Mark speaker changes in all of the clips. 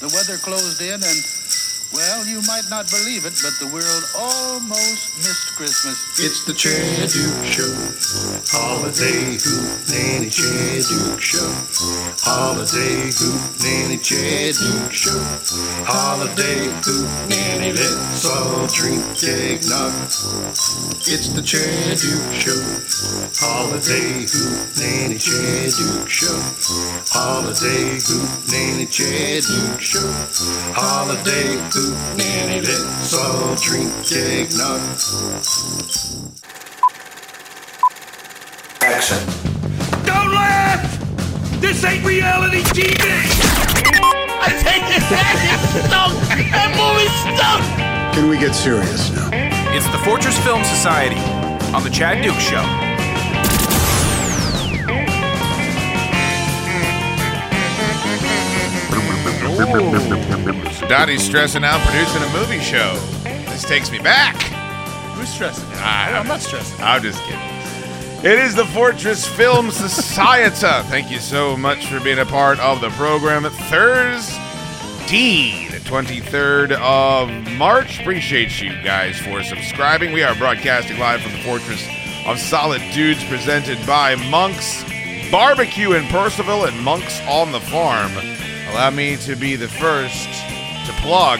Speaker 1: The weather closed in, and, well, you might not believe it, but the world almost missed Christmas.
Speaker 2: It's the Chad Duke Show. Holiday Hoop Nanny Chad Duke Show. Holiday Hoop Nanny Chad Duke Show. Holiday Hoop Nanny, let's all drink eggnog. It's the Chad Duke Show. Holiday Hoop Nanny Chad Duke Show. Holiday Hoop Nanny Chad Duke Show. Holiday Hoop Nanny, let's all drink eggnog.
Speaker 3: Don't laugh! This ain't reality TV! I take it back, it's stunk! That movie stunk!
Speaker 4: Can we get serious now?
Speaker 5: It's the Fortress Film Society on the Chad Duke Show.
Speaker 6: Dottie's stressing out producing a movie show. This takes me back.
Speaker 7: Who's stressing?
Speaker 6: I-
Speaker 7: I'm not stressing.
Speaker 6: I'm just kidding. It is the Fortress Film Society. Thank you so much for being a part of the program. Thursday, the 23rd of March. Appreciate you guys for subscribing. We are broadcasting live from the Fortress of Solid Dudes, presented by Monks Barbecue in Percival and Monks on the Farm. Allow me to be the first to plug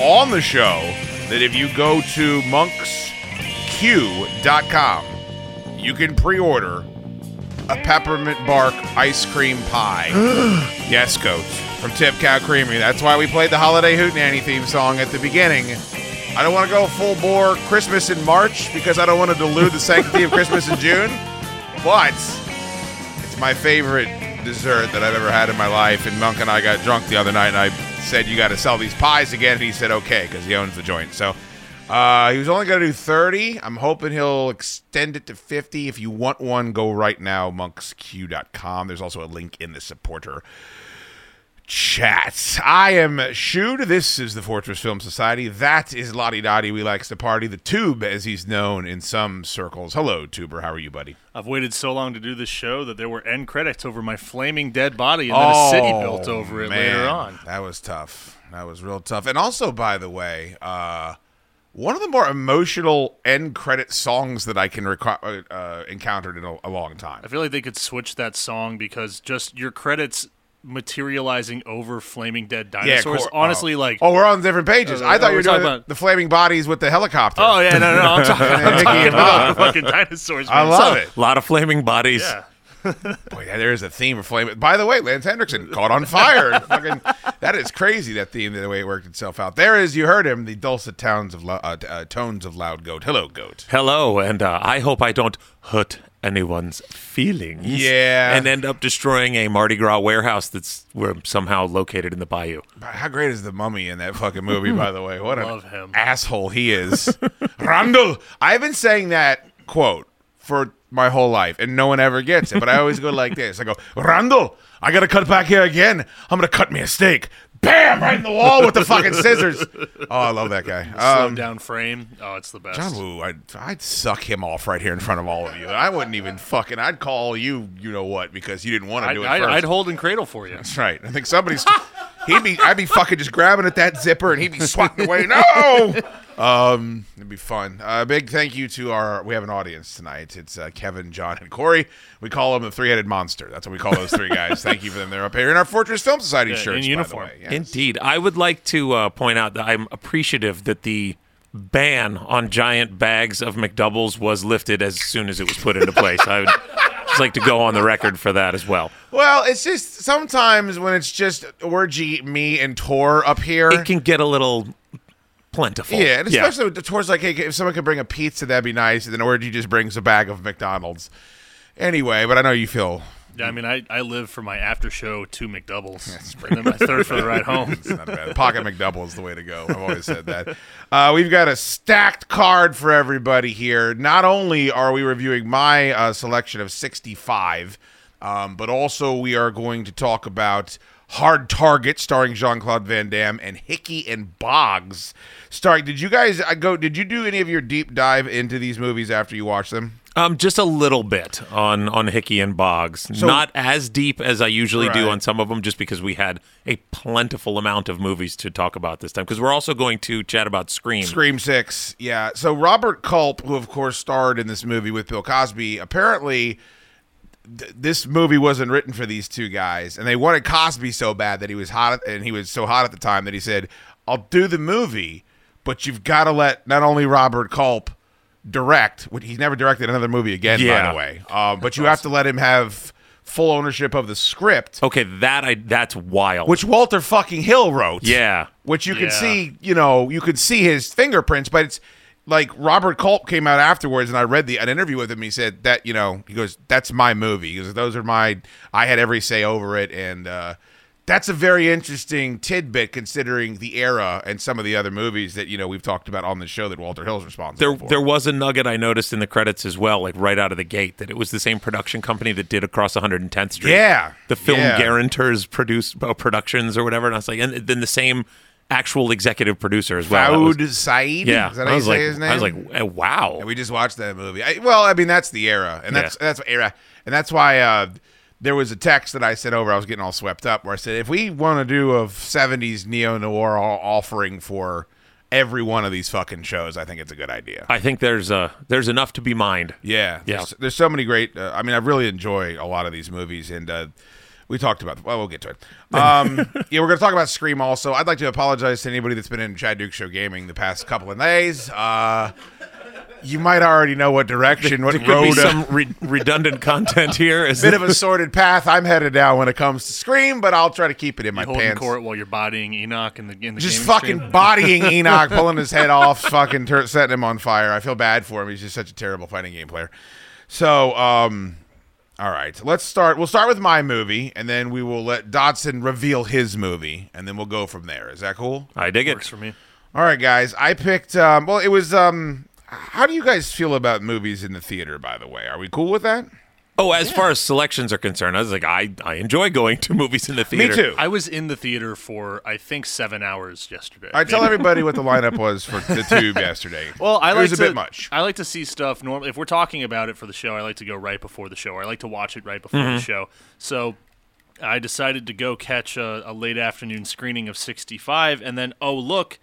Speaker 6: on the show that if you go to monksq.com, you can pre-order a peppermint bark ice cream pie. yes, coach. From Tip Cow Creamery. That's why we played the Holiday Hootenanny theme song at the beginning. I don't want to go full bore Christmas in March because I don't want to dilute the sanctity of Christmas in June. But it's my favorite dessert that I've ever had in my life. And Monk and I got drunk the other night, and I said, "You got to sell these pies again." And he said, "Okay," because he owns the joint. So uh, he was only going to do thirty. I'm hoping he'll extend it to fifty. If you want one, go right now, monksq.com. There's also a link in the supporter chats. I am Shoot. This is the Fortress Film Society. That is Lottie Dottie. We likes to party. The Tube, as he's known in some circles. Hello, Tuber. How are you, buddy?
Speaker 7: I've waited so long to do this show that there were end credits over my flaming dead body and then a city built over it later
Speaker 6: Oh, man.
Speaker 7: on.
Speaker 6: That was tough. That was real tough. And also, by the way, uh, one of the more emotional end credit songs that I can reco- uh, uh, encountered in a, a long time.
Speaker 7: I feel like they could switch that song because just your credits materializing over flaming dead dinosaurs.
Speaker 6: cor-
Speaker 7: honestly,
Speaker 6: oh.
Speaker 7: like
Speaker 6: oh, we're on different pages.
Speaker 7: Uh,
Speaker 6: I thought
Speaker 7: oh,
Speaker 6: you were
Speaker 7: we're
Speaker 6: doing
Speaker 7: talking
Speaker 6: the,
Speaker 7: about-
Speaker 6: the flaming bodies with the helicopter.
Speaker 7: oh yeah, no, no, no, I'm talking, I'm
Speaker 6: Mickey
Speaker 7: talking
Speaker 6: and
Speaker 7: about the fucking dinosaurs.
Speaker 6: I
Speaker 7: man.
Speaker 6: love it.
Speaker 8: A lot of flaming bodies.
Speaker 7: Yeah.
Speaker 6: Boy, yeah, there is a theme of flame. By the way, Lance Hendrickson caught on fire. Fucking, that is crazy. That theme, the way it worked itself out. There is, you heard him, the dulcet tones of lo- uh, t- uh, tones of loud goat. Hello, goat.
Speaker 8: Hello, and uh, I hope I don't hurt anyone's feelings.
Speaker 6: Yeah.
Speaker 8: And end up destroying a Mardi Gras warehouse that's we're somehow located in the bayou.
Speaker 6: How great is the mummy in that fucking movie? By the way, what an
Speaker 7: Love him.
Speaker 6: asshole he is. Randall, I've been saying that quote for my whole life, and no one ever gets it. But I always go like this: I go, Randall, I gotta cut back here again. I'm gonna cut me a steak. Bam! Right in the wall with the fucking scissors. Oh, I love that guy.
Speaker 7: Slowed
Speaker 6: Um,
Speaker 7: down frame. Oh, it's the best.
Speaker 6: John Woo, I'd, I'd suck him off right here in front of all of you. I wouldn't even fucking. I'd call you, you know what, because you didn't want to
Speaker 7: I'd,
Speaker 6: do it
Speaker 7: I'd,
Speaker 6: first.
Speaker 7: I'd hold and cradle for you.
Speaker 6: That's right. I think somebody's. he'd be. I'd be fucking just grabbing at that zipper, and he'd be swatting away. No. Um, it'd be fun. Uh, big thank you to our. We have an audience tonight. It's uh, Kevin, John, and Corey. We call them the three-headed monster. That's what we call those three guys. thank you for them. They're up here in our Fortress Film Society
Speaker 7: Yeah, in
Speaker 6: shirts, by the
Speaker 7: uniform.
Speaker 6: way. Yeah.
Speaker 8: Indeed. I would like to uh, point out that I'm appreciative that the ban on giant bags of McDoubles was lifted as soon as it was put into place. I would just like to go on the record for that as well.
Speaker 6: Well, it's just sometimes when it's just orgy, me, and Tor up here.
Speaker 8: It can get a little plentiful.
Speaker 6: Yeah, and especially with the tours like, hey, if someone could bring a pizza, that'd be nice. And then Orgy just brings a bag of McDonald's. Anyway, but I know you feel
Speaker 7: Yeah, I mean, I, I live for my after show two McDoubles, and then my third for the ride home.
Speaker 6: it's not bad. Pocket McDouble is the way to go. I've always said that. Uh, we've got a stacked card for everybody here. Not only are we reviewing my uh, selection of 65, um, but also we are going to talk about Hard Target, starring Jean Claude Van Damme, and Hickey and Boggs, starring. Did you guys I go? Did you do any of your deep dive into these movies after you watched them?
Speaker 8: Um, just a little bit on on Hickey and Boggs. Not as deep as I usually do
Speaker 6: Right.
Speaker 8: on some of them, just because we had a plentiful amount of movies to talk about this time. Because we're also going to chat about Scream.
Speaker 6: Scream Six, yeah. So Robert Culp, who of course starred in this movie with Bill Cosby, apparently th- this movie wasn't written for these two guys, and they wanted Cosby so bad that he was hot, at- and he was so hot at the time that he said, "I'll do the movie, but you've got to let not only Robert Culp direct, which he's never directed another movie again, by
Speaker 8: Yeah.
Speaker 6: the way, um, but you have to let him have full ownership of the script."
Speaker 8: Okay, that I that's wild.
Speaker 6: Which Walter fucking Hill wrote
Speaker 8: yeah,
Speaker 6: which you can
Speaker 7: Yeah.
Speaker 6: see, you know, you could see his fingerprints, but it's like Robert Culp came out afterwards and I read the an interview with him. He said that, you know, he goes, That's my movie. He goes, Those are my I had every say over it and uh that's a very interesting tidbit considering the era and some of the other movies that, you know, we've talked about on the show that Walter Hill's responsible
Speaker 8: there
Speaker 6: for.
Speaker 8: there was a nugget I noticed in the credits as well, like right out of the gate, that it was the same production company that did Across 110th Street.
Speaker 6: Yeah,
Speaker 8: the film
Speaker 6: yeah.
Speaker 8: guarantors produce uh, productions or whatever, and I was like, and then the same actual executive producer as well. That was-
Speaker 6: Daoud Said?
Speaker 8: yeah,
Speaker 6: Is that
Speaker 8: I
Speaker 6: how you
Speaker 8: was
Speaker 6: say
Speaker 8: like,
Speaker 6: his name?
Speaker 8: I was like, eh, wow.
Speaker 6: And we just watched that movie. I, well, I mean, that's the era, and that's
Speaker 8: Yeah.
Speaker 6: that's era, and that's why uh, there was a text that I sent over. I was getting all swept up where I said, if we want to do a '70s neo noir offering for every one of these fucking shows, I think it's a good idea.
Speaker 8: I think there's uh there's enough to be mined.
Speaker 6: Yeah, There's, there's so many great. Uh, I mean, I really enjoy a lot of these movies, and uh, we talked about. Well, we'll get to it. Um, yeah, we're gonna talk about Scream. Also, I'd like to apologize to anybody that's been in Chad Duke Show Gaming the past couple of days. Uh, you might already know what direction, what
Speaker 8: There could be
Speaker 6: road,
Speaker 8: some re- redundant content here. Is
Speaker 6: a bit of a sordid path I'm headed down when it comes to Scream, but I'll try to keep it in my
Speaker 7: holding
Speaker 6: pants.
Speaker 7: court while you're bodying Enoch in the in the
Speaker 6: Just
Speaker 7: gaming
Speaker 6: fucking
Speaker 7: stream.
Speaker 6: bodying Enoch, pulling his head off, fucking tur setting him on fire. I feel bad for him. He's just such a terrible fighting game player. So, um, all right, let's start. We'll start with my movie, and then we will let Dodson reveal his movie, and then we'll go from there. Is that cool?
Speaker 8: I dig
Speaker 7: works
Speaker 8: it.
Speaker 7: for me.
Speaker 6: All right, guys. I picked. Um, well, it was. Um, how do you guys feel about movies in the theater? By the way, are we cool with that?
Speaker 8: Oh, as far as selections are concerned, I was like, I, I enjoy going to movies in the
Speaker 6: Me
Speaker 8: theater.
Speaker 6: too.
Speaker 7: I was in the theater for I think seven hours yesterday.
Speaker 6: I tell
Speaker 7: Maybe.
Speaker 6: everybody what the lineup was for the tube yesterday.
Speaker 7: Well, I
Speaker 6: it
Speaker 7: like
Speaker 6: was a
Speaker 7: to,
Speaker 6: bit much.
Speaker 7: I like to see stuff normal. If we're talking about it for the show, I like to go right before the show. Or I like to watch it right before
Speaker 6: Mm-hmm.
Speaker 7: the show. So I decided to go catch a, a late afternoon screening of 65, and then oh look,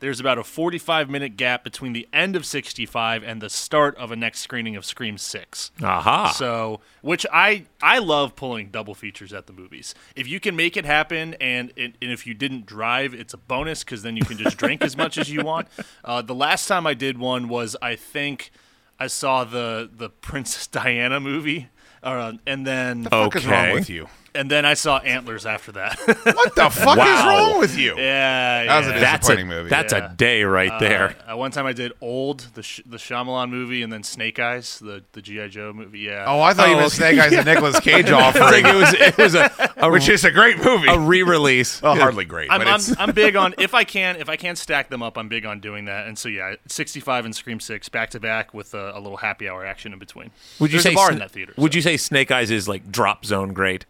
Speaker 7: there's about a 45 minute gap between the end of 65 and the start of a next screening of Scream 6.
Speaker 6: Ah.
Speaker 8: Aha.
Speaker 7: So, which I I love pulling double features at the movies. If you can make it happen, and it, and if you didn't drive, it's a bonus because then you can just drink as much as you want. Uh, the last time I did one was I think I saw the the Princess Diana movie, uh, and then
Speaker 6: What the fuck is wrong
Speaker 8: Okay.
Speaker 6: with you?
Speaker 7: and then I saw Antlers after that.
Speaker 6: What the fuck is
Speaker 8: Wow.
Speaker 6: wrong with you?
Speaker 7: yeah,
Speaker 6: That was a
Speaker 7: yeah.
Speaker 8: that's a
Speaker 6: disappointing movie.
Speaker 8: that's
Speaker 7: Yeah.
Speaker 8: a day right there.
Speaker 7: Uh, one time I did Old, the Sh- the Shyamalan movie, and then Snake Eyes, the the GI Joe movie. Yeah.
Speaker 6: Oh, I thought you
Speaker 8: Oh,
Speaker 6: meant Snake Eyes and Nicolas Cage offering,
Speaker 8: it was it was a, a,
Speaker 6: which is a great movie.
Speaker 8: a re-release.
Speaker 6: well, hardly great,
Speaker 7: I'm,
Speaker 6: but
Speaker 7: I'm,
Speaker 6: it's
Speaker 7: I'm big on if I can if I can stack them up. I'm big on doing that. And so yeah, 65 and Scream Six back to back with a, a little happy hour action in between.
Speaker 8: Would you
Speaker 7: There's
Speaker 8: say
Speaker 7: a bar in
Speaker 8: Sna-
Speaker 7: that theater?
Speaker 8: Would
Speaker 7: so.
Speaker 8: you say Snake Eyes is like drop zone great?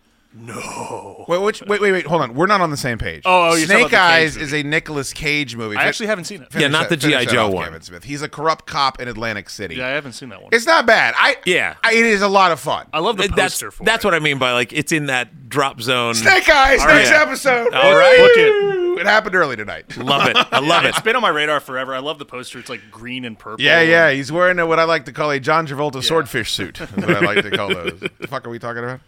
Speaker 6: wait, which, wait, wait, wait, hold on. We're not on the same page.
Speaker 7: Oh, oh, you're talking
Speaker 6: Snake
Speaker 7: about the Cage
Speaker 6: Eyes
Speaker 7: movie.
Speaker 6: is a Nicolas Cage movie.
Speaker 7: I
Speaker 6: Fin-
Speaker 7: actually haven't seen it.
Speaker 6: finish
Speaker 8: not
Speaker 6: that-
Speaker 8: the
Speaker 6: finish
Speaker 8: G.I.
Speaker 6: that
Speaker 8: Joe
Speaker 6: off,
Speaker 8: one.
Speaker 6: Kevin Smith. He's a corrupt cop in Atlantic City.
Speaker 7: Yeah, I haven't seen that one.
Speaker 6: It's not bad. I
Speaker 8: Yeah.
Speaker 6: I, it is a lot of fun.
Speaker 7: I love the
Speaker 8: Uh,
Speaker 7: poster
Speaker 8: that's
Speaker 7: for
Speaker 8: that's
Speaker 7: it.
Speaker 8: what I mean by like it's in that drop zone.
Speaker 7: Mm.
Speaker 6: Snake Eyes next
Speaker 8: right.
Speaker 6: episode.
Speaker 8: All right.
Speaker 6: Woo!
Speaker 8: Book
Speaker 6: it happened early tonight.
Speaker 8: Love it. I love it.
Speaker 7: It's been on my radar forever. I love the poster. It's like green and purple.
Speaker 6: Yeah, yeah. He's wearing a, what I like to call a John Travolta swordfish suit. Is what I like to call those. the fuck are we talking about?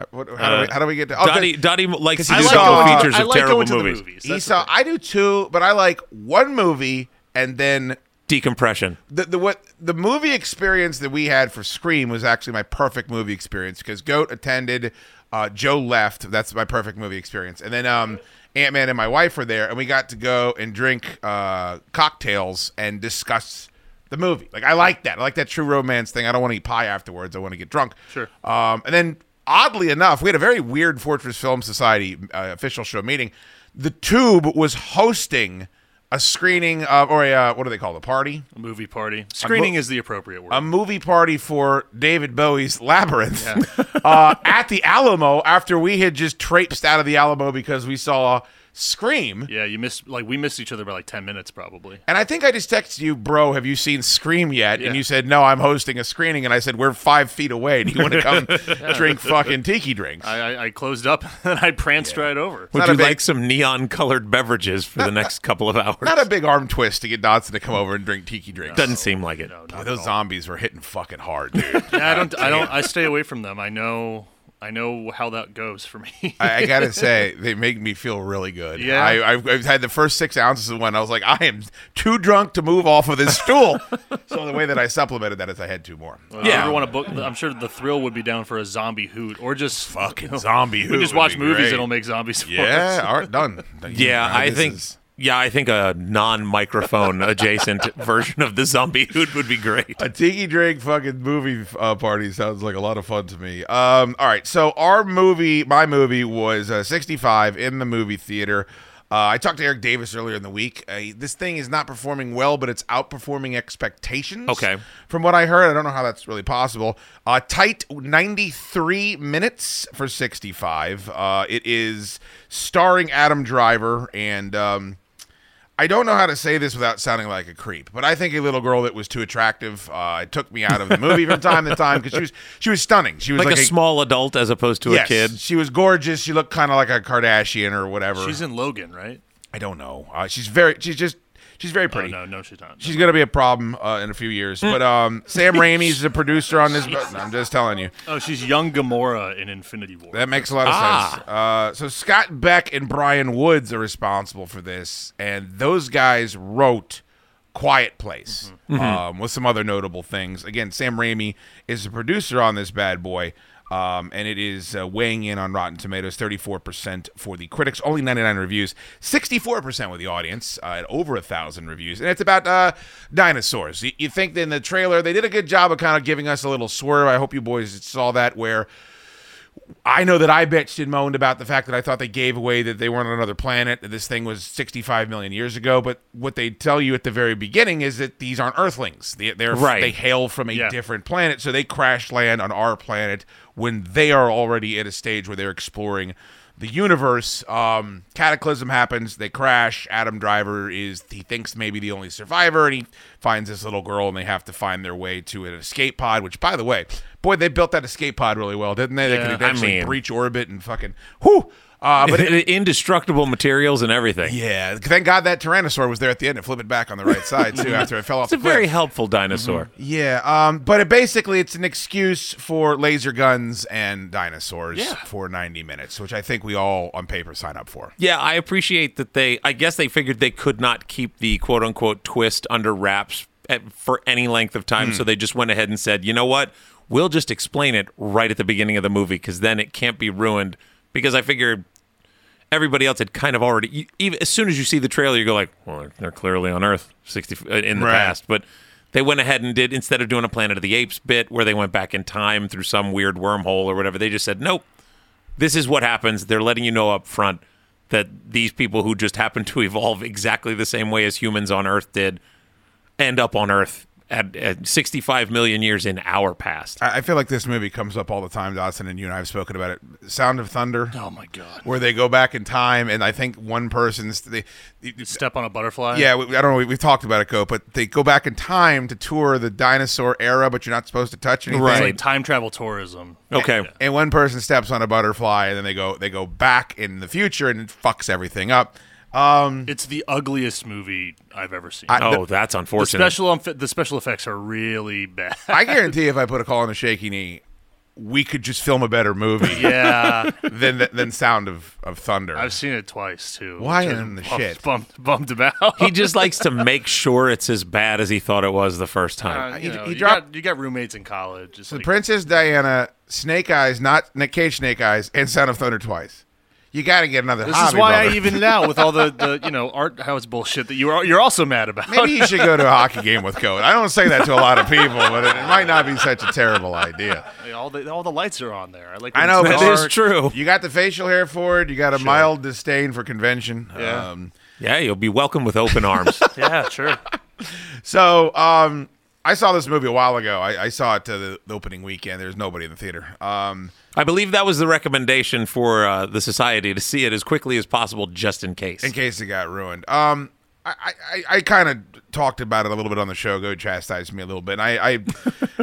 Speaker 6: Uh, what- how, do we, how do we get to? Oh,
Speaker 8: Dottie, Dottie likes to
Speaker 6: I
Speaker 8: do
Speaker 6: like
Speaker 8: double
Speaker 6: going-
Speaker 8: features
Speaker 7: I
Speaker 8: of
Speaker 7: like
Speaker 8: terrible
Speaker 7: going to the
Speaker 8: movies.
Speaker 7: movies. That's the
Speaker 6: Esau, I do too, but I like one movie and then
Speaker 8: Decompression.
Speaker 6: the, the what the movie experience that we had for Scream was actually my perfect movie experience because Goat attended, uh, Joe left. That's my perfect movie experience. And then um, Ant Man and my wife were there, and we got to go and drink uh, cocktails and discuss the movie. Like I like that. I like that true romance thing. I don't want to eat pie afterwards. I want to get drunk.
Speaker 7: Sure.
Speaker 6: Um, and then oddly enough, we had a very weird Fortress Film Society uh, official show meeting. The Tube was hosting a screening of, or a, uh, what do they call it, a party?
Speaker 7: A movie party. Screening is the appropriate word.
Speaker 6: a movie party for David Bowie's Labyrinth uh, at the Alamo after we had just traipsed out of the Alamo because we saw Scream.
Speaker 7: yeah, you missed like we missed each other by like ten minutes probably.
Speaker 6: And I think I just texted you, bro, have you seen Scream yet?
Speaker 7: Yeah.
Speaker 6: And you said, no, I'm hosting a screening. And I said, we're five feet away. Do you want to come drink fucking tiki drinks?
Speaker 7: I, I, I closed up and I pranced right over.
Speaker 8: Would
Speaker 6: not
Speaker 8: you
Speaker 6: a big-
Speaker 8: like some neon colored beverages for the next couple of hours?
Speaker 6: Not a big arm twist to get Dodson to come over and drink tiki drinks.
Speaker 8: Doesn't seem like it.
Speaker 6: Boy, those zombies were hitting fucking hard, dude.
Speaker 7: Yeah, I don't. I don't. I stay away from them. I know. I know how that goes for me.
Speaker 6: I, I gotta say, they make me feel really good.
Speaker 7: Yeah.
Speaker 6: I, I've, I've had the first six ounces of one. I was like, I am too drunk to move off of this stool. so the way that I supplemented that is I had two more.
Speaker 7: If you ever want to book, I'm sure the thrill would be down for a zombie hoot or just
Speaker 6: Fucking zombie
Speaker 7: We
Speaker 6: hoot
Speaker 7: just
Speaker 6: would
Speaker 7: watch
Speaker 6: be
Speaker 7: movies
Speaker 6: great.
Speaker 7: that'll make zombies. For
Speaker 6: Yeah,
Speaker 7: us.
Speaker 6: all right, done.
Speaker 8: Yeah,
Speaker 6: Now
Speaker 8: I
Speaker 6: this
Speaker 8: think.
Speaker 6: is
Speaker 8: Yeah, I think a non-microphone adjacent version of the zombie hood would be great.
Speaker 6: a tiki drink fucking movie uh, party sounds like a lot of fun to me. Um, all right, so our movie, my movie, was uh, 65 in the movie theater. Uh, I talked to Eric Davis earlier in the week. Uh, he- this thing is not performing well, but it's outperforming expectations.
Speaker 8: Okay.
Speaker 6: From what I heard, I don't know how that's really possible. Uh, tight 93 minutes for 65. Uh, it is starring Adam Driver and. Um, I don't know how to say this without sounding like a creep, but I think a little girl that was too attractive uh, it took me out of the movie from time to time because she was she was stunning. She was
Speaker 8: Like,
Speaker 6: like,
Speaker 8: a, small adult as opposed to
Speaker 6: yes,
Speaker 8: a kid.
Speaker 6: She was gorgeous. She looked kind of like a Kardashian or whatever.
Speaker 7: she's in Logan, right?
Speaker 6: I don't know. Uh, she's very. She's just. She's very
Speaker 7: Oh,
Speaker 6: pretty.
Speaker 7: no, no, she's not.
Speaker 6: She's gonna be a problem uh, in a few years. But um, Sam Raimi's the producer on this. But I'm just telling you.
Speaker 7: oh, she's young Gamora in Infinity War.
Speaker 6: That makes a lot of sense. Uh, so Scott Beck and Brian Woods are responsible for this, and those guys wrote Quiet Place Um, with some other notable things. Again, Sam Raimi is the producer on this bad boy. Um, and it is uh, weighing in on Rotten Tomatoes, 34% for the critics, only 99 reviews, 64% with the audience, uh, at over a thousand reviews, and it's about uh, dinosaurs. You, you think in the trailer they did a good job of kind of giving us a little swerve. I hope you boys saw that where I know that I bitched and moaned about the fact that I thought they gave away that they weren't on another planet, that this thing was 65 million years ago. But what they tell you at the very beginning is that these aren't Earthlings. They, they're,
Speaker 8: Right.
Speaker 6: they hail from a
Speaker 7: Yeah.
Speaker 6: different planet, so they crash land on our planet when they are already at a stage where they're exploring the universe. Um, cataclysm happens, they crash. Adam Driver is, he thinks, maybe the only survivor, and he finds this little girl, and they have to find their way to an escape pod, which, by the way, boy, they built that escape pod really well, didn't they? they
Speaker 7: Yeah,
Speaker 6: could
Speaker 8: I
Speaker 6: actually
Speaker 8: mean-
Speaker 6: breach orbit and fucking whoo. Uh, but it,
Speaker 8: Indestructible materials and everything.
Speaker 6: yeah, thank God that Tyrannosaur was there at the end to flip it back on the right side too after it fell off.
Speaker 8: It's a
Speaker 6: the cliff.
Speaker 8: very helpful dinosaur.
Speaker 6: yeah. Um, but it basically it's an excuse for laser guns and dinosaurs
Speaker 7: Yeah.
Speaker 6: for ninety minutes, which I think we all on paper sign up for.
Speaker 8: Yeah, I appreciate that they. I guess they figured they could not keep the quote unquote twist under wraps at, for any length of time, so they just went ahead and said, you know what? We'll just explain it right at the beginning of the movie because then it can't be ruined. Because I figured everybody else had kind of already. You, even as soon as you see the trailer, you go like, well, they're, they're clearly on Earth sixty f- uh, in the
Speaker 6: Right.
Speaker 8: past, but. They went ahead and did instead of doing a Planet of the Apes bit where they went back in time through some weird wormhole or whatever. They just said, "Nope, this is what happens. They're letting you know up front that these people who just happen to evolve exactly the same way as humans on Earth did end up on Earth at, at 65 million years in our past.
Speaker 6: I, I feel like this movie comes up all the time, Dodson, and you and I have spoken about it. Sound of Thunder.
Speaker 7: oh my god!
Speaker 6: Where they go back in time, and I think one person's they,
Speaker 7: Step on a butterfly.
Speaker 6: Yeah, we, I don't know. We, we've talked about it, Go, but they go back in time to tour the dinosaur era, but you're not supposed to touch anything.
Speaker 7: It's
Speaker 8: Right.
Speaker 7: like time travel tourism.
Speaker 8: Okay.
Speaker 6: And one person steps on a butterfly, and then they go they go back in the future, and it fucks everything up. Um,
Speaker 7: It's the ugliest movie I've ever seen.
Speaker 6: I-
Speaker 8: Oh, that's
Speaker 7: the
Speaker 8: unfortunate.
Speaker 7: special unf- the special effects are really bad.
Speaker 6: I guarantee if I put a call on a shaky knee, we could just film a better movie
Speaker 7: yeah,
Speaker 6: than than Sound of, of Thunder.
Speaker 7: I've seen it twice too.
Speaker 6: Why
Speaker 7: which I'm
Speaker 6: in the
Speaker 7: bummed-
Speaker 6: shit?
Speaker 7: Bummed, bummed about.
Speaker 8: he just likes to make sure it's as bad as he thought it was the first time.
Speaker 7: Uh,
Speaker 6: he-
Speaker 7: you, know,
Speaker 6: he
Speaker 7: you
Speaker 6: dropped-
Speaker 7: got, you got roommates in college. It's
Speaker 6: the
Speaker 7: like,
Speaker 6: Princess Diana, Snake Eyes, not Nick Cage Snake Eyes, and Sound of Thunder twice. You got to get another
Speaker 7: This
Speaker 6: hobby,
Speaker 7: is why
Speaker 6: brother.
Speaker 7: I evened it out with all the, the you know art house bullshit that you're you're also mad about.
Speaker 6: Maybe you should go to a hockey game with Code. I don't say that to a lot of people, but it, it might not be such a terrible idea.
Speaker 7: all the all the lights are on there. I like.
Speaker 6: I know
Speaker 7: when it's
Speaker 8: That
Speaker 6: but
Speaker 8: is
Speaker 6: Art,
Speaker 8: true.
Speaker 6: You got the facial hair for it. You got a mild disdain for convention.
Speaker 7: Yeah.
Speaker 6: Um,
Speaker 8: Yeah, you'll be welcome with open arms.
Speaker 7: dark. Yeah, sure.
Speaker 6: so um, I saw this movie a while ago. I, I saw it to the, the opening weekend. There was nobody in the theater. Um,
Speaker 8: I believe that was the recommendation for uh, the society to see it as quickly as possible, just in case.
Speaker 6: in case it got ruined. Um, I, I, I- I kind of talked about it a little bit on the show. Go chastised me a little bit. And I, I,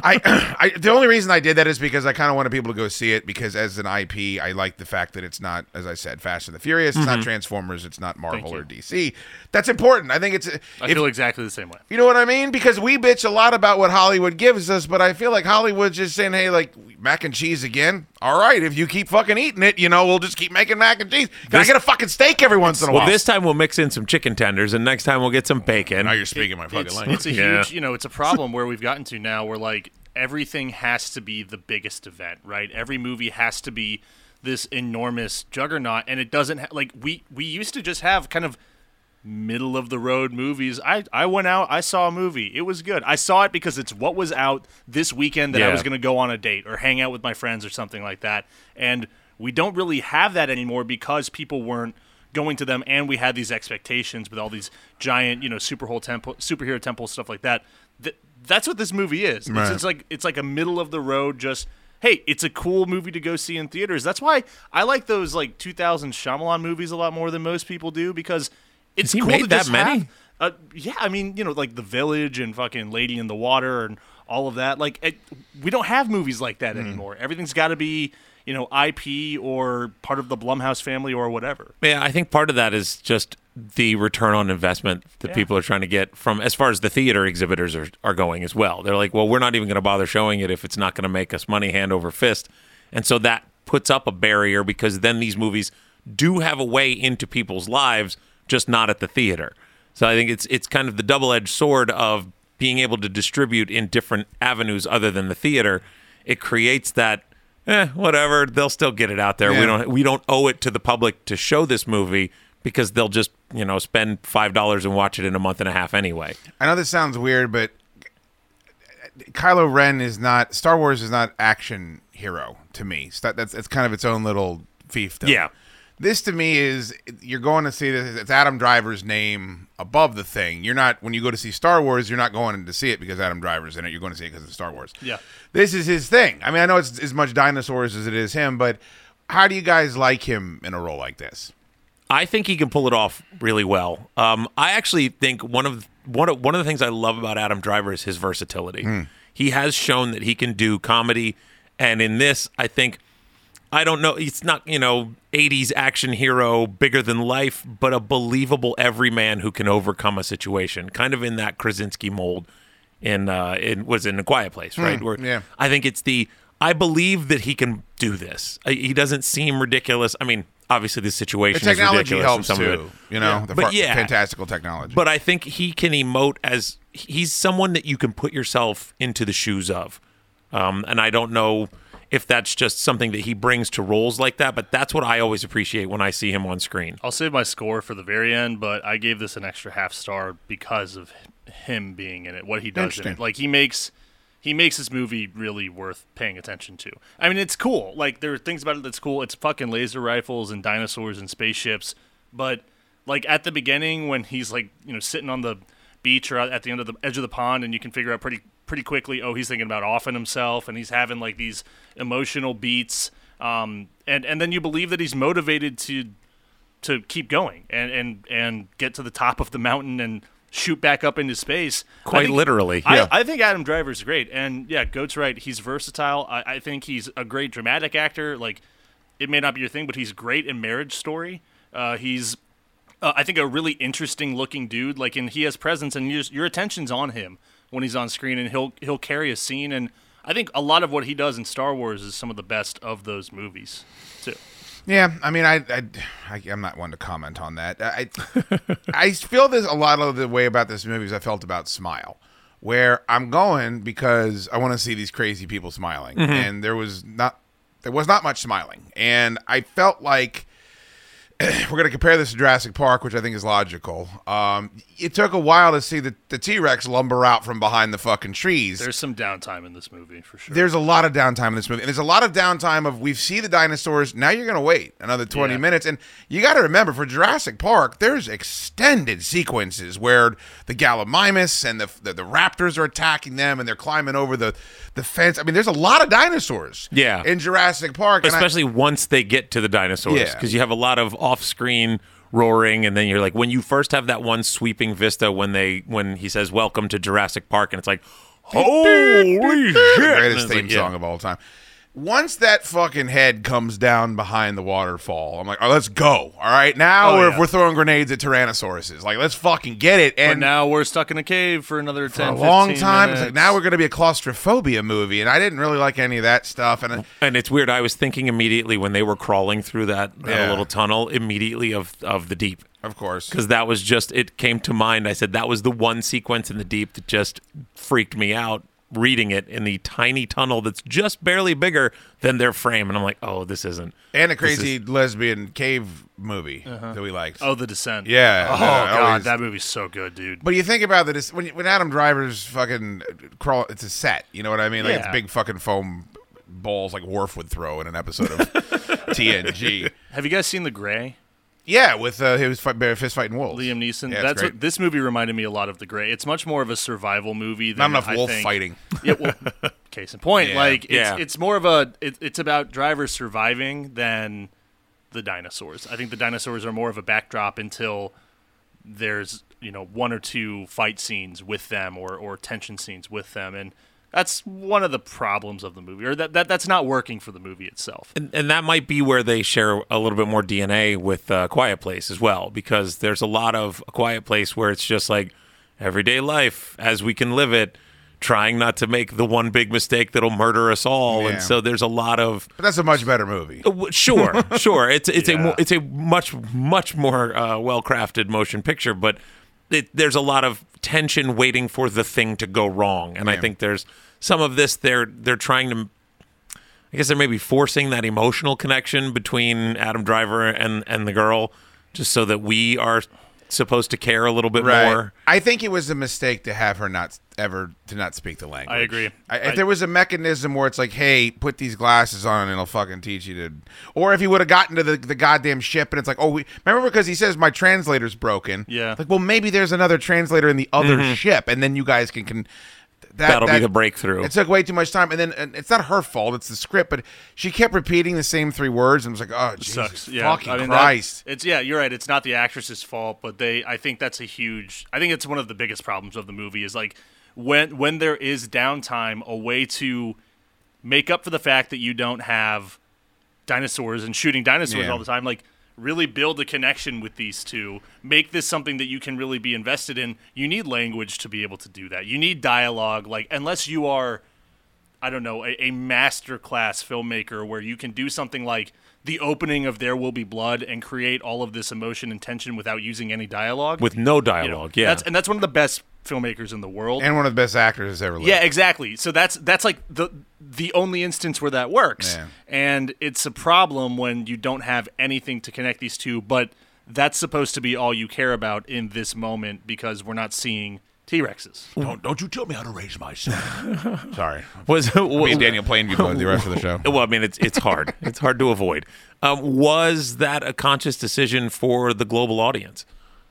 Speaker 6: I, I, the only reason I did that is because I kind of wanted people to go see it because as an IP, I like the fact that it's not, as I said, Fast and the Furious.
Speaker 8: Mm-hmm.
Speaker 6: It's not Transformers. It's not Marvel
Speaker 7: you.
Speaker 6: or DC. That's important. I think it's.
Speaker 7: I
Speaker 6: if-
Speaker 7: feel exactly the same way.
Speaker 6: you know what I mean? Because we bitch a lot about what Hollywood gives us, but I feel like Hollywood's just saying, "Hey, like mac and cheese again. All right, if you keep fucking eating it, you know, we'll just keep making mac and cheese. Can I
Speaker 8: This-
Speaker 6: get a fucking steak every once in a
Speaker 8: Well,
Speaker 6: while?"
Speaker 8: this time we'll mix in some chicken tenders, and next time we'll get some bacon.
Speaker 6: now you're speaking my fucking
Speaker 7: it's,
Speaker 6: language.
Speaker 7: it's a
Speaker 8: Yeah.
Speaker 7: huge, you know, it's a problem where we've gotten to now where like everything has to be the biggest event, right? Every movie has to be this enormous juggernaut, and it doesn't ha- like we we used to just have kind of middle of the road movies. I I went out, I saw a movie, it was good. I saw it because it's what was out this weekend that I
Speaker 8: Yeah.
Speaker 7: was going to go on a date or hang out with my friends or something like that, and we don't really have that anymore because people weren't going to them and we had these expectations with all these giant you know super whole temple superhero temples stuff like that Th- that's what this movie is it's, it's like it's like a middle of the road just hey it's a cool movie to go see in theaters that's why i like those like 2000 Shyamalan movies a lot more than most people do because it's
Speaker 8: he
Speaker 7: cool
Speaker 8: made
Speaker 7: to
Speaker 8: that
Speaker 7: just
Speaker 8: many?
Speaker 7: have- uh, yeah i mean you know like the village and fucking lady in the water and all of that like it, we don't have movies like that
Speaker 8: Hmm.
Speaker 7: anymore everything's got to be you know ip or part of the blumhouse family or whatever
Speaker 8: Yeah, I think part of that is just the return on investment that people are trying to get from as far as the theater exhibitors are, are going as well. They're like, well, we're not even going to bother showing it if it's not going to make us money hand over fist. And so that puts up a barrier because then these movies do have a way into people's lives, just not at the theater. So I think it's it's kind of the double-edged sword of being able to distribute in different avenues other than the theater. It creates that eh, whatever, they'll still get it out there.
Speaker 6: Yeah.
Speaker 8: We don't we don't owe it to the public to show this movie because they'll just you know spend five dollars and watch it in a month and a half anyway.
Speaker 6: I know this sounds weird, but Kylo Ren is not Star Wars is not action hero to me. So that- that's that's kind of its own little fiefdom.
Speaker 8: Yeah.
Speaker 6: This to me is you're going to see this. It's Adam Driver's name above the thing. You're not when you go to see Star Wars, you're not going to see it because Adam Driver's in it. You're going to see it because of Star Wars.
Speaker 7: Yeah.
Speaker 6: this is his thing. I mean, I know it's as much dinosaurs as it is him, but how do you guys like him in a role like this?
Speaker 8: I think he can pull it off really well. Um, I actually think one of one of one of the things I love about Adam Driver is his versatility. He has shown that he can do comedy, and in this, I think I don't know. It's not you know '80s action hero, bigger than life, but a believable everyman who can overcome a situation, kind of in that Krasinski mold. In uh, it was in a quiet place, right? Where
Speaker 6: yeah.
Speaker 8: I think it's the I believe that he can do this. I, he doesn't seem ridiculous. I mean, obviously the
Speaker 6: The
Speaker 8: situation is
Speaker 6: technology
Speaker 8: ridiculous in
Speaker 6: helps
Speaker 8: some of it.
Speaker 6: too. You know, the
Speaker 8: But
Speaker 6: far-
Speaker 8: yeah.
Speaker 6: fantastical technology.
Speaker 8: But I think he can emote as he's someone that you can put yourself into the shoes of. Um, and I don't know if that's just something that he brings to roles like that, but that's what I always appreciate when I see him on screen.
Speaker 6: Oh,
Speaker 7: I'll save my score for the very end, but I gave this an extra half star because of h- him being in it, what he does in
Speaker 6: Interesting.
Speaker 7: it. Like he makes he makes this movie really worth paying attention to. I mean, it's cool. Like there are things about it that's cool. It's fucking laser rifles and dinosaurs and spaceships, but like at the beginning when he's like, you know, sitting on the beach or at the end of the edge of the pond and you can figure out pretty pretty quickly, oh, he's thinking about offing himself and he's having like these emotional beats um and and then you believe that he's motivated to to keep going and and and get to the top of the mountain and shoot back up into space. I
Speaker 8: Quite
Speaker 7: think-
Speaker 8: literally,
Speaker 7: I,
Speaker 8: yeah.
Speaker 7: I think Adam Driver's great, and yeah, Goat's right. He's versatile. I, I think he's a great dramatic actor. Like, it may not be your thing, but he's great in Marriage Story. Uh, he's uh, I think a really interesting looking dude. Like, and he has presence, and your your attention's on him when he's on screen, and he'll he'll carry a scene. And I think a lot of what he does in Star Wars is some of the best of those movies, too.
Speaker 6: Yeah, I mean, I, I, I am not one to comment on that. I, I feel this a lot of the way about this movie as I felt about Smile, where I'm going because I want to see these crazy people
Speaker 8: Mm-hmm.
Speaker 6: smiling, and there was not, there was not much smiling, and I felt like we're going to compare this to Jurassic Park, which I think is logical. Um, it took a while to see the, the T Rex lumber out from behind the fucking trees.
Speaker 7: There's some downtime in this movie for sure.
Speaker 6: There's a lot of downtime in this movie. And there's a lot of downtime of we've seen the dinosaurs. Now you're going to wait another 20
Speaker 7: Yeah.
Speaker 6: minutes. And you got to remember for Jurassic Park, there's extended sequences where the Gallimimus and the, the, the raptors are attacking them and they're climbing over the, the fence. I mean, there's a lot of dinosaurs
Speaker 8: Yeah.
Speaker 6: in Jurassic Park. and I-
Speaker 8: especially once they get to the dinosaurs
Speaker 6: Yeah.
Speaker 8: because you have a lot of off-screen roaring and then you're like when you first have that one sweeping vista when they when he says welcome to Jurassic Park and it's like holy shit
Speaker 6: The
Speaker 8: And
Speaker 6: greatest
Speaker 8: it's
Speaker 6: theme
Speaker 8: like, yeah.
Speaker 6: song of all time. Once that fucking head comes down behind the waterfall, I'm like, oh, let's go. All right. Now
Speaker 7: Oh,
Speaker 6: we're,
Speaker 7: yeah.
Speaker 6: we're throwing grenades at tyrannosauruses. Like, let's fucking get it.
Speaker 7: but
Speaker 6: And
Speaker 7: now we're stuck in a cave for another
Speaker 6: for
Speaker 7: 10
Speaker 6: a long
Speaker 7: 15
Speaker 6: time, it's like,
Speaker 7: minutes.
Speaker 6: now we're going to be a claustrophobia movie. And I didn't really like any of that stuff. And I-
Speaker 8: and it's weird I was thinking immediately when they were crawling through that, that
Speaker 6: Yeah.
Speaker 8: little tunnel immediately of of the deep
Speaker 6: of course,
Speaker 8: because that was just it came to mind I said that was the one sequence in the deep that just freaked me out reading it in the tiny tunnel that's just barely bigger than their frame and I'm like oh this isn't
Speaker 6: and a
Speaker 8: this is-
Speaker 6: crazy lesbian cave movie that we liked.
Speaker 7: Oh, The Descent.
Speaker 6: Yeah,
Speaker 7: Oh,
Speaker 6: no, I
Speaker 7: God.
Speaker 6: always-
Speaker 7: That movie's so good, dude.
Speaker 6: But you think about that when, when Adam Driver's fucking crawl, it's a set. You know what I mean? Like it's
Speaker 7: Yeah.
Speaker 6: big fucking foam balls like Worf would throw in an episode of TNG.
Speaker 7: Have you guys seen The Gray?
Speaker 6: Yeah, with uh, he was fight, bear fist fighting wolves.
Speaker 7: Liam Neeson.
Speaker 6: Yeah, it's
Speaker 7: That's
Speaker 6: great.
Speaker 7: what this movie reminded me a lot of The Gray. It's much more of a survival movie than
Speaker 6: Not enough
Speaker 7: I
Speaker 6: wolf
Speaker 7: think-
Speaker 6: fighting.
Speaker 7: Yeah, well, case in point,
Speaker 6: Yeah.
Speaker 7: like it's
Speaker 8: Yeah.
Speaker 7: it's more of a it, it's about drivers surviving than the dinosaurs. I think the dinosaurs are more of a backdrop until there's you know one or two fight scenes with them or or tension scenes with them and. That's one of the problems of the movie, or that, that that's not working for the movie itself.
Speaker 8: And, and that might be where they share a little bit more DNA with uh, Quiet Place as well, because there's a lot of A Quiet Place where it's just like everyday life as we can live it, trying not to make the one big mistake that'll murder us all.
Speaker 6: Yeah.
Speaker 8: And so there's a lot of
Speaker 6: But that's a much better movie.
Speaker 8: Uh, w- sure, sure. It's it's a
Speaker 7: Yeah.
Speaker 8: mo- it's a much much more uh, well crafted motion picture, but it, there's a lot of tension waiting for the thing to go wrong, and I
Speaker 6: Yeah.
Speaker 8: think there's some of this they're they're trying to. I guess they're maybe forcing that emotional connection between Adam Driver and and the girl, just so that we are supposed to care a little bit more.
Speaker 6: I think it was a mistake to have her not ever to not speak the language.
Speaker 7: I agree.
Speaker 6: I, if
Speaker 7: I-
Speaker 6: there was a mechanism where it's like, hey, put these glasses on and it'll fucking teach you to, or if he would have gotten to the, the goddamn ship and it's like, oh, we, remember because he says my translator's broken.
Speaker 7: Yeah.
Speaker 6: Like, well, maybe there's another translator in the other ship, and then you guys can can. That,
Speaker 8: Mm-hmm. That'll be the breakthrough.
Speaker 6: It took way too much time, and then and it's not her fault; it's the script. But she kept repeating the same three words, and was like, "Oh, Jesus
Speaker 7: sucks. Yeah,
Speaker 6: fucking
Speaker 7: I mean, that-
Speaker 6: Christ!"
Speaker 7: it's yeah, you're right. It's not the actress's fault, but they. I think that's a huge. I think it's one of the biggest problems of the movie is like when when there is downtime, a way to make up for the fact that you don't have dinosaurs and shooting dinosaurs
Speaker 6: Yeah.
Speaker 7: all the time. Like really build a connection with these two. Make this something that you can really be invested in. You need language to be able to do that. You need dialogue. Like unless you are I don't know, a, a master class filmmaker where you can do something like the opening of There Will Be Blood and create all of this emotion and tension without using any dialogue.
Speaker 8: With no
Speaker 7: You know,
Speaker 8: dialogue, yeah.
Speaker 7: That's, and that's one of the best filmmakers in the world.
Speaker 6: and one of the best actors ever lived.
Speaker 7: yeah, exactly. So that's that's like the the only instance where that works.
Speaker 6: Yeah.
Speaker 7: And it's a problem when you don't have anything to connect these two, but that's supposed to be all you care about in this moment because we're not seeing T-Rexes.
Speaker 2: Don't, don't you tell me how to raise my son.
Speaker 6: Sorry,
Speaker 8: was
Speaker 6: me and Daniel Plainview go the rest of the show.
Speaker 8: Well, I mean, it's it's hard. it's hard to avoid. Um, was that a conscious decision for the global audience?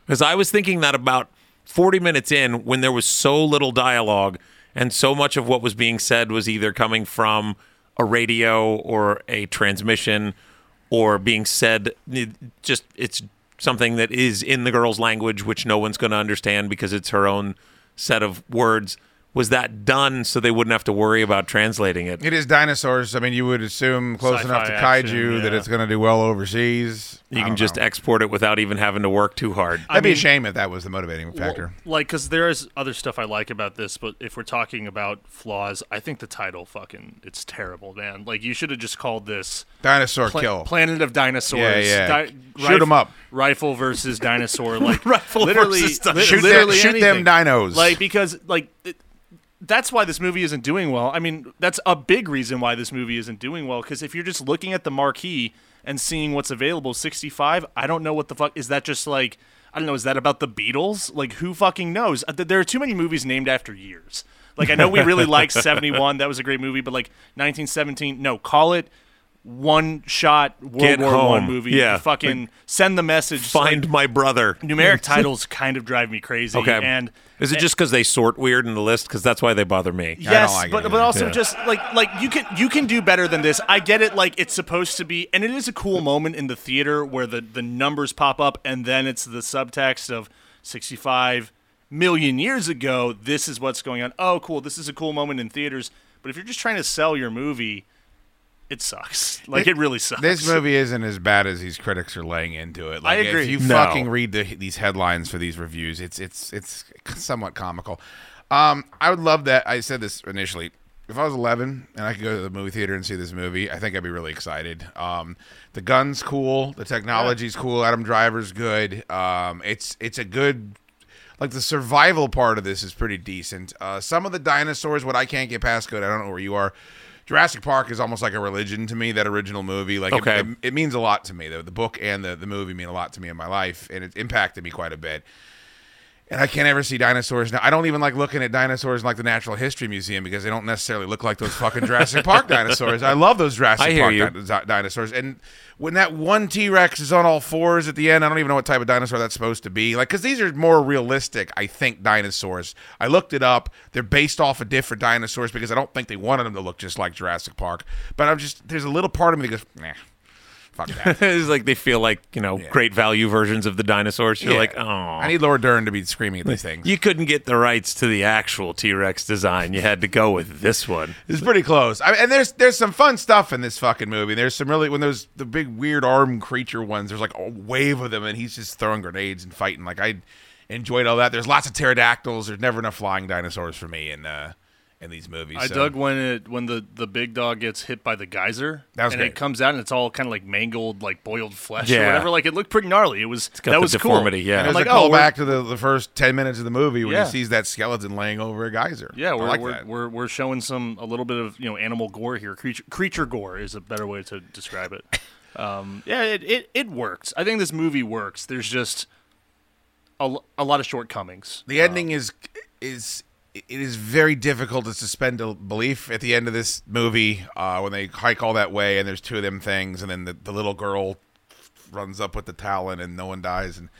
Speaker 8: Because I was thinking that about 40 minutes in, when there was so little dialogue and so much of what was being said was either coming from a radio or a transmission or being said just it's something that is in the girl's language which no one's going to understand because it's her own set of words was that done so they wouldn't have to worry about translating it
Speaker 6: It is dinosaurs. I mean, you would assume close
Speaker 7: Sci-fi
Speaker 6: enough to
Speaker 7: action,
Speaker 6: kaiju that
Speaker 7: yeah.
Speaker 6: it's going to do well overseas. I
Speaker 8: You can
Speaker 6: don't
Speaker 8: just
Speaker 6: know.
Speaker 8: export it without even having to work too hard.
Speaker 6: That'd be a shame if that was the motivating factor.
Speaker 7: Well, like, because there is other stuff I like about this, but if we're talking about flaws, I think the title fucking it's terrible, man. Like, you should have just called this
Speaker 6: Dinosaur
Speaker 7: Pla-
Speaker 6: kill.
Speaker 7: Planet of Dinosaurs.
Speaker 6: Yeah, yeah.
Speaker 7: Di-
Speaker 6: Shoot 'em up.
Speaker 7: Rifle versus dinosaur. Like
Speaker 8: Rifle
Speaker 7: literally,
Speaker 8: versus
Speaker 7: li-
Speaker 8: dinosaur.
Speaker 6: shoot them,
Speaker 7: literally
Speaker 6: shoot them
Speaker 7: anything.
Speaker 6: dinos.
Speaker 7: Like because like. It, that's why this movie isn't doing well. I mean, that's a big reason why this movie isn't doing well because if you're just looking at the marquee and seeing what's available, 65, I don't know what the fuck. Is that just like, I don't know, is that about the Beatles? Like, who fucking knows? Uh, th- There are too many movies named after years. Like, I know we really like 71. That was a great movie, but like 1917, no, call it one shot World
Speaker 8: Get
Speaker 7: War One
Speaker 8: Home.
Speaker 7: movie.
Speaker 8: Yeah.
Speaker 7: Fucking send the message.
Speaker 8: Find
Speaker 7: Like,
Speaker 8: my brother.
Speaker 7: numeric titles kind of drive me crazy.
Speaker 8: Okay.
Speaker 7: And
Speaker 8: is
Speaker 6: eh
Speaker 8: it just because they sort weird in the list? Because that's why they bother me.
Speaker 6: don't
Speaker 7: Yes,
Speaker 6: like it
Speaker 7: but
Speaker 6: either.
Speaker 7: but also
Speaker 8: Yeah.
Speaker 7: just like like you can you can do better than this. I get it. Like it's supposed to be, and it is a cool moment in the theater where the the numbers pop up, and then it's the subtext of sixty five million years ago. This is what's going on. Oh, cool. This is a cool moment in theaters. But if you're just trying to sell your movie, it sucks. Like it, really sucks.
Speaker 6: This movie isn't as bad as these critics are laying into it. Like,
Speaker 7: agree.
Speaker 6: If you
Speaker 8: No.
Speaker 6: fucking read the, these headlines for these reviews, it's it's it's somewhat comical. Um, I would love that. I said this initially. If I was 11 and I could go to the movie theater and see this movie, I think I'd be really excited. Um, the gun's cool, the technology's cool, Adam Driver's good. Um, it's it's a good like the survival part of this is pretty decent. Uh, some of the dinosaurs, what I can't get past, good. I don't know where you are. Jurassic Park is almost like a religion to me. That original movie, like, it-
Speaker 8: Okay.
Speaker 6: it, it means a lot to me. The, the book and the, the movie mean a lot to me in my life, and it impacted me quite a bit. And I can't ever see dinosaurs now. I don't even like looking at dinosaurs in like the Natural History Museum because they don't necessarily look like those fucking Jurassic Park dinosaurs. I love those Jurassic
Speaker 8: I hear
Speaker 6: Park
Speaker 8: you.
Speaker 6: di- di- dinosaurs. And when that one T Rex is on all fours at the end, I don't even know what type of dinosaur that's supposed to be. Like, because these are more realistic, I think, dinosaurs. I looked it up. They're based off of different dinosaurs because I don't think they wanted them to look just like Jurassic Park. But I'm just, there's a little part of me that goes, nah, fuck that.
Speaker 8: it's like they feel like you know great value versions of the dinosaurs. You're
Speaker 6: Yeah.
Speaker 8: like, oh,
Speaker 6: I need Laura Dern to be screaming at these things.
Speaker 8: you couldn't get the rights to the actual T Rex design. You had to go with this one.
Speaker 6: It's pretty close. I, and there's there's some fun stuff in this fucking movie. There's some really when those the big weird arm creature ones. There's like a wave of them, and he's just throwing grenades and fighting. Like I enjoyed all that. There's lots of pterodactyls. There's never enough flying dinosaurs for me in uh in these movies.
Speaker 7: I
Speaker 6: so.
Speaker 7: dug when it when the the big dog gets hit by the geyser,
Speaker 6: That was
Speaker 7: and
Speaker 6: great.
Speaker 7: it comes out and it's all kind of like mangled, like boiled flesh or
Speaker 8: Yeah.
Speaker 7: whatever. Like it looked pretty gnarly. It was that
Speaker 8: got the
Speaker 7: was
Speaker 8: deformity,
Speaker 7: cool.
Speaker 8: yeah.
Speaker 7: And
Speaker 6: There's
Speaker 7: I'm like
Speaker 6: a
Speaker 7: oh, we're,
Speaker 6: callback to the, the first ten minutes of the movie when
Speaker 7: Yeah.
Speaker 6: he sees that skeleton laying over a geyser.
Speaker 7: yeah,
Speaker 6: I
Speaker 7: we're,
Speaker 6: like
Speaker 7: we're,
Speaker 6: that.
Speaker 7: we're we're showing some a little bit of you know animal gore here. Creature creature gore is a better way to describe it. Um, yeah, it, it it works. I think this movie works. There's just a, l- a lot of shortcomings.
Speaker 6: The ending is is it is very difficult to suspend a belief at the end of this movie uh, when they hike all that way and there's two of them things and then the, the little girl runs up with the talon and no one dies and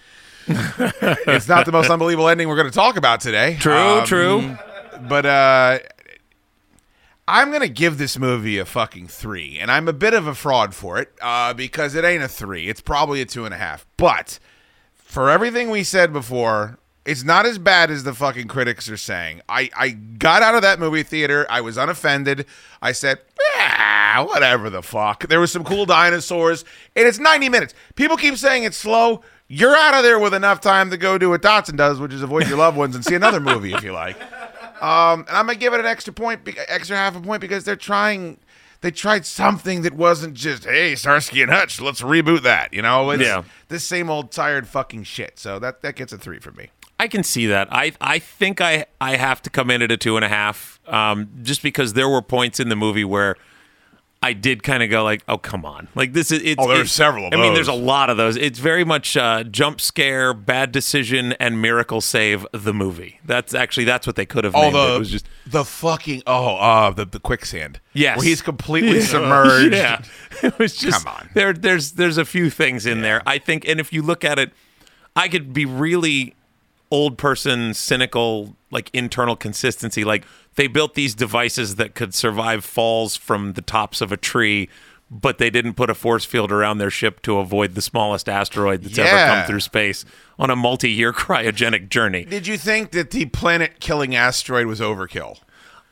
Speaker 6: it's not the most unbelievable ending we're going to talk about today.
Speaker 8: True,
Speaker 6: Um,
Speaker 8: true.
Speaker 6: But uh, I'm gonna give this movie a fucking three, and I'm a bit of a fraud for it uh, because it ain't a three. It's probably a two and a half. But for everything we said before, it's not as bad as the fucking critics are saying. I I got out of that movie theater. I was unoffended. I said. "Ah, whatever the fuck. There was some cool dinosaurs, and it's 90 minutes. People keep saying it's slow. You're out of there with enough time to go do what Dotson does, which is avoid your loved ones and see another movie if you like. And I'm gonna give it an extra point, be- extra half a point because they're trying. They tried something that wasn't just hey Starsky and Hutch, let's reboot that. You know, it's
Speaker 8: Yeah.
Speaker 6: this same old tired fucking shit. So that that gets a three from me.
Speaker 8: I can see that. I I think I I have to come in at a two and a half, um, just because there were points in the movie where I did kind of go like, oh come on, like this is it's.
Speaker 6: Oh, there are
Speaker 8: it-
Speaker 6: several of
Speaker 8: I mean, there's a
Speaker 6: those.
Speaker 8: lot of those. It's very much uh, jump scare, bad decision, and miracle save the movie. That's actually that's what they could have. named it.
Speaker 6: Although
Speaker 8: it was just
Speaker 6: Oh, the fucking oh uh the the quicksand
Speaker 8: Yes.
Speaker 6: where he's completely submerged.
Speaker 8: Yeah, it was just
Speaker 6: Come on.
Speaker 8: there. There's there's a few things in there. I think, and if you look at it, I could be really old person, cynical, like internal consistency. Like they built these devices that could survive falls from the tops of a tree. But they didn't put a force field around their ship to avoid the smallest asteroid that's ever
Speaker 6: Yeah.
Speaker 8: come through space on a multi-year cryogenic journey.
Speaker 6: Did you think that the planet killing asteroid was overkill?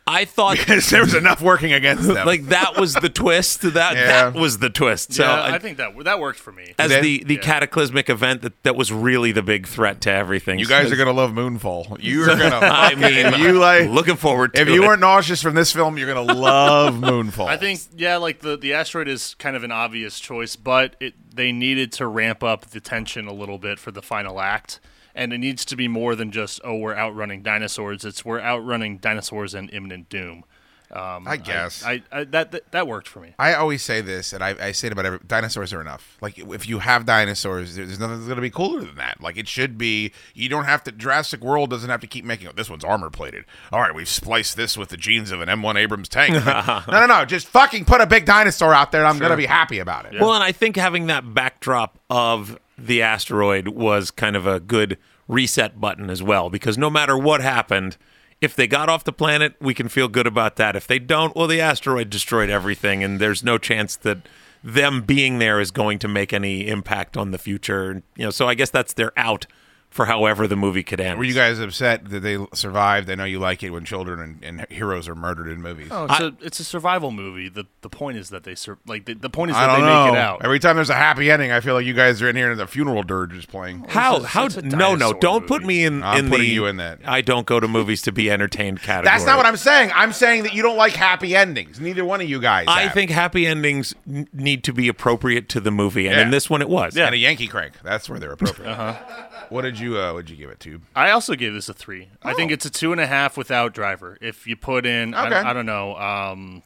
Speaker 8: I thought
Speaker 6: 'Cause there was enough working against them.
Speaker 8: like that was the twist. That
Speaker 6: Yeah.
Speaker 8: that was the twist. So
Speaker 7: Yeah,
Speaker 8: I-
Speaker 7: I think that that worked for me.
Speaker 8: as
Speaker 6: Then-
Speaker 8: the, the cataclysmic event that, that was really the big threat to everything.
Speaker 6: you guys are gonna love Moonfall. You're gonna. I
Speaker 8: mean,
Speaker 6: you like
Speaker 8: looking forward to
Speaker 6: If you
Speaker 8: it.
Speaker 6: weren't nauseous from this film, you're gonna love Moonfall.
Speaker 7: I think yeah, like the the asteroid is kind of an obvious choice, but it they needed to ramp up the tension a little bit for the final act. and it needs to be more than just oh we're outrunning dinosaurs. It's we're outrunning dinosaurs and imminent doom. Um,
Speaker 6: I guess.
Speaker 7: I, I, that, that that worked for me.
Speaker 6: I always say this, and I, I say it about every dinosaurs are enough. Like if you have dinosaurs, there- there's nothing that's gonna be cooler than that. Like it should be. You don't have to. Jurassic World doesn't have to keep making. Oh, this one's armor plated. All right, we've spliced this with the genes of an M1 Abrams tank. no, no, no. Just fucking put a big dinosaur out there. and I'm gonna be happy about it.
Speaker 8: Well, and I think having that backdrop of the asteroid was kind of a good reset button as well, because no matter what happened, if they got off the planet, we can feel good about that. If they don't, well, the asteroid destroyed everything, and there's no chance that them being there is going to make any impact on the future. You know, so I guess that's their out for however the movie could end.
Speaker 6: Were you guys upset that they survived? I know you like it when children and, and heroes are murdered in movies.
Speaker 7: Oh, it's, a it's a survival movie. the The point is that they sur- like the, the point is
Speaker 6: I
Speaker 7: that they
Speaker 6: don't know.
Speaker 7: make it out.
Speaker 6: Every time there's a happy ending, I feel like you guys are in here and the funeral dirge is
Speaker 7: Oh,
Speaker 6: playing.
Speaker 8: how?
Speaker 7: It's a-
Speaker 8: How?
Speaker 7: it's a
Speaker 8: No, no!
Speaker 7: dinosaur
Speaker 8: Don't put
Speaker 7: movie.
Speaker 8: me in.
Speaker 6: I'm
Speaker 8: in
Speaker 6: putting
Speaker 8: the,
Speaker 6: you in that.
Speaker 8: I don't go to movies to be entertained category.
Speaker 6: That's not what I'm saying. I'm saying that you don't like happy endings. Neither one of you guys.
Speaker 8: I
Speaker 6: have.
Speaker 8: think happy endings n- need to be appropriate to the movie, and
Speaker 6: Yeah.
Speaker 8: in this one it was.
Speaker 6: And a Yankee crank. That's where they're appropriate.
Speaker 7: Uh-huh.
Speaker 6: What did you? Uh, would you give it to?
Speaker 7: I also gave this a three. I think it's a two and a half without driver. If you put in, I, don't,
Speaker 6: Oh. Okay.
Speaker 7: I don't know, um,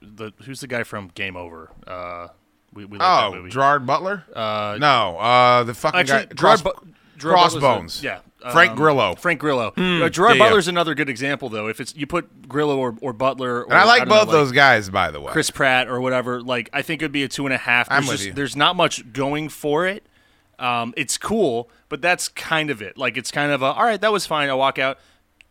Speaker 7: the who's the guy from Game Over? Uh, we, we like that
Speaker 6: Oh,
Speaker 7: movie.
Speaker 6: Gerard Butler. Uh, no, uh, the fucking guy. Cross,
Speaker 7: Bu- Gerard Butler's
Speaker 6: crossbones.
Speaker 7: a- yeah,
Speaker 6: Frank
Speaker 7: um,
Speaker 6: Grillo.
Speaker 7: Frank Grillo. Uh, Gerard
Speaker 8: yeah, yeah.
Speaker 7: Butler's another good example, though. If it's you put Grillo or, or Butler, or,
Speaker 6: and I like
Speaker 7: don't know,
Speaker 6: both those guys, by the way.
Speaker 7: Chris Pratt or whatever. Like, I think it'd be a two and a half. There's
Speaker 6: I'm with
Speaker 7: just,
Speaker 6: you.
Speaker 7: There's not much going for it. Um, it's cool, but that's kind of it. Like, it's kind of a all right. That was fine. I walk out.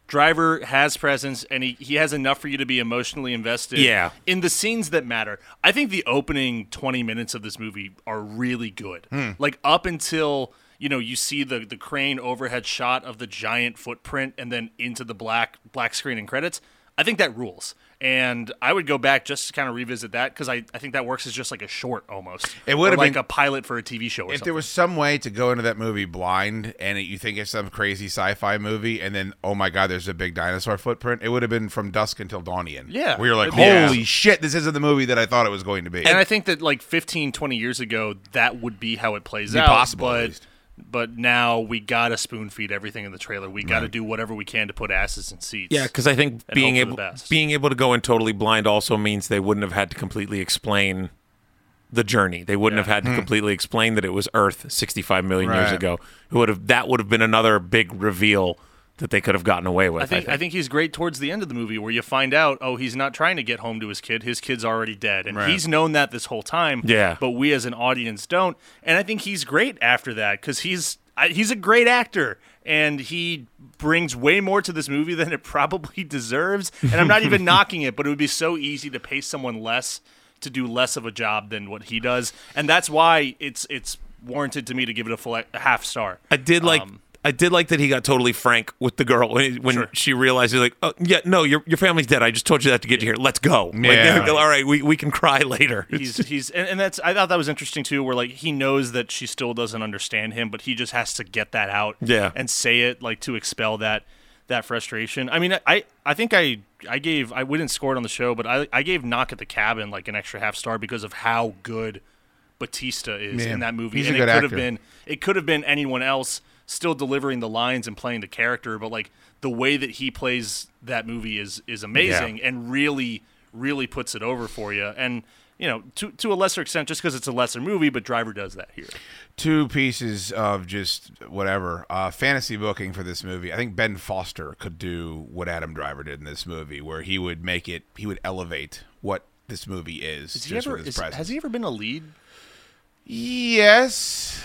Speaker 7: Driver has presence, and he, he has enough for you to be emotionally invested.
Speaker 8: Yeah.
Speaker 7: In the scenes that matter, I think the opening twenty minutes of this movie are really good.
Speaker 6: Hmm.
Speaker 7: Like up until you know you see the the crane overhead shot of the giant footprint, and then into the black black screen and credits. I think that rules, and I would go back just to kind of revisit that because I, I think that works as just like a short almost.
Speaker 6: It would
Speaker 7: Or
Speaker 6: have
Speaker 7: like
Speaker 6: been-
Speaker 7: a pilot for a TV show. Or
Speaker 6: if
Speaker 7: something.
Speaker 6: there was some way to go into that movie blind and it, you think it's some crazy sci-fi movie and then oh my god there's a big dinosaur footprint it would have been from dusk until dawnian
Speaker 7: Yeah.
Speaker 6: we were like
Speaker 7: It'd be
Speaker 6: holy shit this isn't the movie that i thought it was going to be
Speaker 7: and I think that like 15, 20 years ago, that would be how it plays
Speaker 6: Be
Speaker 7: out.
Speaker 6: possible, at
Speaker 7: but
Speaker 6: least.
Speaker 7: but now we gotta spoon feed everything in the trailer. We gotta do whatever we can to put asses in seats.
Speaker 8: Yeah, because I think
Speaker 7: And
Speaker 8: being
Speaker 7: hope for
Speaker 8: able
Speaker 7: the best.
Speaker 8: being able to go in totally blind also means they wouldn't have had to completely explain the journey. They wouldn't have had to completely explain that it was Earth 65 million years
Speaker 6: Hmm. Right.
Speaker 8: ago. It would have that would have been another big reveal that they could have gotten away with.
Speaker 7: I think I think he's great towards the end of the movie where you find out oh he's not trying to get home to his kid his kid's already dead and
Speaker 6: Right.
Speaker 7: he's known that this whole time
Speaker 8: Yeah.
Speaker 7: but we as an audience don't and I think he's great after that because he's I, he's a great actor and he brings way more to this movie than it probably deserves and I'm not even knocking it but it would be so easy to pay someone less to do less of a job than what he does and that's why it's it's warranted to me to give it a, full, a half star
Speaker 8: I did like
Speaker 7: Um,
Speaker 8: I did like that he got totally frank with the girl when, when
Speaker 7: Sure.
Speaker 8: she realized he's like, oh yeah, no, your your family's dead. I just told you that to get you here. Let's go.
Speaker 6: Yeah.
Speaker 8: Like, all right, we, we can cry later.
Speaker 7: he's he's and, and that's I thought that was interesting too, where like he knows that she still doesn't understand him, but he just has to get that out,
Speaker 8: Yeah.
Speaker 7: and say it like to expel that that frustration. I mean, I I think I I gave I we didn't score it on the show, but I I gave Knock at the Cabin like an extra half star because of how good Batista is
Speaker 6: Man,
Speaker 7: in that movie,
Speaker 6: he's a
Speaker 7: and
Speaker 6: good
Speaker 7: it could
Speaker 6: actor.
Speaker 7: have been it could have been anyone else still delivering the lines and playing the character, but like the way that he plays that movie is is amazing and really really puts it over for you. And you know, to to a lesser extent, just because it's a lesser movie, but Driver does that here.
Speaker 6: two pieces of just whatever uh, fantasy booking for this movie. I think Ben Foster could do what Adam Driver did in this movie, where he would make it, he would elevate what this movie is.
Speaker 7: Is he
Speaker 6: just
Speaker 7: ever,
Speaker 6: with his
Speaker 7: is-
Speaker 6: presence.
Speaker 7: has he ever been a lead?
Speaker 6: Yes.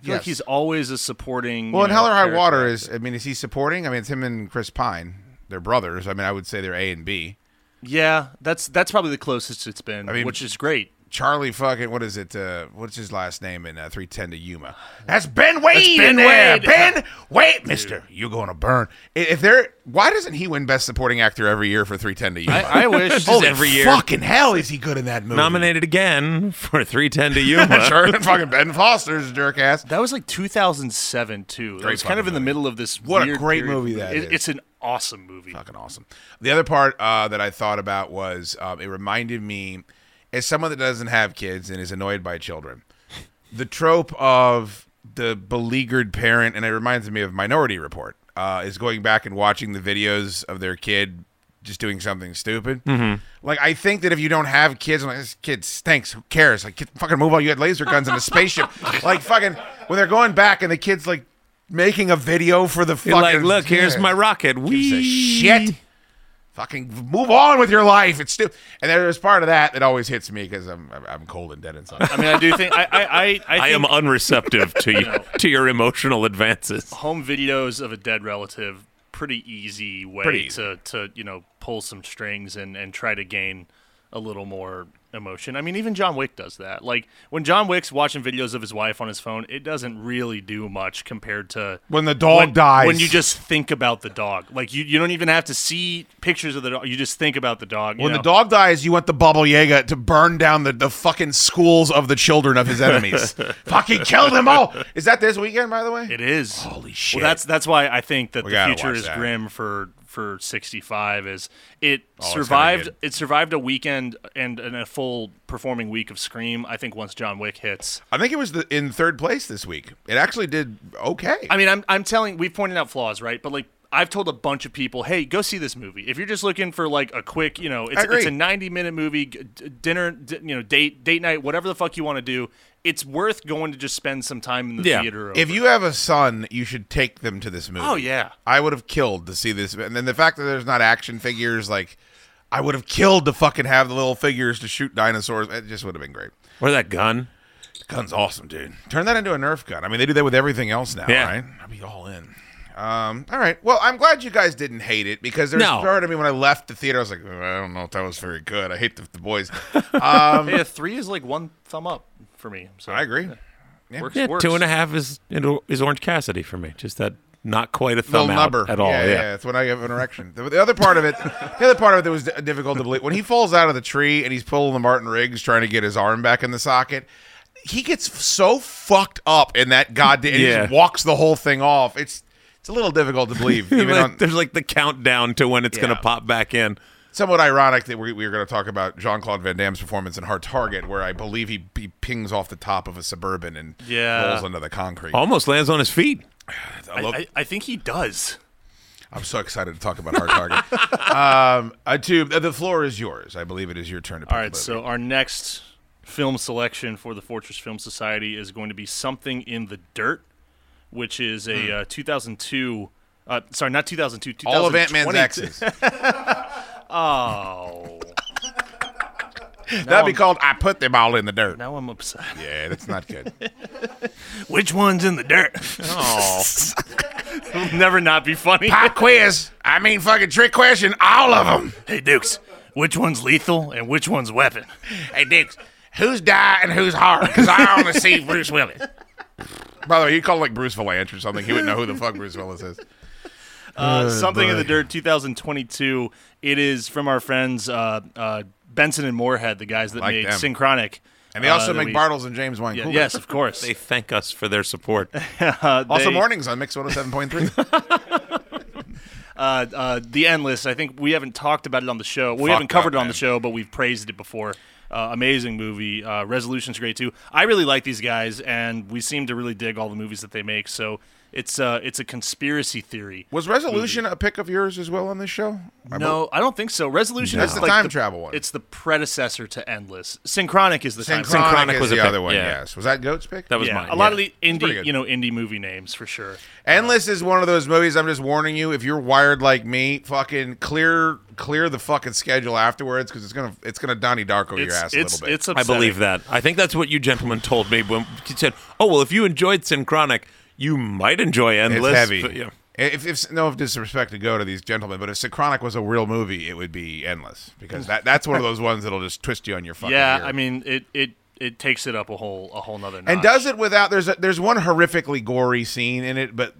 Speaker 7: I feel like he's always a supporting.
Speaker 6: Well,
Speaker 7: you
Speaker 6: in
Speaker 7: know,
Speaker 6: Hell or High
Speaker 7: character.
Speaker 6: Water is. I mean, is he supporting? I mean, it's him and Chris Pine. They're brothers. I mean, I would say they're A and B.
Speaker 7: Yeah, that's that's probably the closest it's been,
Speaker 6: mean-
Speaker 7: which is great.
Speaker 6: Charlie fucking what is it? Uh, what's his last name in uh, 310 to Yuma? That's Ben Wade.
Speaker 7: Ben
Speaker 6: in there.
Speaker 7: Wade.
Speaker 6: Ben Wade, Mister, you're going to burn. I- If they're why doesn't he win Best Supporting Actor every year for 310 to Yuma?
Speaker 7: I, I wish. Oh,
Speaker 8: Just every year
Speaker 6: Fucking hell, is he good in that movie?
Speaker 8: nominated again for 310 to Yuma.
Speaker 6: Sure, fucking Ben Foster's a jerk ass.
Speaker 7: That was like 2007 too. That
Speaker 6: Great
Speaker 7: was kind of in
Speaker 6: fucking
Speaker 7: the
Speaker 6: movie.
Speaker 7: middle of this.
Speaker 6: What a
Speaker 7: weird
Speaker 6: great
Speaker 7: period.
Speaker 6: movie that
Speaker 7: It-
Speaker 6: is.
Speaker 7: It's an awesome movie.
Speaker 6: fucking awesome. The other part uh, that I thought about was um, it reminded me, as someone that doesn't have kids and is annoyed by children, the trope of the beleaguered parent, and it reminds me of Minority Report, uh, is going back and watching the videos of their kid just doing something stupid.
Speaker 8: Mm-hmm.
Speaker 6: Like, I think that if you don't have kids, I'm like, this kid stinks. Who cares? Like, kid, fucking move on. You had laser guns in a spaceship. like, fucking, when they're going back and the kid's like making a video for the fucking.
Speaker 8: You're like, look, here's
Speaker 6: Yeah.
Speaker 8: my rocket.
Speaker 6: Gives
Speaker 8: We
Speaker 6: a shit. Fucking move on with your life. It's stupid. And there's part of that that always hits me because I'm I'm cold and dead inside.
Speaker 7: I mean, I do think I I I, I,
Speaker 8: I am
Speaker 7: think
Speaker 8: unreceptive to you, to your emotional advances.
Speaker 7: home videos of a dead relative pretty easy way
Speaker 6: Pretty easy.
Speaker 7: to to you know pull some strings and and try to gain a little more emotion. I mean, even John Wick does that. Like when John Wick's watching videos of his wife on his phone, it doesn't really do much compared to
Speaker 6: When the dog
Speaker 7: when-
Speaker 6: dies.
Speaker 7: When you just think about the dog, like you you don't even have to see pictures of the dog. You just think about the dog. you
Speaker 6: When
Speaker 7: know?
Speaker 6: the dog dies, you want the Baba Yaga to burn down the, the fucking schools of the children of his enemies. fucking kill them all. Is that this weekend, by the way?
Speaker 7: It is.
Speaker 6: Holy shit.
Speaker 7: Well, that's that's why I think that
Speaker 6: We
Speaker 7: the
Speaker 6: gotta
Speaker 7: future
Speaker 6: watch
Speaker 7: is
Speaker 6: that.
Speaker 7: grim for for 65. Is it
Speaker 6: Oh, it's gonna be
Speaker 7: survived?
Speaker 6: good.
Speaker 7: It survived a weekend and, and a full performing week of Scream. I think once John Wick hits,
Speaker 6: I think it was the, in third place this week. It actually did okay.
Speaker 7: I mean, I'm I'm telling we've pointed out flaws, right? But like. I've told a bunch of people, hey, go see this movie. If you're just looking for like a quick, you know, it's,
Speaker 6: agree.
Speaker 7: it's a 90 minute movie, g- d- dinner, d- you know, date, date night, whatever the fuck you want to do. It's worth going to just spend some time in the
Speaker 8: Yeah.
Speaker 7: theater.
Speaker 6: if
Speaker 7: over.
Speaker 6: you have a son, you should take them to this movie.
Speaker 7: oh yeah,
Speaker 6: I would have killed to see this. And then the fact that there's not action figures, like, I would have killed to fucking have the little figures to shoot dinosaurs. It just would have been great.
Speaker 8: Or that gun.
Speaker 6: Gun's awesome, dude. Turn that into a Nerf gun. I mean, they do that with everything else now,
Speaker 8: Yeah.
Speaker 6: right? I'd be all in. Um, all right. Well, I'm glad you guys didn't hate it because there's
Speaker 8: No.
Speaker 6: part of me when I left the theater, I was like, "Ugh, I don't know if that was very good. I hate the, the boys. Um,
Speaker 7: yeah, three is like one thumb up for me. So
Speaker 6: I agree.
Speaker 7: Works,
Speaker 8: Yeah,
Speaker 7: works.
Speaker 8: two and a half is is Orange Cassidy for me. Just that not quite a
Speaker 6: Little
Speaker 8: thumb out
Speaker 6: nubber
Speaker 8: at all.
Speaker 6: Yeah, It's when I have an erection. The, the other part of it, the other part of it that was d- difficult to believe when he falls out of the tree and he's pulling the Martin Riggs trying to get his arm back in the socket. He gets so fucked up in that goddamn. He
Speaker 8: Yeah.
Speaker 6: just walks the whole thing off. It's it's a little difficult to believe. even
Speaker 8: Like,
Speaker 6: on,
Speaker 8: there's like the countdown to when it's
Speaker 6: Yeah.
Speaker 8: gonna pop back in.
Speaker 6: somewhat ironic that we, we were going to talk about Jean Claude Van Damme's performance in Hard Target, where I believe he, he pings off the top of a suburban and
Speaker 7: Yeah.
Speaker 6: rolls onto the concrete.
Speaker 8: Almost lands on his feet.
Speaker 6: I love,
Speaker 7: I, I, I think he does.
Speaker 6: I'm so excited to talk about Hard Target. um, uh, tube, the floor is yours. I believe it is your turn to pick
Speaker 7: All
Speaker 6: a
Speaker 7: right,
Speaker 6: movie.
Speaker 7: so our next film selection for the Fortress Film Society is going to be Something in the Dirt, which is a uh, 2002. Uh, sorry, not 2002.
Speaker 6: Hmm. all of Ant Man's
Speaker 7: 2022
Speaker 6: exes.
Speaker 7: Oh,
Speaker 6: That'd be called I Put Them All in the Dirt.
Speaker 7: now I'm upset.
Speaker 6: Yeah, that's not good.
Speaker 7: Which one's in the dirt?
Speaker 6: oh.
Speaker 7: It'll never not be funny.
Speaker 6: Pop quiz. I mean, fucking trick question. All of them.
Speaker 7: Hey, Dukes, which one's lethal and which one's weapon?
Speaker 6: Hey, Dix, who's die and who's hard? Because I only see Bruce Willis. By the way, you call like Bruce Valanche or something. He wouldn't know who the fuck Bruce Willis is. Oh,
Speaker 7: Uh, Something in the Dirt 2022. It is from our friends uh, uh, Benson and Moorhead, the guys that
Speaker 6: Like
Speaker 7: made
Speaker 6: them.
Speaker 7: Synchronic.
Speaker 6: And they also
Speaker 7: uh, that
Speaker 6: make
Speaker 7: we-
Speaker 6: Bartles and James Wine
Speaker 7: Yeah,
Speaker 6: Cool.
Speaker 7: yes, of course.
Speaker 8: They thank us for their support.
Speaker 7: Uh,
Speaker 6: Also,
Speaker 7: they-
Speaker 6: mornings on Mix 107.3.
Speaker 7: Uh, uh, the Endless. I think we haven't talked about it on the show. We
Speaker 6: Fuck
Speaker 7: haven't covered
Speaker 6: that,
Speaker 7: it on
Speaker 6: man.
Speaker 7: the show, but we've praised it before. Uh, amazing movie. Uh, Resolution's great too. I really like these guys, and we seem to really dig all the movies that they make. So it's uh, it's a conspiracy theory.
Speaker 6: Was Resolution a pick of yours as well on this show? I bel-
Speaker 7: No, I don't think so. Resolution
Speaker 6: That's
Speaker 7: is
Speaker 6: the
Speaker 7: like
Speaker 6: time travel one.
Speaker 7: It's the predecessor to Endless. Synchronic is the time travel.
Speaker 6: Synchronic,
Speaker 8: Synchronic
Speaker 6: was
Speaker 8: was
Speaker 6: the
Speaker 8: a pick,
Speaker 6: other one,
Speaker 8: yeah.
Speaker 6: yes. Was that Goat's pick?
Speaker 8: That was
Speaker 7: Yeah,
Speaker 8: mine.
Speaker 7: a lot of
Speaker 8: yeah.
Speaker 7: the
Speaker 6: pretty
Speaker 7: indie,
Speaker 6: good.
Speaker 7: you know, indie movie names for sure.
Speaker 6: Endless is one of those movies. I'm just warning you. If you're wired like me, fucking clear, clear the fucking schedule afterwards because it's gonna, it's gonna Donnie Darko your
Speaker 7: It's
Speaker 6: ass a
Speaker 7: it's
Speaker 6: little bit.
Speaker 7: it's
Speaker 8: I
Speaker 7: upsetting.
Speaker 8: believe that. I think that's what you gentlemen told me when you said, "Oh well, if you enjoyed Synchronic, you might enjoy
Speaker 6: It's
Speaker 8: Endless."
Speaker 6: heavy.
Speaker 8: But, yeah.
Speaker 6: If, if no disrespect to go to these gentlemen, but if Synchronic was a real movie, it would be endless because that that's one of those ones that'll just twist you on your fucking.
Speaker 7: Yeah,
Speaker 6: ear.
Speaker 7: I mean it it it takes it up a whole a whole nother. Notch.
Speaker 6: and does it without there's a, there's one horrifically gory scene in it, but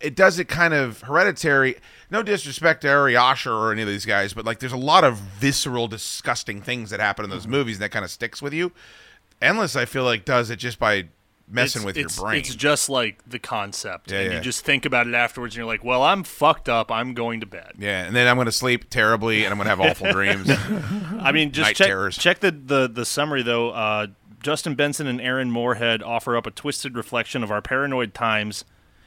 Speaker 6: it does it kind of hereditary. No disrespect to Ari Asher or any of these guys, but like there's a lot of visceral, disgusting things that happen in
Speaker 7: Mm-hmm.
Speaker 6: those movies, and that kind of sticks with you. Endless, I feel like, does it just by messing
Speaker 7: it's,
Speaker 6: with
Speaker 7: it's-
Speaker 6: your brain.
Speaker 7: It's just like the concept,
Speaker 6: Yeah,
Speaker 7: and
Speaker 6: yeah.
Speaker 7: you just think about it afterwards, and you're like, "Well, I'm fucked up. I'm going to bed."
Speaker 6: yeah, and then I'm gonna sleep terribly, and I'm gonna have awful dreams.
Speaker 7: I mean, just
Speaker 6: Night
Speaker 7: check
Speaker 6: terrors.
Speaker 7: check the, the the summary though. Uh, Justin Benson and Aaron Moorhead offer up a twisted reflection of our paranoid times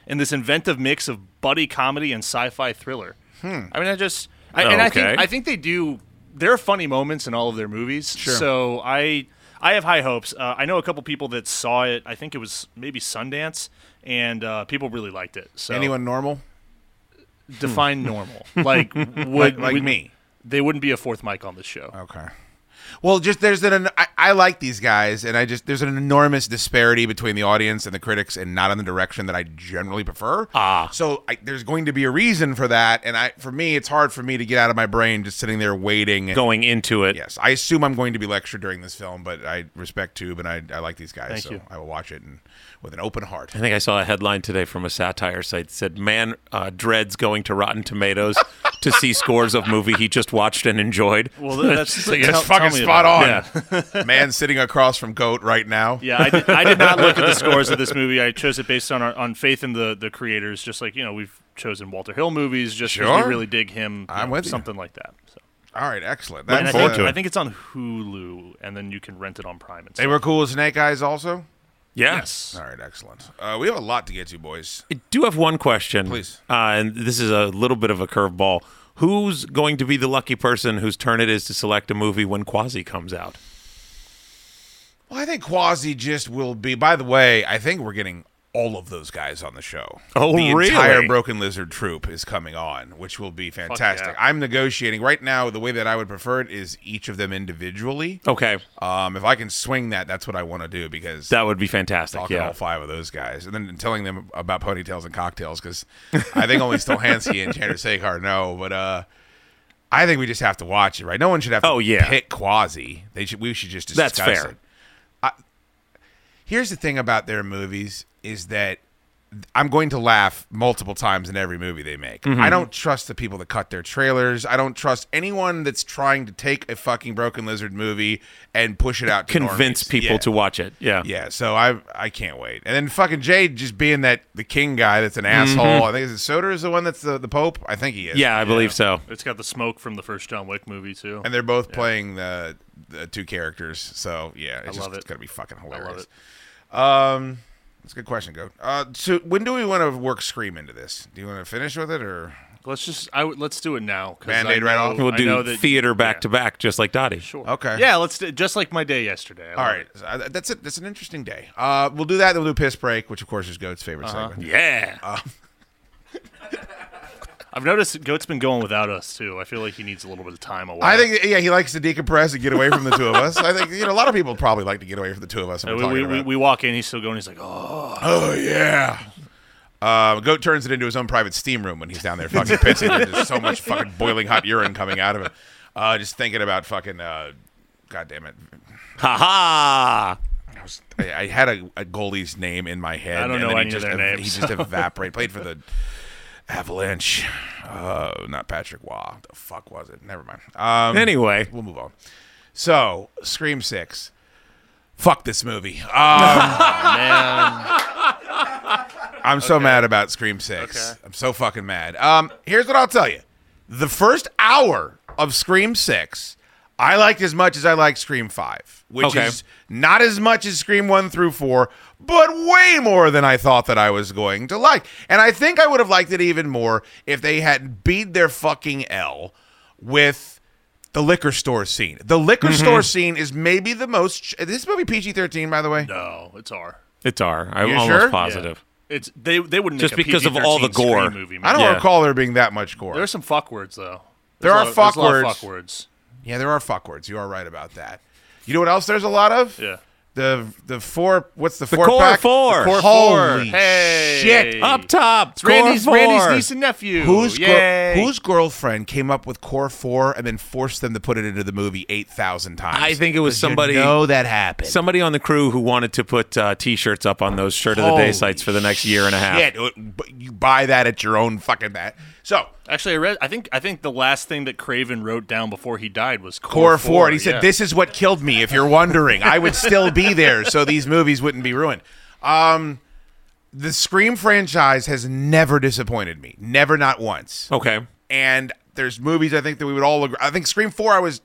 Speaker 7: in this inventive mix of buddy comedy and sci-fi thriller.
Speaker 6: Hmm.
Speaker 7: I mean, I just I, and I
Speaker 8: Okay.
Speaker 7: think I think they do. There are funny moments in all of their movies, so I I have high hopes. Uh, I know a couple people that saw it. I think it was maybe Sundance, and uh, people really liked it. So
Speaker 6: Anyone normal?
Speaker 7: define normal, like would
Speaker 6: Like- like
Speaker 7: would-
Speaker 6: me.
Speaker 7: They wouldn't be a fourth mic on this show.
Speaker 6: Okay. Well, just there's an I, I like these guys, and I just there's an enormous disparity between the audience and the critics, and not in the direction that I generally prefer. Ah, so I, there's going to be a reason for that, and I for me it's hard for me to get out of my brain just sitting there waiting.
Speaker 8: Going into it,
Speaker 6: yes, I assume I'm going to be lectured during this film, but I respect Tube and I, I like these guys,
Speaker 7: Thank
Speaker 6: so
Speaker 7: you.
Speaker 6: I will watch it and, with an open heart.
Speaker 8: I think I saw a headline today from a satire site that said, "Man uh, dreads going to Rotten Tomatoes to see scores of movie he just watched and enjoyed."
Speaker 7: Well, that's,
Speaker 8: It's like,
Speaker 7: tell-
Speaker 8: that's
Speaker 7: tell
Speaker 6: fucking
Speaker 7: me
Speaker 6: spot
Speaker 7: about it.
Speaker 6: on. Man sitting across from Goat right now.
Speaker 7: Yeah, I did, I did not look at the scores of this movie. I chose it based on our, on faith in the the creators, just like you know we've chosen Walter Hill movies, just 'cause
Speaker 6: Sure.
Speaker 7: we really dig him. you
Speaker 6: I'm
Speaker 7: know,
Speaker 6: with you.
Speaker 7: something like that. So.
Speaker 6: All right, excellent.
Speaker 7: And I
Speaker 6: That's,
Speaker 7: think,
Speaker 6: uh,
Speaker 7: I think it's on Hulu, and then you can rent it on Prime. And
Speaker 6: They
Speaker 7: stuff.
Speaker 6: were cool with Snake Eyes also.
Speaker 8: yes.
Speaker 6: All right, excellent. Uh, we have a lot to get to, boys.
Speaker 8: I do have one question,
Speaker 6: Please.
Speaker 8: uh, and this is a little bit of a curveball. Who's going to be the lucky person whose turn it is to select a movie when Quasi comes out?
Speaker 6: Well, I think Quasi just will be. By the way, I think we're getting all of those guys on the show.
Speaker 8: Oh,
Speaker 6: the
Speaker 8: really?
Speaker 6: entire Broken Lizard troupe is coming on, which will be fantastic.
Speaker 7: yeah.
Speaker 6: I'm negotiating right now. The way that I would prefer it is each of them individually.
Speaker 8: Okay,
Speaker 6: Um, if I can swing that, that's what I want to do because
Speaker 8: that would be fantastic.
Speaker 6: talking
Speaker 8: yeah,
Speaker 6: all five of those guys, and then telling them about ponytails and cocktails because I think only Stolhansky and Chandra Sekhar know. But uh, I think we just have to watch it, right? No one should have to
Speaker 8: Oh, yeah.
Speaker 6: pick Quasi. They should. We should just discuss
Speaker 8: That's fair.
Speaker 6: it. I- here's the thing about their movies is that I'm going to laugh multiple times in every movie they make.
Speaker 8: Mm-hmm.
Speaker 6: I don't trust the people that cut their trailers. I don't trust anyone that's trying to take a fucking Broken Lizard movie and push it out. To
Speaker 8: convince
Speaker 6: normies.
Speaker 8: people
Speaker 6: Yeah.
Speaker 8: to watch it. Yeah,
Speaker 6: Yeah, so I I can't wait. And then fucking Jade just being that the king guy that's an
Speaker 7: Mm-hmm.
Speaker 6: asshole. I think is it Soder is the one that's the, the Pope. I think he is.
Speaker 8: yeah, I believe so.
Speaker 7: It's got the smoke from the first John Wick movie too.
Speaker 6: And they're both playing the, the two characters. So yeah, it's just
Speaker 7: love it.
Speaker 6: it's gonna be fucking
Speaker 7: I
Speaker 6: hilarious.
Speaker 7: love it.
Speaker 6: Um that's a good question, Goat. Uh so when do we want to work Scream into this? Do you want to finish with it or
Speaker 7: Let's just I would let's do it now. 'cause
Speaker 6: Band-Aid
Speaker 7: I
Speaker 6: right
Speaker 7: know-
Speaker 6: off.
Speaker 8: We'll
Speaker 7: I
Speaker 8: do
Speaker 7: know that-
Speaker 8: theater back to back, just like Dottie.
Speaker 7: Sure.
Speaker 6: Okay.
Speaker 7: Yeah, let's do, just like my day yesterday. I
Speaker 6: all
Speaker 7: love
Speaker 6: right,
Speaker 7: it.
Speaker 6: so, uh, that's it. That's an interesting day. Uh, we'll do that. Then we'll do piss break, which of course is Goat's favorite
Speaker 7: Uh-huh.
Speaker 6: segment.
Speaker 8: Yeah.
Speaker 6: Uh,
Speaker 7: I've noticed Goat's been going without us too. I feel like he needs a little bit of time away.
Speaker 6: I think yeah, he likes to decompress and get away from the two of us. I think you know a lot of people probably like to get away from the two of us. when
Speaker 7: Uh,
Speaker 6: we're
Speaker 7: we,
Speaker 6: talking
Speaker 7: we,
Speaker 6: about
Speaker 7: we,
Speaker 6: it.
Speaker 7: we walk in, he's still going. He's like, oh.
Speaker 6: Oh yeah. Uh, goat turns it into his own private steam room when he's down there fucking pissing. and There's so much fucking boiling hot urine coming out of it. Uh, just thinking about fucking. Uh, God damn it!
Speaker 8: ha ha.
Speaker 6: I, was, I, I had a, a goalie's name in my head.
Speaker 7: I don't
Speaker 6: and
Speaker 7: know
Speaker 6: then he
Speaker 7: any of
Speaker 6: just
Speaker 7: their
Speaker 6: ev-
Speaker 7: names,
Speaker 6: He just evaporated. Played for the Avalanche. Uh, not Patrick Waugh. The fuck was it? Never mind. Um,
Speaker 8: Anyway,
Speaker 6: we'll move on. So, Scream Six. Fuck this movie. Um, I'm so mad about Scream Six. I'm so fucking mad. Um, here's what I'll tell you: the first hour of Scream Six, I liked as much as I liked Scream Five, which
Speaker 8: Okay.
Speaker 6: is not as much as Scream One through Four, but way more than I thought that I was going to like. And I think I would have liked it even more if they had beat their fucking L with the liquor store scene. The liquor store scene is maybe the most. Ch- is this movie PG thirteen, by the way.
Speaker 7: No, it's R.
Speaker 8: it's R. I'm
Speaker 6: You
Speaker 8: almost
Speaker 6: sure?
Speaker 8: positive.
Speaker 7: Yeah. It's they they wouldn't
Speaker 8: Just
Speaker 7: make a
Speaker 8: because of all the
Speaker 7: PG-13 Scream
Speaker 8: gore.
Speaker 7: Movie,
Speaker 6: I don't
Speaker 8: Yeah.
Speaker 6: recall there being that much gore.
Speaker 7: There are some fuck words though.
Speaker 6: There
Speaker 7: There's
Speaker 6: are
Speaker 7: a lot- there's a lot of
Speaker 6: fuck
Speaker 7: fuck words.
Speaker 6: Yeah, there are fuck words. You are right about that. You know what else there's a lot of?
Speaker 7: Yeah.
Speaker 6: The the four what's the, four
Speaker 8: core
Speaker 6: pack?
Speaker 8: four.
Speaker 6: The core
Speaker 7: Four.
Speaker 6: Holy
Speaker 7: Hey.
Speaker 6: shit.
Speaker 8: Up top.
Speaker 7: It's Randy's
Speaker 8: score four.
Speaker 7: Randy's niece and nephew.
Speaker 6: Whose, gir-
Speaker 7: Yay.
Speaker 6: whose girlfriend came up with core four and then forced them to put it into the movie eight thousand times?
Speaker 8: I think it was somebody.
Speaker 6: You know that happened.
Speaker 8: Somebody on the crew who wanted to put uh, T-shirts up on those shirt of the day
Speaker 6: Holy
Speaker 8: sites for the next year and a half.
Speaker 6: Shit. Uh, but You buy that at your own fucking bat. So
Speaker 7: Actually, I read. I think I think the last thing that Craven wrote down before he died was
Speaker 6: core four. And he
Speaker 7: yeah.
Speaker 6: said, "This is what killed me." If you're wondering, I would still be there, so these movies wouldn't be ruined. Um, the Scream franchise has never disappointed me, never, not once.
Speaker 8: Okay.
Speaker 6: And there's movies I think that we would all agree. I think Scream four, I was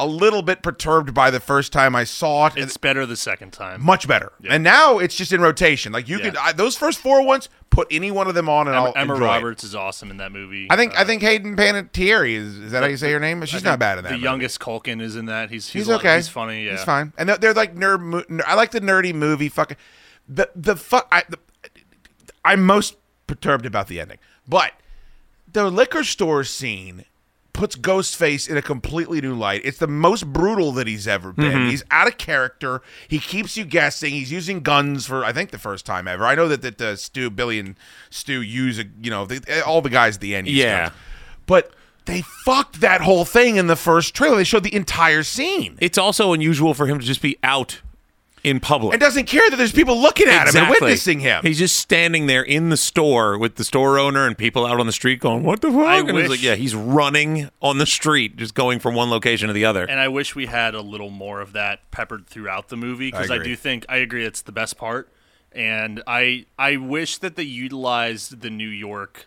Speaker 6: a little bit perturbed by the first time I saw it.
Speaker 7: It's better the second time.
Speaker 6: much better. And now it's just in rotation. Like you
Speaker 7: Yeah.
Speaker 6: could I, those first four ones, put any one of them on, and
Speaker 7: Emma,
Speaker 6: I'll
Speaker 7: Emma
Speaker 6: enjoy it.
Speaker 7: Roberts is awesome in that movie.
Speaker 6: I think
Speaker 7: Uh,
Speaker 6: I think Hayden Panettiere is is that how you say her name? She's not bad in that.
Speaker 7: the
Speaker 6: movie.
Speaker 7: youngest Culkin is in that. He's he's,
Speaker 6: He's
Speaker 7: a lot-
Speaker 6: okay.
Speaker 7: He's funny. Yeah,
Speaker 6: he's fine. And they're, they're like nerd. mo- ner- I like the nerdy movie. Fucking the the fuck. I the, I'm most perturbed about the ending, but the liquor store scene puts Ghostface in a completely new light. It's the most brutal that he's ever been.
Speaker 7: Mm-hmm.
Speaker 6: He's out of character. He keeps you guessing. He's using guns for I think the first time ever. I know that that uh, Stu Billy and Stu use a, you know they, all the guys at the end. Use
Speaker 8: Yeah.
Speaker 6: guns. but. They fucked that whole thing in the first trailer. They showed the entire scene.
Speaker 8: It's also unusual for him to just be out in public.
Speaker 6: and doesn't care that there's people looking at him and
Speaker 8: Exactly.
Speaker 6: witnessing him.
Speaker 8: He's just standing there in the store with the store owner and people out on the street going, "What the fuck?"
Speaker 7: I
Speaker 8: and
Speaker 7: wish-
Speaker 8: he's like, "Yeah, he's running on the street, just going from one location to the other."
Speaker 7: and I wish we had a little more of that peppered throughout the movie because
Speaker 6: I
Speaker 7: I,
Speaker 6: agree.
Speaker 7: do think I agree it's the best part, and I I wish that they utilized the New York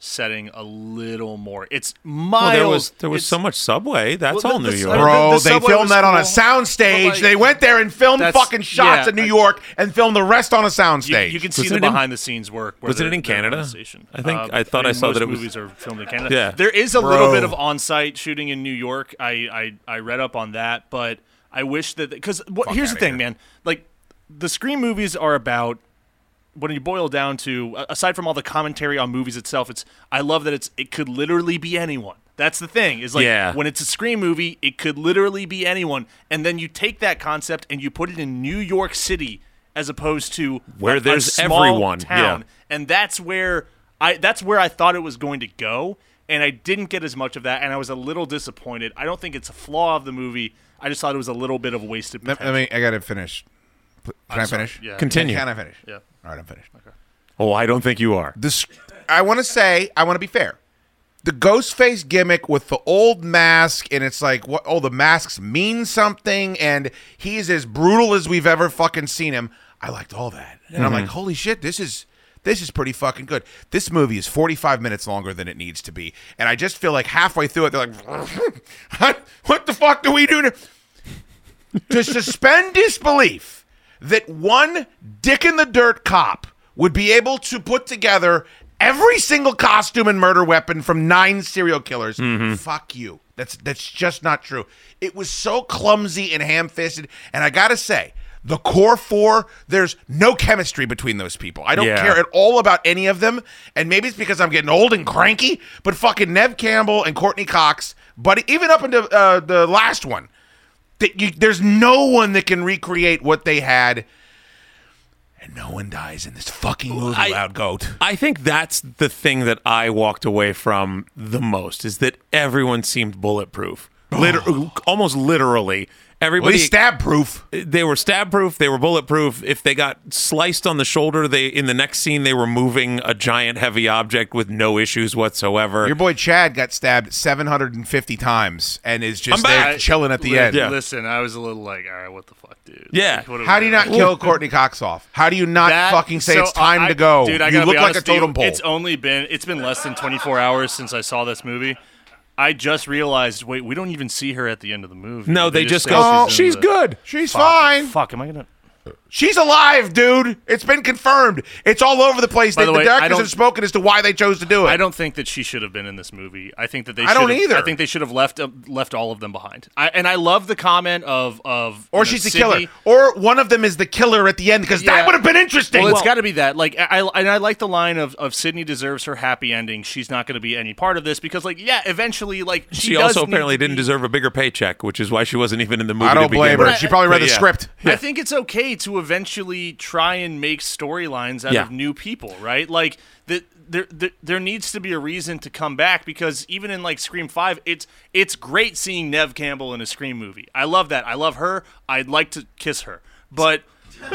Speaker 7: setting a little more. It's miles.
Speaker 8: Well, Oh, there was there was
Speaker 7: it's-
Speaker 8: so much subway. That's
Speaker 7: Well,
Speaker 8: all
Speaker 7: the-
Speaker 8: New
Speaker 7: the
Speaker 8: York.
Speaker 7: subway-
Speaker 6: Bro,
Speaker 7: the- the
Speaker 6: they
Speaker 7: subway
Speaker 6: filmed
Speaker 7: was
Speaker 6: that on a
Speaker 7: cool, but,
Speaker 6: soundstage.
Speaker 7: like,
Speaker 6: they went there and filmed
Speaker 7: that's-
Speaker 6: fucking shots
Speaker 7: yeah,
Speaker 6: in New
Speaker 7: I-
Speaker 6: York and filmed the rest on a
Speaker 7: You,
Speaker 6: soundstage.
Speaker 7: you can
Speaker 8: Was
Speaker 7: see the
Speaker 8: it in-
Speaker 7: behind the scenes work. Where
Speaker 8: was it
Speaker 7: they're-
Speaker 8: in
Speaker 7: they're on
Speaker 8: Canada?
Speaker 7: location.
Speaker 8: I think- I thought I saw
Speaker 7: most
Speaker 8: that it was-
Speaker 7: movies are filmed in Canada.
Speaker 8: Yeah.
Speaker 7: there is a little
Speaker 6: Bro.
Speaker 7: bit of on-site shooting in New York. I I, I read up on that, but I wish that because what here's the
Speaker 6: outta
Speaker 7: thing,
Speaker 6: here.
Speaker 7: man. Like the Scream movies are about when you boil down to a- aside from all the commentary on movies itself, it's I love that it's it could literally be anyone. That's the thing is like
Speaker 8: Yeah.
Speaker 7: when it's a scream movie, it could literally be anyone, and then you take that concept and you put it in New York City as opposed to
Speaker 8: Where
Speaker 7: a- a
Speaker 8: there's
Speaker 7: small
Speaker 8: everyone, yeah.
Speaker 7: town, and that's where I that's where I thought it was going to go, and I didn't get as much of that, and I was a little disappointed. I don't think it's a flaw of the movie. I just thought it was a little bit of wasted
Speaker 6: let,
Speaker 7: potential.
Speaker 6: let me. I gotta finish. P- Can i
Speaker 7: sorry,
Speaker 6: finish?
Speaker 7: yeah.
Speaker 8: Continue.
Speaker 6: Can I finish?
Speaker 7: Yeah.
Speaker 6: All right, I'm finished.
Speaker 8: Oh, I don't think you are.
Speaker 6: This. I want to say. I want to be fair. The ghost face gimmick with the old mask, and it's like, what? Oh, the masks mean something, and he's as brutal as we've ever fucking seen him. I liked all that, and I'm like, holy shit, this is this is pretty fucking good. This movie is 45 minutes longer than it needs to be, and I just feel like halfway through it, they're like, what the fuck do we do? now? to suspend disbelief that one dick in the dirt cop would be able to put together every single costume and murder weapon from nine serial killers. Fuck you. That's that's just not true. It was so clumsy and ham-fisted, and I gotta say. The core four, there's no chemistry between those people. I don't
Speaker 8: Yeah.
Speaker 6: care at all about any of them, and maybe it's because I'm getting old and cranky. But fucking Nev Campbell and Courtney Cox, buddy, even up into uh, the last one, that you, there's no one that can recreate what they had, and no one dies in this fucking movie.
Speaker 8: I-
Speaker 6: loud goat.
Speaker 8: I think that's the thing that I walked away from the most is that everyone seemed bulletproof. Liter- almost literally,
Speaker 6: Well,
Speaker 8: everybody
Speaker 6: he's stab proof.
Speaker 8: they were stab proof they were bulletproof if they got sliced on the shoulder they in the next scene they were moving a giant heavy object with no issues whatsoever
Speaker 6: Your boy Chad got stabbed 750 times and is just
Speaker 8: I'm
Speaker 6: there
Speaker 8: back.
Speaker 6: chilling at the
Speaker 7: Li-
Speaker 6: end.
Speaker 8: Yeah.
Speaker 7: Listen, I was a little like, all right, what the fuck, dude?
Speaker 8: Yeah.
Speaker 7: Like, what are
Speaker 6: How
Speaker 7: we
Speaker 6: do you
Speaker 7: doing?
Speaker 6: not kill Courtney Cox off? How do you not
Speaker 7: That-
Speaker 6: fucking say
Speaker 7: so
Speaker 6: it's time
Speaker 7: I-
Speaker 6: to go?
Speaker 7: Dude, I
Speaker 6: you
Speaker 7: gotta
Speaker 6: look
Speaker 7: be
Speaker 6: like a
Speaker 7: honest with you,
Speaker 6: totem pole.
Speaker 7: It's only been it's been less than 24 hours since I saw this movie. I just realized. Wait, we don't even see her at the end of the movie.
Speaker 8: no they, just,
Speaker 7: say
Speaker 8: go
Speaker 6: "Oh,
Speaker 7: in
Speaker 8: she's
Speaker 7: the-
Speaker 8: good
Speaker 6: She's
Speaker 7: Fuck,
Speaker 6: fine.
Speaker 7: Fuck, am I gonna?
Speaker 6: She's alive, dude. It's been confirmed. It's all over the place.
Speaker 7: By the
Speaker 6: the
Speaker 7: way, I
Speaker 6: directors
Speaker 7: don't-
Speaker 6: have spoken as to why they chose to do it.
Speaker 7: I don't think that she should have been in this movie. I think that they.
Speaker 6: I don't
Speaker 7: should've-
Speaker 6: either.
Speaker 7: I think they should have left uh, left all of them behind. I, and I love the comment of of
Speaker 6: Or
Speaker 7: you know,
Speaker 6: she's the
Speaker 7: Sydney-
Speaker 6: killer. Or one of them is the killer at the end because that
Speaker 7: Yeah.
Speaker 6: would have been interesting.
Speaker 7: Well, it's got to be that. Like, I, I and I like the line of of Sydney deserves her happy ending. She's not going to be any part of this because, like, yeah, eventually, like, she,
Speaker 8: she,
Speaker 7: does
Speaker 8: also
Speaker 7: need
Speaker 8: apparently
Speaker 7: to be-
Speaker 8: didn't deserve a bigger paycheck which is why she wasn't even in the movie
Speaker 6: I
Speaker 8: to
Speaker 6: don't
Speaker 8: begin
Speaker 6: blame
Speaker 8: with.
Speaker 6: her. She probably read
Speaker 8: But
Speaker 6: the
Speaker 8: yeah.
Speaker 6: script.
Speaker 7: I think it's okay to eventually try and make storylines out
Speaker 8: Yeah.
Speaker 7: of new people, right? Like the, there, there there needs to be a reason to come back because even in like Scream 5, it's it's great seeing Nev Campbell in a Scream movie. I love that. I love her. I'd like to kiss her. But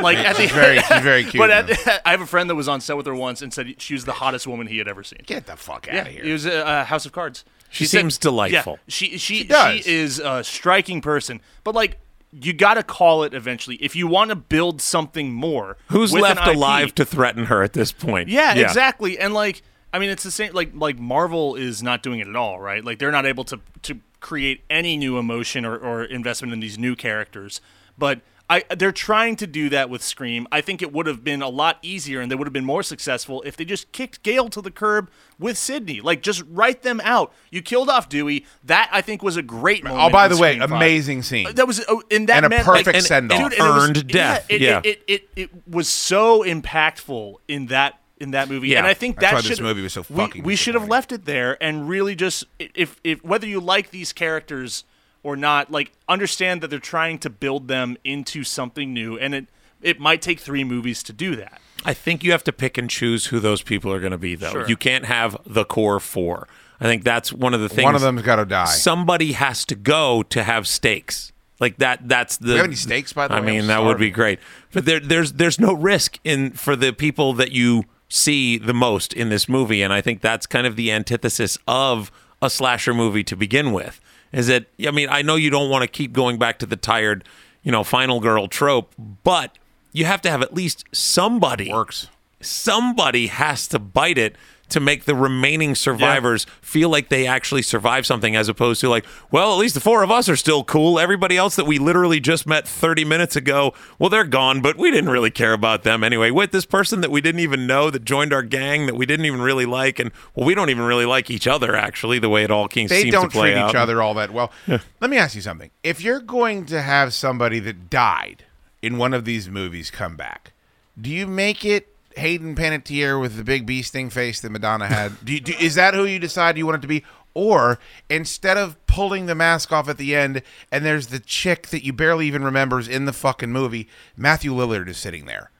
Speaker 7: like at the
Speaker 6: very- she's very cute,
Speaker 7: But at, I have a friend that was on set with her once and said she was the hottest woman he had ever seen.
Speaker 6: Get the fuck out of here.
Speaker 7: It was a uh, House of Cards.
Speaker 8: She
Speaker 7: said-
Speaker 8: seems delightful.
Speaker 7: Yeah, she she she,
Speaker 6: does.
Speaker 7: is a striking person, but like you got to call it eventually if you want to build something more.
Speaker 8: who's
Speaker 7: with an
Speaker 8: left
Speaker 7: IP.
Speaker 8: alive to threaten her at this point
Speaker 7: Yeah, exactly. And like I mean, it's the same. Like like Marvel is not doing it at all, right? Like they're not able to to create any new emotion or, or investment in these new characters. But I, they're trying to do that with Scream. I think it would have been a lot easier and they would have been more successful if they just kicked Gale to the curb with Sydney. Like, just write them out. You killed off Dewey. That, I think, was a great moment.
Speaker 6: Oh, by
Speaker 7: in
Speaker 6: the way,
Speaker 7: Scream five.
Speaker 6: amazing scene.
Speaker 7: That was oh, and that
Speaker 6: And a
Speaker 7: meant,
Speaker 6: perfect
Speaker 7: like, and-
Speaker 6: send-off.
Speaker 7: dude, and it was-
Speaker 8: Earned death,
Speaker 7: It,
Speaker 8: yeah.
Speaker 7: It, it, it, it was so impactful in that in that movie,
Speaker 8: Yeah.
Speaker 7: and I think
Speaker 6: That's
Speaker 7: that
Speaker 6: why this
Speaker 7: should,
Speaker 6: movie was so
Speaker 7: we-
Speaker 6: fucking
Speaker 7: We, should have
Speaker 6: disappointing.
Speaker 7: left it there and really just if if whether you like these characters or not, like understand that they're trying to build them into something new, and it it might take three movies to do that.
Speaker 8: I think you have to pick and choose who those people are going to be, though.
Speaker 7: Sure.
Speaker 8: You can't have the core four. I think that's one of the things.
Speaker 6: One of them's got to die.
Speaker 8: Somebody has to go to have stakes. Like that. That's the.
Speaker 6: have any stakes, by the
Speaker 8: I
Speaker 6: way?
Speaker 8: mean,
Speaker 6: I'm
Speaker 8: that would be
Speaker 6: starving.
Speaker 8: great. But there, there's there's no risk in for the people that you see the most in this movie, and I think that's kind of the antithesis of a slasher movie to begin with. Is that I mean, I know you don't want to keep going back to the tired, you know, final girl trope, but you have to have at least somebody
Speaker 6: works.
Speaker 8: somebody has to bite it to make the remaining survivors feel like they actually survived something as opposed to like well at least the four of us are still cool everybody else that we literally just met 30 minutes ago well they're gone but we didn't really care about them anyway with this person that we didn't even know that joined our gang that we didn't even really like and well we don't even really like each other actually the way it all ke- seems
Speaker 6: They don't
Speaker 8: to play
Speaker 6: treat
Speaker 8: out.
Speaker 6: each other all that well. Let me ask you something. If you're going to have somebody that died in one of these movies come back, do you make it Hayden Panettiere with the big bee sting face that Madonna had? do you, do, is that who you decide you want it to be? Or instead of pulling the mask off at the end and there's the chick that you barely even remembers in the fucking movie, Matthew Lillard is sitting there.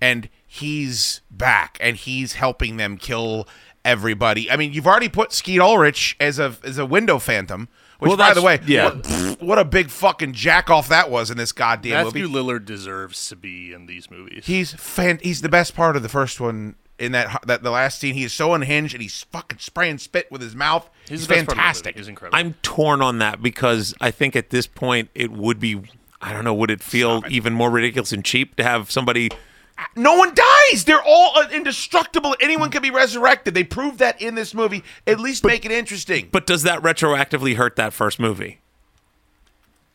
Speaker 6: and he's back and he's helping them kill everybody. I mean, you've already put Skeet Ulrich as a as a window phantom. Which,
Speaker 8: Well,
Speaker 6: by the way,
Speaker 8: that's- yeah.
Speaker 6: what, what a big fucking jack off that was in this goddamn
Speaker 7: Matthew
Speaker 6: movie.
Speaker 7: Lillard deserves to be in these movies.
Speaker 6: He's fan- he's the best part of the first one. In that that the last scene, he is so unhinged and he's fucking spraying spit with his mouth. He's,
Speaker 7: He's the best part of the movie.
Speaker 6: fantastic.
Speaker 7: He's incredible.
Speaker 8: I'm torn on that because I think at this point it would be I don't know would it feel even more ridiculous and cheap to have somebody
Speaker 6: Uh, No one dies. They're all uh, indestructible. Anyone can be resurrected. They prove that in this movie. At least make it interesting.
Speaker 8: But does that retroactively hurt that first movie?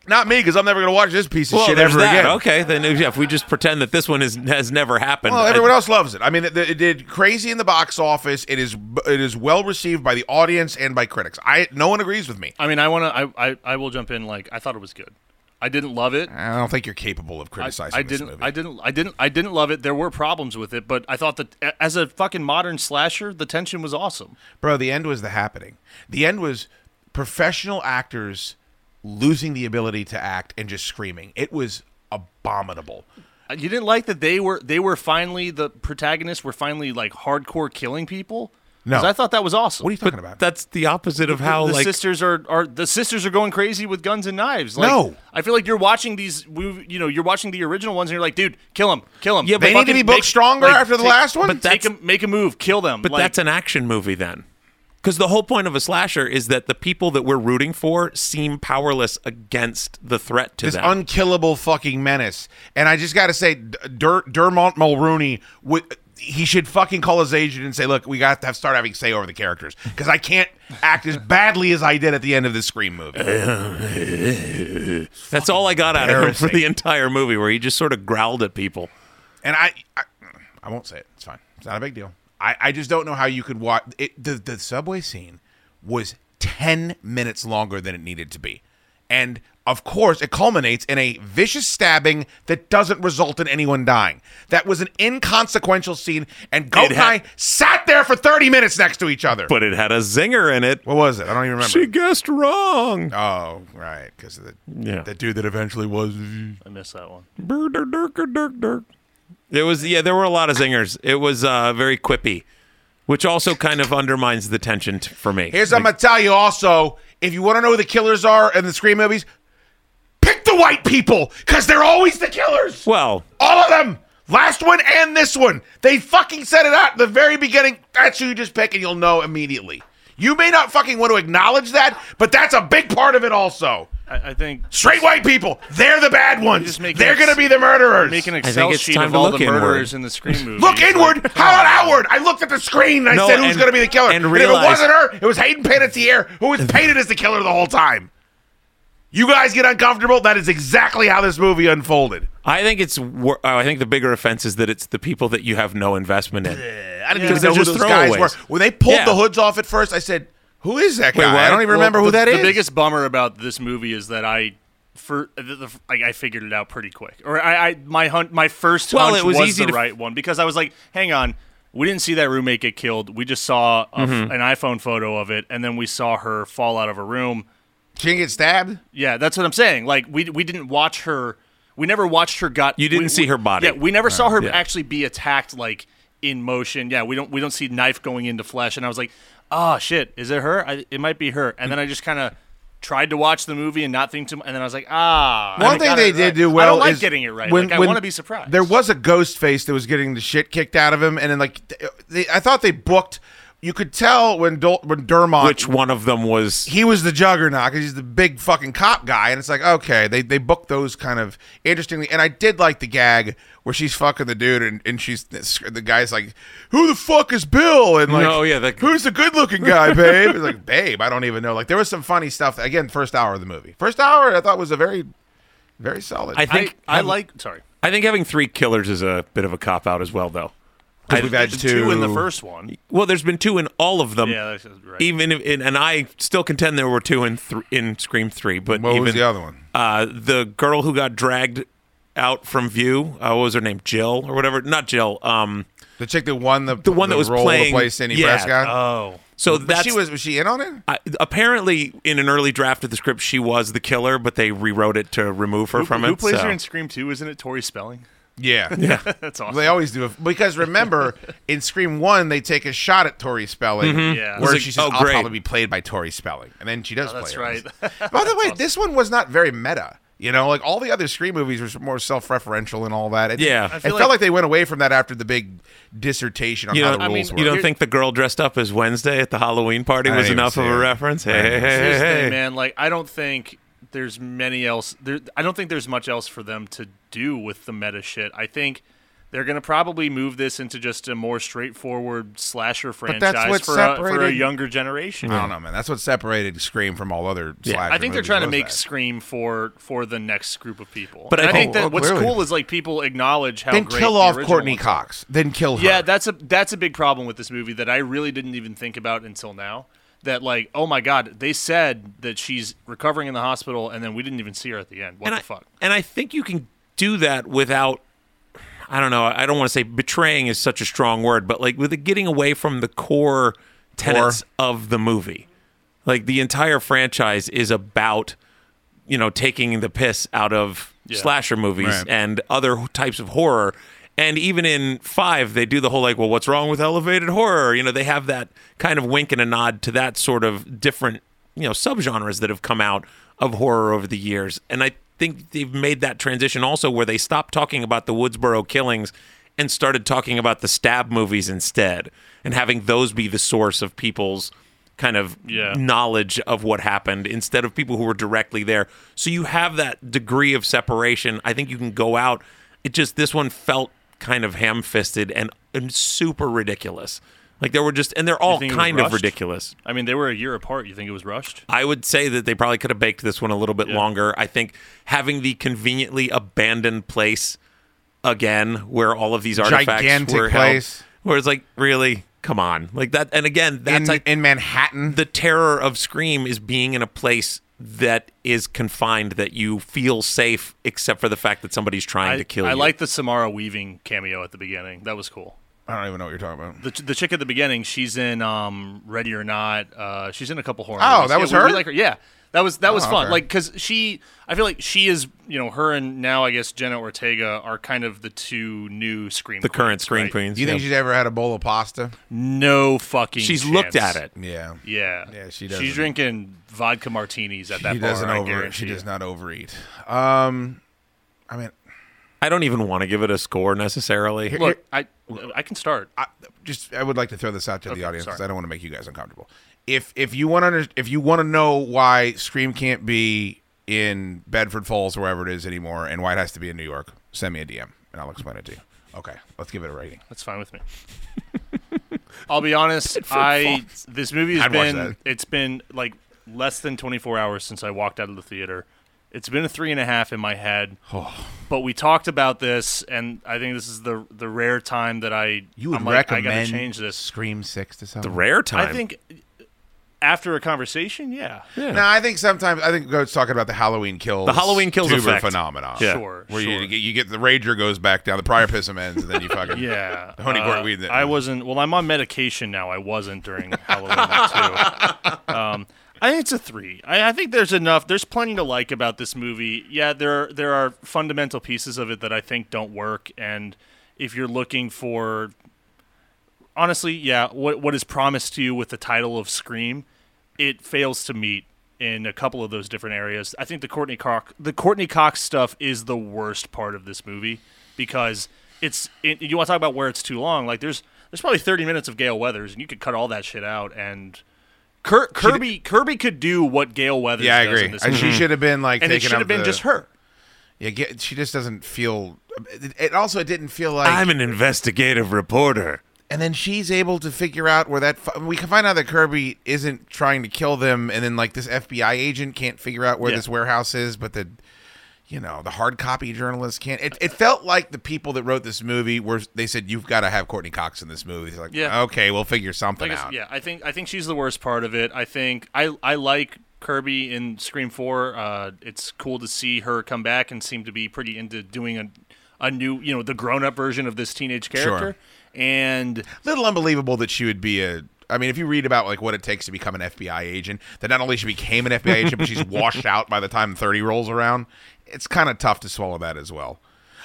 Speaker 6: Not me, because I'm never gonna watch this piece of shit
Speaker 8: there's
Speaker 6: ever
Speaker 8: that.
Speaker 6: again.
Speaker 8: Okay, then if- yeah, if we just pretend that this one is, has never happened.
Speaker 6: Well,
Speaker 8: I-
Speaker 6: everyone else loves it. I mean, it, it did crazy in the box office. It is it is well received by the audience and by critics. I no one agrees with me.
Speaker 7: I mean, I want to. I, I I will jump in. Like, I thought it was good. I didn't love it.
Speaker 6: I don't think you're capable of
Speaker 7: I-
Speaker 6: criticizing
Speaker 7: I
Speaker 6: this
Speaker 7: didn't,
Speaker 6: movie.
Speaker 7: I didn't, I didn't, I didn't love it. There were problems with it, but I thought that a- as a fucking modern slasher, the tension was awesome.
Speaker 6: Bro, the end was the happening. The end was professional actors losing the ability to act and just screaming. It was abominable.
Speaker 7: Uh, You didn't like that they were they were finally the protagonists were finally like hardcore killing people. 'Cause
Speaker 6: No.
Speaker 7: I thought that was awesome.
Speaker 6: What are you talking about?
Speaker 8: that's the opposite of how
Speaker 7: the
Speaker 8: like
Speaker 7: sisters are, are the sisters are going crazy with guns and knives. Like,
Speaker 6: No.
Speaker 7: I feel like you're watching these. mov- You know, you're watching the original ones, and you're like, dude, kill him, kill him.
Speaker 8: Yeah,
Speaker 6: they need to
Speaker 7: Fucking
Speaker 6: be booked
Speaker 7: make-
Speaker 6: stronger
Speaker 7: like,
Speaker 6: after the
Speaker 7: take-
Speaker 6: last one.
Speaker 8: but that-
Speaker 7: Take
Speaker 8: That's-
Speaker 7: him, make a move, kill them.
Speaker 8: But
Speaker 7: like,
Speaker 8: that's an action movie then. Because the whole point of a slasher is that the people that we're rooting for seem powerless against the threat to
Speaker 6: this
Speaker 8: them.
Speaker 6: unkillable fucking menace. And I just got to say, D- Dur- Dermont Mulrooney would. He should fucking call his agent and say, "Look, we got to have start having say over the characters because I can't act as badly as I did at the end of this Scream movie."
Speaker 8: That's all I got out of him for
Speaker 6: embarrassing.
Speaker 8: the entire movie, where he just sort of growled at people.
Speaker 6: And I, I, I won't say it. It's fine. It's not a big deal. I, I just don't know how you could watch it. The, the subway scene was ten minutes longer than it needed to be, and of course, it culminates in a vicious stabbing that doesn't result in anyone dying. That was an inconsequential scene, and Goat
Speaker 8: It ha-
Speaker 6: and I sat there for thirty minutes next to each other.
Speaker 8: But it had a zinger in it.
Speaker 6: what was it? I don't even remember.
Speaker 8: She guessed wrong.
Speaker 6: oh, right, because the
Speaker 8: Yeah.
Speaker 6: the dude that eventually was.
Speaker 7: I missed that one.
Speaker 8: Burr, dur, dur, dur, dur, dur. There was yeah, there were a lot of zingers. It was uh, very quippy, which also kind of undermines the tension t- for me.
Speaker 6: Here's what
Speaker 8: Like,
Speaker 6: I'm gonna tell you. Also, if you want to know who the killers are in the Scream movies, pick the white people because they're always the killers.
Speaker 8: well,
Speaker 6: All of them. Last one and this one. They fucking said it out at the very beginning. That's who you just pick, and you'll know immediately. You may not fucking want to acknowledge that, but that's a big part of it. Also,
Speaker 7: I, I think
Speaker 9: Straight white people, they're the bad ones.
Speaker 7: just making
Speaker 9: They're
Speaker 7: it-
Speaker 9: going to be the murderers.
Speaker 7: make an
Speaker 8: think
Speaker 7: Excel
Speaker 8: it's
Speaker 7: sheet
Speaker 8: time
Speaker 7: of
Speaker 8: to
Speaker 7: all
Speaker 8: look
Speaker 7: the
Speaker 8: inward.
Speaker 7: murderers in the Scream movie.
Speaker 9: Look inward, how about outward? I looked at the screen and I
Speaker 8: No,
Speaker 9: said, who's
Speaker 8: and-
Speaker 9: going to be the killer?
Speaker 8: and
Speaker 9: if
Speaker 8: realize-
Speaker 9: it wasn't her, it was Hayden Panettiere, who was painted as the killer the whole time. You guys get uncomfortable. That is exactly how this movie unfolded.
Speaker 8: I think it's. wor- oh, I think the bigger offense is that it's the people that you have no investment in.
Speaker 9: I didn't
Speaker 8: Yeah.
Speaker 9: even know who
Speaker 8: They're
Speaker 9: those
Speaker 8: just
Speaker 9: guys were.
Speaker 8: throwaways.
Speaker 9: When they pulled
Speaker 8: Yeah.
Speaker 9: the hoods off at first, I said, who is that guy? I
Speaker 8: what?
Speaker 9: don't even remember who
Speaker 7: the,
Speaker 9: that is.
Speaker 7: The biggest bummer about this movie is that I. For the, the, I, I figured it out pretty quick, or I, I my hunt, my first
Speaker 8: Well,
Speaker 7: hunch
Speaker 8: it was
Speaker 7: was
Speaker 8: easy
Speaker 7: the
Speaker 8: to-
Speaker 7: right one because I was like, "Hang on, we didn't see that roommate get killed. We just saw a f
Speaker 8: Mm-hmm.
Speaker 7: an iPhone photo of it, and then we saw her fall out of a room.
Speaker 9: She didn't get stabbed?
Speaker 7: Yeah, that's what I'm saying. Like we we didn't watch her. We never watched her got.
Speaker 8: You didn't
Speaker 7: we-
Speaker 8: see
Speaker 7: we-
Speaker 8: her body.
Speaker 7: Yeah, we never saw her
Speaker 8: yeah.
Speaker 7: actually be attacked like in motion. Yeah, we don't we don't see knife going into flesh. And I was like, oh shit, is it her? I, it might be her. And then I just kind of tried to watch the movie and not think too. much. And then I was like, ah. I
Speaker 6: One
Speaker 7: got
Speaker 6: thing
Speaker 7: it
Speaker 6: they did
Speaker 7: right.
Speaker 6: do well
Speaker 7: I don't like
Speaker 6: is
Speaker 7: getting it right.
Speaker 6: When,
Speaker 7: like, I
Speaker 6: when
Speaker 7: want to be surprised.
Speaker 6: There was a ghost face that was getting the shit kicked out of him, and then like th- they, I thought they booked. You could tell when Dol- when Dermont
Speaker 8: Which one of them was?
Speaker 6: he was the juggernaut because he's the big fucking cop guy, and it's like okay, they they booked those kind of interestingly, and I did like the gag where she's fucking the dude, and, and she's the guy's like, who the fuck is Bill? And like,
Speaker 8: No, yeah, that-
Speaker 6: who's the good looking guy, babe? It's like, babe, I don't even know. Like there was some funny stuff. Again, first hour of the movie, first hour I thought was a very, very solid.
Speaker 8: I
Speaker 7: I,
Speaker 8: think
Speaker 7: I
Speaker 8: having-
Speaker 7: like. Sorry,
Speaker 8: I think having three killers is a bit of a cop out as well, though. I-
Speaker 6: we've had
Speaker 7: There's two in the first one.
Speaker 8: Well, there's been two in all of them.
Speaker 7: Yeah, that's right.
Speaker 8: Even if, in, and I still contend there were two in thr in Scream Three, but
Speaker 6: What
Speaker 8: even
Speaker 6: was the other one?
Speaker 8: Uh, the girl who got dragged out from view. Uh, what was her name? Jill or whatever? Not Jill. Um.
Speaker 6: The chick that won the
Speaker 8: The one that was
Speaker 6: role
Speaker 8: playing-
Speaker 6: to play Cindy
Speaker 8: yeah, uh,
Speaker 6: Prescott.
Speaker 7: Oh,
Speaker 8: So
Speaker 6: But
Speaker 8: that's
Speaker 6: she was was she in on it?
Speaker 8: I, apparently in an early draft of the script she was the killer, but they rewrote it to remove her
Speaker 7: who,
Speaker 8: from it.
Speaker 7: who plays
Speaker 8: so-
Speaker 7: her in Scream Two? Isn't it Tori Spelling?
Speaker 6: Yeah.
Speaker 7: That's awesome.
Speaker 6: They always do because remember in Scream One they take a shot at Tori Spelling,
Speaker 7: Yeah.
Speaker 6: where
Speaker 8: It's like,
Speaker 6: she says,
Speaker 8: "Oh,
Speaker 6: "I'll
Speaker 8: great."
Speaker 6: probably be played by Tori Spelling," and then she does.
Speaker 7: Mm-hmm. Oh, that's
Speaker 6: play her.
Speaker 7: right.
Speaker 6: By the way, this one was not very meta. You know, like all the other Scream movies were more self-referential and all that. It,
Speaker 8: Yeah. I
Speaker 6: it
Speaker 8: feel
Speaker 6: felt like,
Speaker 7: like-
Speaker 6: they went away from that after the big dissertation on
Speaker 8: You
Speaker 6: how
Speaker 8: know,
Speaker 6: the
Speaker 8: I
Speaker 6: rules
Speaker 7: mean,
Speaker 6: were.
Speaker 8: you don't think the girl dressed up as Wednesday at the Halloween party
Speaker 6: I
Speaker 8: was
Speaker 6: didn't even
Speaker 8: enough
Speaker 6: see
Speaker 8: of a
Speaker 6: her.
Speaker 8: reference? Hey, hey, hey,
Speaker 7: Here's the
Speaker 8: hey.
Speaker 7: thing, man. Like, I don't think there's many else. There, I don't think there's much else for them to do with the meta shit. I think they're gonna probably move this into just a more straightforward slasher
Speaker 6: that's
Speaker 7: franchise
Speaker 6: what
Speaker 7: for, a, for a
Speaker 6: separated-
Speaker 7: younger generation.
Speaker 6: I don't know, man. That's what separated Scream from all other. slasher
Speaker 7: I think they're
Speaker 6: movies
Speaker 7: trying to
Speaker 6: was
Speaker 7: make
Speaker 6: that.
Speaker 7: Scream for for the next group of people.
Speaker 8: But
Speaker 7: And
Speaker 8: I
Speaker 7: I think,
Speaker 8: think-
Speaker 7: that
Speaker 6: Oh,
Speaker 7: what's
Speaker 6: clearly.
Speaker 7: cool is like people acknowledge how
Speaker 6: then
Speaker 7: great
Speaker 6: kill
Speaker 7: the
Speaker 6: off
Speaker 7: original
Speaker 6: Courtney
Speaker 7: ones were.
Speaker 6: Cox. Then kill her.
Speaker 7: Yeah, that's a that's a big problem with this movie that I really didn't even think about until now. That like, oh my god, they said that she's recovering in the hospital, and then we didn't even see her at the end. What
Speaker 8: and
Speaker 7: the
Speaker 8: I,
Speaker 7: fuck?
Speaker 8: And I think you can do that without. I don't know. I don't want to say betraying is such a strong word, but like with it getting away from the core tenets of the movie. Like the entire franchise is about, you know, taking the piss out of slasher movies
Speaker 6: Right.
Speaker 8: and other types of horror. And even in five, they do the whole like, well, what's wrong with elevated horror? You know, they have that kind of wink and a nod to that sort of different, you know, subgenres that have come out of horror over the years. And I think they've made that transition also where they stopped talking about the Woodsboro killings and started talking about the stab movies instead and having those be the source of people's kind of
Speaker 7: Yeah.
Speaker 8: knowledge of what happened instead of people who were directly there. So you have that degree of separation. I think you can go out. It just this one felt kind of ham-fisted and, and super ridiculous. Like there were just and they're all
Speaker 7: think it was
Speaker 8: kind of
Speaker 7: rushed?
Speaker 8: ridiculous.
Speaker 7: I mean, they were a year apart. You think it was rushed?
Speaker 8: I would say that they probably could have baked this one a little bit longer. I think having the conveniently abandoned place again where all of these artifacts
Speaker 6: Gigantic
Speaker 8: were held,
Speaker 6: place.
Speaker 8: where it's like really come on. Like that and again that's
Speaker 6: in,
Speaker 8: like
Speaker 6: in Manhattan.
Speaker 8: the terror of Scream is being in a place that is confined, that you feel safe, except for the fact that somebody's trying
Speaker 7: I,
Speaker 8: to kill
Speaker 7: I
Speaker 8: you.
Speaker 7: like the Samara Weaving cameo at the beginning. That was cool.
Speaker 6: I don't even know what you're talking about.
Speaker 7: The, the chick at the beginning, she's in um, Ready or Not. Uh, she's in a couple horror.
Speaker 6: Oh,
Speaker 7: movies.
Speaker 6: that
Speaker 7: Yeah,
Speaker 6: was
Speaker 7: we- we
Speaker 6: her?
Speaker 7: like Yeah, that was that was
Speaker 6: Oh,
Speaker 7: fun.
Speaker 6: okay.
Speaker 7: Like 'cause Like because she, I feel like she is. You know, her and now I guess Jenna Ortega are kind of the two new scream.
Speaker 8: the current Scream
Speaker 7: right?
Speaker 8: Queens.
Speaker 6: Do you think
Speaker 8: yeah.
Speaker 6: she's ever had a bowl of pasta?
Speaker 7: No fucking.
Speaker 8: she's looked
Speaker 7: chance.
Speaker 8: at it?
Speaker 6: Yeah.
Speaker 7: Yeah.
Speaker 6: Yeah, she
Speaker 7: She's
Speaker 6: doesn't-
Speaker 7: drinking vodka martinis at that
Speaker 6: She
Speaker 7: bar.
Speaker 6: doesn't
Speaker 7: I
Speaker 6: over.
Speaker 7: guarantee
Speaker 6: She
Speaker 7: you.
Speaker 6: does not overeat. Um, I mean,
Speaker 8: I don't even want to give it a score necessarily.
Speaker 7: Look, I I can start.
Speaker 6: I, just I would like to throw this out to the audience
Speaker 7: sorry.
Speaker 6: because I don't want to make you guys uncomfortable. If if you want to if you want to know why Scream can't be in Bedford Falls, wherever it is anymore, and why it has to be in New York, send me a DM and I'll explain it to you. Okay, let's give it a rating.
Speaker 7: That's fine with me. I'll be honest. I this movie has
Speaker 6: I'd watch that.
Speaker 7: been it's been like less than 24 hours since I walked out of the theater. It's been a three and a half in my head.
Speaker 6: Oh.
Speaker 7: But we talked about this, and I think this is the the rare time that I I'm like, I gotta change this.
Speaker 6: Scream Six to
Speaker 8: The
Speaker 6: something?
Speaker 8: rare time.
Speaker 7: I think uh, after a conversation, yeah,
Speaker 6: No, I think sometimes I think Goat's talking about the Halloween kills.
Speaker 8: The Halloween Kills
Speaker 6: tuber
Speaker 8: effect.
Speaker 6: phenomenon.
Speaker 8: Yeah.
Speaker 7: sure,
Speaker 6: Where
Speaker 7: sure.
Speaker 6: you, get, you get the rager goes back down, the priapism ends, and then you fucking
Speaker 7: yeah, Uh,
Speaker 6: The honey gourd weed that-
Speaker 7: I wasn't. Well, I'm on medication now. I wasn't during Halloween too. Um, I think it's a three. I, I think there's enough. There's plenty to like about this movie. Yeah, there are, there are fundamental pieces of it that I think don't work. And if you're looking for, honestly, yeah, what what is promised to you with the title of Scream, it fails to meet in a couple of those different areas. I think the Courtney Cox the Courtney Cox stuff is the worst part of this movie because it's it, you want to talk about where it's too long. Like there's there's probably 30 minutes of Gale Weathers and you could cut all that shit out and Cur- Kirby Kirby could do what Gale Weathers
Speaker 6: Yeah, I
Speaker 7: does in
Speaker 6: agree.
Speaker 7: this
Speaker 6: And
Speaker 7: movie.
Speaker 6: she
Speaker 8: Mm-hmm.
Speaker 6: should have been like
Speaker 7: and it
Speaker 6: taking
Speaker 7: should
Speaker 6: up
Speaker 7: have been
Speaker 6: the-
Speaker 7: just her.
Speaker 6: Yeah, get, she just doesn't feel. It, it also it didn't feel like.
Speaker 8: I'm an investigative reporter.
Speaker 6: and then she's able to figure out where that. fu- We can find out that Kirby isn't trying to kill them, and then like this FBI agent can't figure out where
Speaker 7: Yeah.
Speaker 6: this warehouse is, but the. You know the hard copy journalists can't. It, it felt like the people that wrote this movie were. They said you've got to have Courtney Cox in this movie. It's like,
Speaker 7: Yeah.
Speaker 6: okay, we'll figure something
Speaker 7: Like I s-
Speaker 6: out.
Speaker 7: yeah, I think I think she's the worst part of it. I think I I like Kirby in Scream Four. Uh, it's cool to see her come back and seem to be pretty into doing a a new you know the grown up version of this teenage character. And
Speaker 6: little unbelievable that she would be a I mean, if you read about like what it takes to become an FBI agent, that not only she became an FBI agent, but she's washed out by the time thirty rolls around. It's kind of tough to swallow that as well.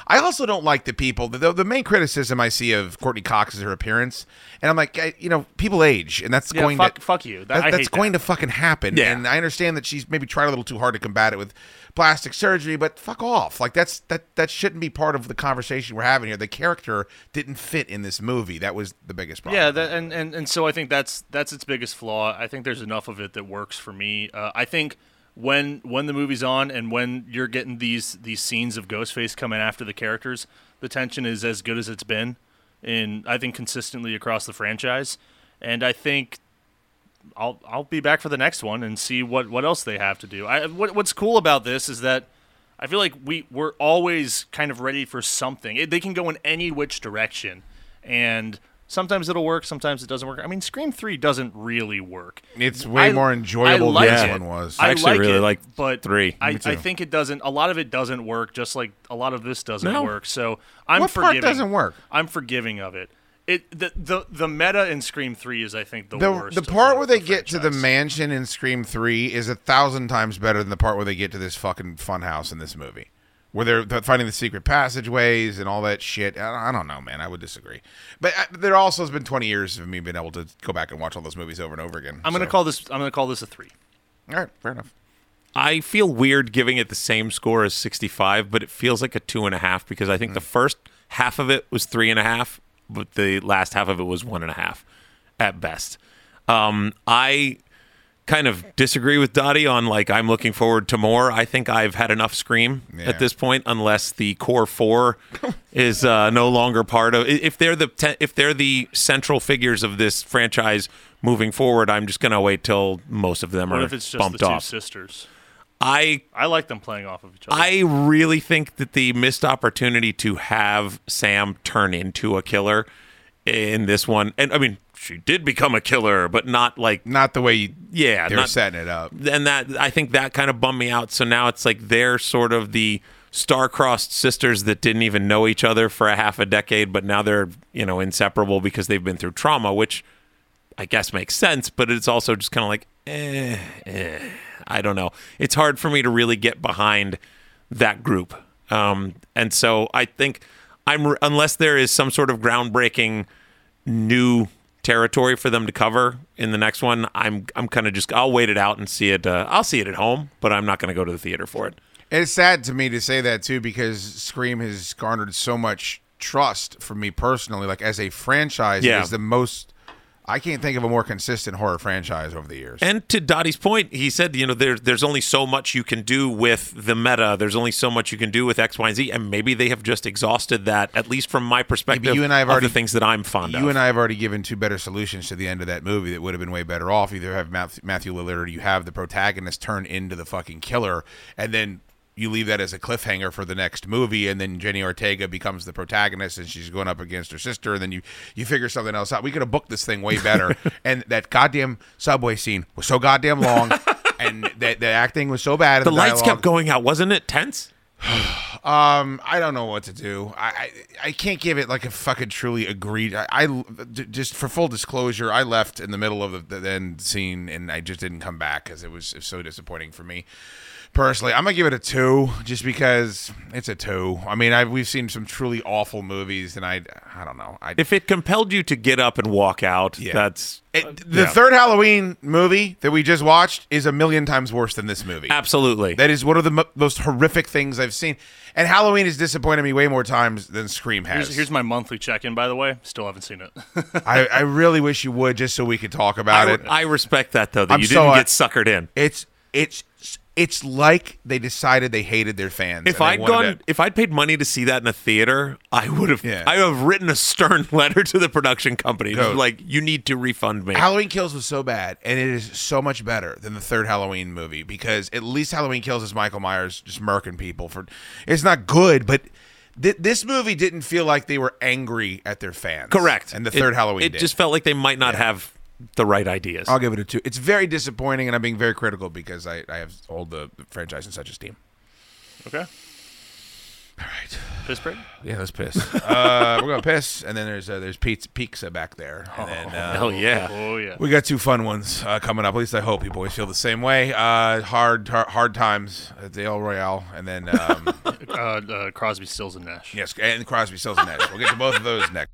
Speaker 6: I also don't like the people. The, the main criticism I see of Courtney Cox is her appearance, and I'm like, I, you know, people age, and that's
Speaker 7: Yeah,
Speaker 6: going
Speaker 7: fuck-
Speaker 6: to
Speaker 7: fuck you. That-
Speaker 6: that-
Speaker 7: I
Speaker 6: that's
Speaker 7: hate
Speaker 6: going to fucking happen.
Speaker 8: Yeah.
Speaker 6: And I understand that she's maybe tried a little too hard to combat it with plastic surgery, but fuck off. Like that's that that shouldn't be part of the conversation we're having here. The character didn't fit in this movie. That was the biggest problem.
Speaker 7: yeah, that, and, and and so I think that's that's its biggest flaw. I think there's enough of it that works for me. Uh, I think when when the movie's on and when you're getting these these scenes of Ghostface coming after the characters, the tension is as good as it's been, in I think consistently across the franchise. And I think I'll I'll be back for the next one and see what what else they have to do. I what what's cool about this is that I feel like we we're always kind of ready for something. It, they can go in any which direction, and sometimes it'll work, sometimes it doesn't work. I mean, Scream Three doesn't really work.
Speaker 6: It's way
Speaker 7: I-
Speaker 6: more
Speaker 7: I
Speaker 6: enjoyable
Speaker 7: like
Speaker 6: than this
Speaker 7: it.
Speaker 6: one was.
Speaker 8: I actually really
Speaker 7: it,
Speaker 8: like
Speaker 7: but
Speaker 8: three.
Speaker 7: I,
Speaker 8: Me
Speaker 7: I
Speaker 8: too.
Speaker 7: think it doesn't. A lot of it doesn't work, just like a lot of this doesn't
Speaker 8: No.
Speaker 7: work. So I'm
Speaker 6: What part
Speaker 7: forgiving.
Speaker 6: doesn't work?
Speaker 7: I'm forgiving of it. It the the, the meta in Scream Three is I think the,
Speaker 6: the,
Speaker 7: worst.
Speaker 6: the
Speaker 7: of
Speaker 6: part where
Speaker 7: the
Speaker 6: they get to the
Speaker 7: franchise.
Speaker 6: mansion in Scream Three is a thousand times better than the part where they get to this fucking funhouse in this movie, where they're th- finding the secret passageways and all that shit. I, I don't know, man. I would disagree, but uh, there also has been twenty years of me being able to go back and watch all those movies over and over again.
Speaker 7: I'm gonna
Speaker 6: so-
Speaker 7: call this. I'm gonna call this a three.
Speaker 6: All right, fair enough.
Speaker 8: I feel weird giving it the same score as 65, but it feels like a two and a half because I
Speaker 7: Hmm.
Speaker 8: think the first half of it was three and a half, but the last half of it was one and a half at best. Um, I kind of disagree with Dottie on like I'm looking forward to more. I think I've had enough Scream
Speaker 6: Yeah.
Speaker 8: at this point, unless the core four is uh, no longer part of. i- If they're the te- if they're the central figures of this franchise moving forward, I'm just gonna wait till most of them
Speaker 7: What
Speaker 8: are
Speaker 7: if it's just the
Speaker 8: bumped
Speaker 7: two
Speaker 8: off.
Speaker 7: sisters?
Speaker 8: I
Speaker 7: I like them playing off of each other.
Speaker 8: I really think that the missed opportunity to have Sam turn into a killer in this one, and I mean, she did become a killer, but not like
Speaker 6: Not the way you,
Speaker 8: yeah,
Speaker 6: they were
Speaker 8: not,
Speaker 6: setting it up.
Speaker 8: and that I think that kind of bummed me out. So now it's like they're sort of the star-crossed sisters that didn't even know each other for a half a decade, but now they're you know inseparable because they've been through trauma, which I guess makes sense. But it's also just kind of like, eh, eh, I don't know. It's hard for me to really get behind that group, um, and so I think I'm unless there is some sort of groundbreaking new territory for them to cover in the next one. I'm I'm kind of just I'll wait it out and see it. Uh, I'll see it at home, but I'm not going to go to the theater for it.
Speaker 6: It's sad to me to say that too because Scream has garnered so much trust from me personally, like as a franchise,
Speaker 8: Yeah.
Speaker 6: it is the most I can't think of a more consistent horror franchise over the years.
Speaker 8: And to Dottie's point, he said, you know, there, there's only so much you can do with the meta. There's only so much you can do with X, Y, and Z. And maybe they have just exhausted that, at least from my perspective.
Speaker 6: you and I have
Speaker 8: of
Speaker 6: already-
Speaker 8: the things that I'm fond of.
Speaker 6: you and I have already given two better solutions to the end of that movie that would have been way better off. Either have Matthew, Matthew Lillard or you have the protagonist turn into the fucking killer, and then you leave that as a cliffhanger for the next movie, and then Jenny Ortega becomes the protagonist, and she's going up against her sister, and then you you figure something else out. We could have booked this thing way better, and that goddamn subway scene was so goddamn long. And the, the acting was so bad. and
Speaker 8: the lights
Speaker 6: dialogue-
Speaker 8: kept going out, wasn't it tense?
Speaker 6: um, I don't know what to do. I, I I can't give it like a fucking truly agreed. I, I d- just for full disclosure, I left in the middle of the, the end scene and I just didn't come back because it was, it was so disappointing for me personally. I'm gonna give it a two just because it's a two. I mean, I we've seen some truly awful movies and I I don't know. I
Speaker 8: If it compelled you to get up and walk out, that's
Speaker 7: uh,
Speaker 6: it, the third Halloween movie that we just watched is a million times worse than this movie.
Speaker 8: absolutely.
Speaker 6: That is one of the mo- most horrific things I've seen. And Halloween has disappointed me way more times than Scream has.
Speaker 7: Here's, here's my monthly check-in, by the way. Still haven't seen it.
Speaker 6: I, I really wish you would, just so we could talk about
Speaker 8: I,
Speaker 6: it.
Speaker 8: I respect that, though, that
Speaker 6: I'm
Speaker 8: you
Speaker 6: so- uh,
Speaker 8: didn't get suckered in.
Speaker 6: it's it's it's like they decided they hated their fans. and
Speaker 8: If
Speaker 6: they
Speaker 8: I'd
Speaker 6: wanted
Speaker 8: gone,
Speaker 6: it.
Speaker 8: if I'd paid money to see that in a theater, I would have.
Speaker 6: Yeah.
Speaker 8: I would have written a stern letter to the production company,
Speaker 6: Go.
Speaker 8: like you need to refund me.
Speaker 6: Halloween Kills was so bad, and it is so much better than the third Halloween movie because at least Halloween Kills is Michael Myers just murking people for. It's not good, but. thi- This movie didn't feel like they were angry at their fans.
Speaker 8: Correct.
Speaker 6: And the
Speaker 8: It-
Speaker 6: third Halloween
Speaker 8: It
Speaker 6: did.
Speaker 8: just felt like they might not have the right ideas.
Speaker 6: I'll give it a two. It's very disappointing, and I'm being very critical because I, I have hold the franchise in such esteem.
Speaker 7: okay. All right. Piss break.
Speaker 6: Yeah, let's piss. uh, we're gonna piss, and then there's uh, there's pizza, pizza back there, and then uh,
Speaker 8: Hell yeah.
Speaker 7: Oh yeah.
Speaker 6: we got two fun ones uh, coming up. At least I hope you boys feel the same way. Uh, hard har hard times at the El Royale, and then um,
Speaker 7: Uh, uh, Crosby, Stills, and Nash.
Speaker 6: yes, and Crosby, Stills, and Nash. We'll get to both of those next.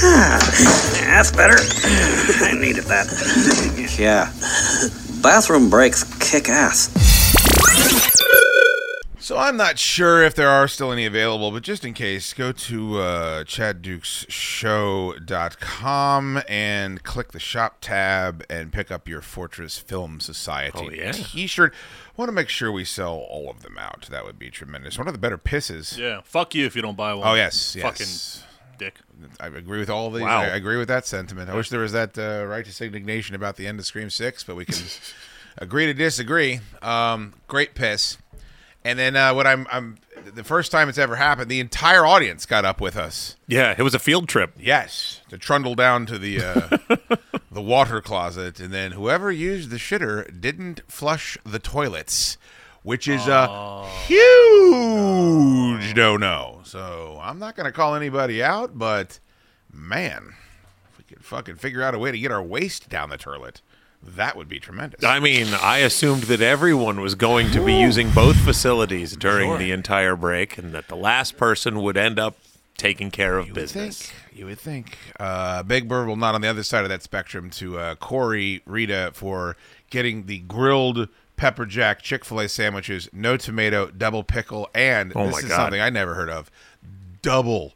Speaker 10: That's better. I needed that. yeah. Bathroom breaks kick ass.
Speaker 6: So I'm not sure if there are still any available, but just in case, go to uh, chaddukesshow.com and click the shop tab and pick up your Fortress Film Society
Speaker 8: Oh, yeah.
Speaker 6: t-shirt. want to make sure we sell all of them out. That would be tremendous. One of the better pisses.
Speaker 7: Yeah. Fuck you if you don't buy one.
Speaker 6: Oh yes, yes.
Speaker 7: Fucking dick.
Speaker 6: I agree with all these.
Speaker 8: Wow.
Speaker 6: I agree with that sentiment. I wish there was that uh, righteous indignation about the end of Scream Six, but we can agree to disagree. Um, great piss. And then uh, what I'm, I'm the first time it's ever happened, the entire audience got up with us.
Speaker 8: Yeah, it was a field trip.
Speaker 6: Yes, to trundle down to the uh, the water closet, and then whoever used the shitter didn't flush the toilets, which is a huge no no. So I'm not gonna call anybody out, but man, if we could fucking figure out a way to get our waste down the toilet, that would be tremendous.
Speaker 8: I mean, I assumed that everyone was going to be using both facilities during the entire break, and that the last person would end up taking care of business.
Speaker 6: Think, you would think. Uh, Big Bird will not on the other side of that spectrum to uh, Corey Rita for getting the grilled pepper jack Chick fil A sandwiches, no tomato, double pickle, and
Speaker 8: Oh
Speaker 6: this
Speaker 8: my
Speaker 6: is
Speaker 8: God.
Speaker 6: something I never heard of double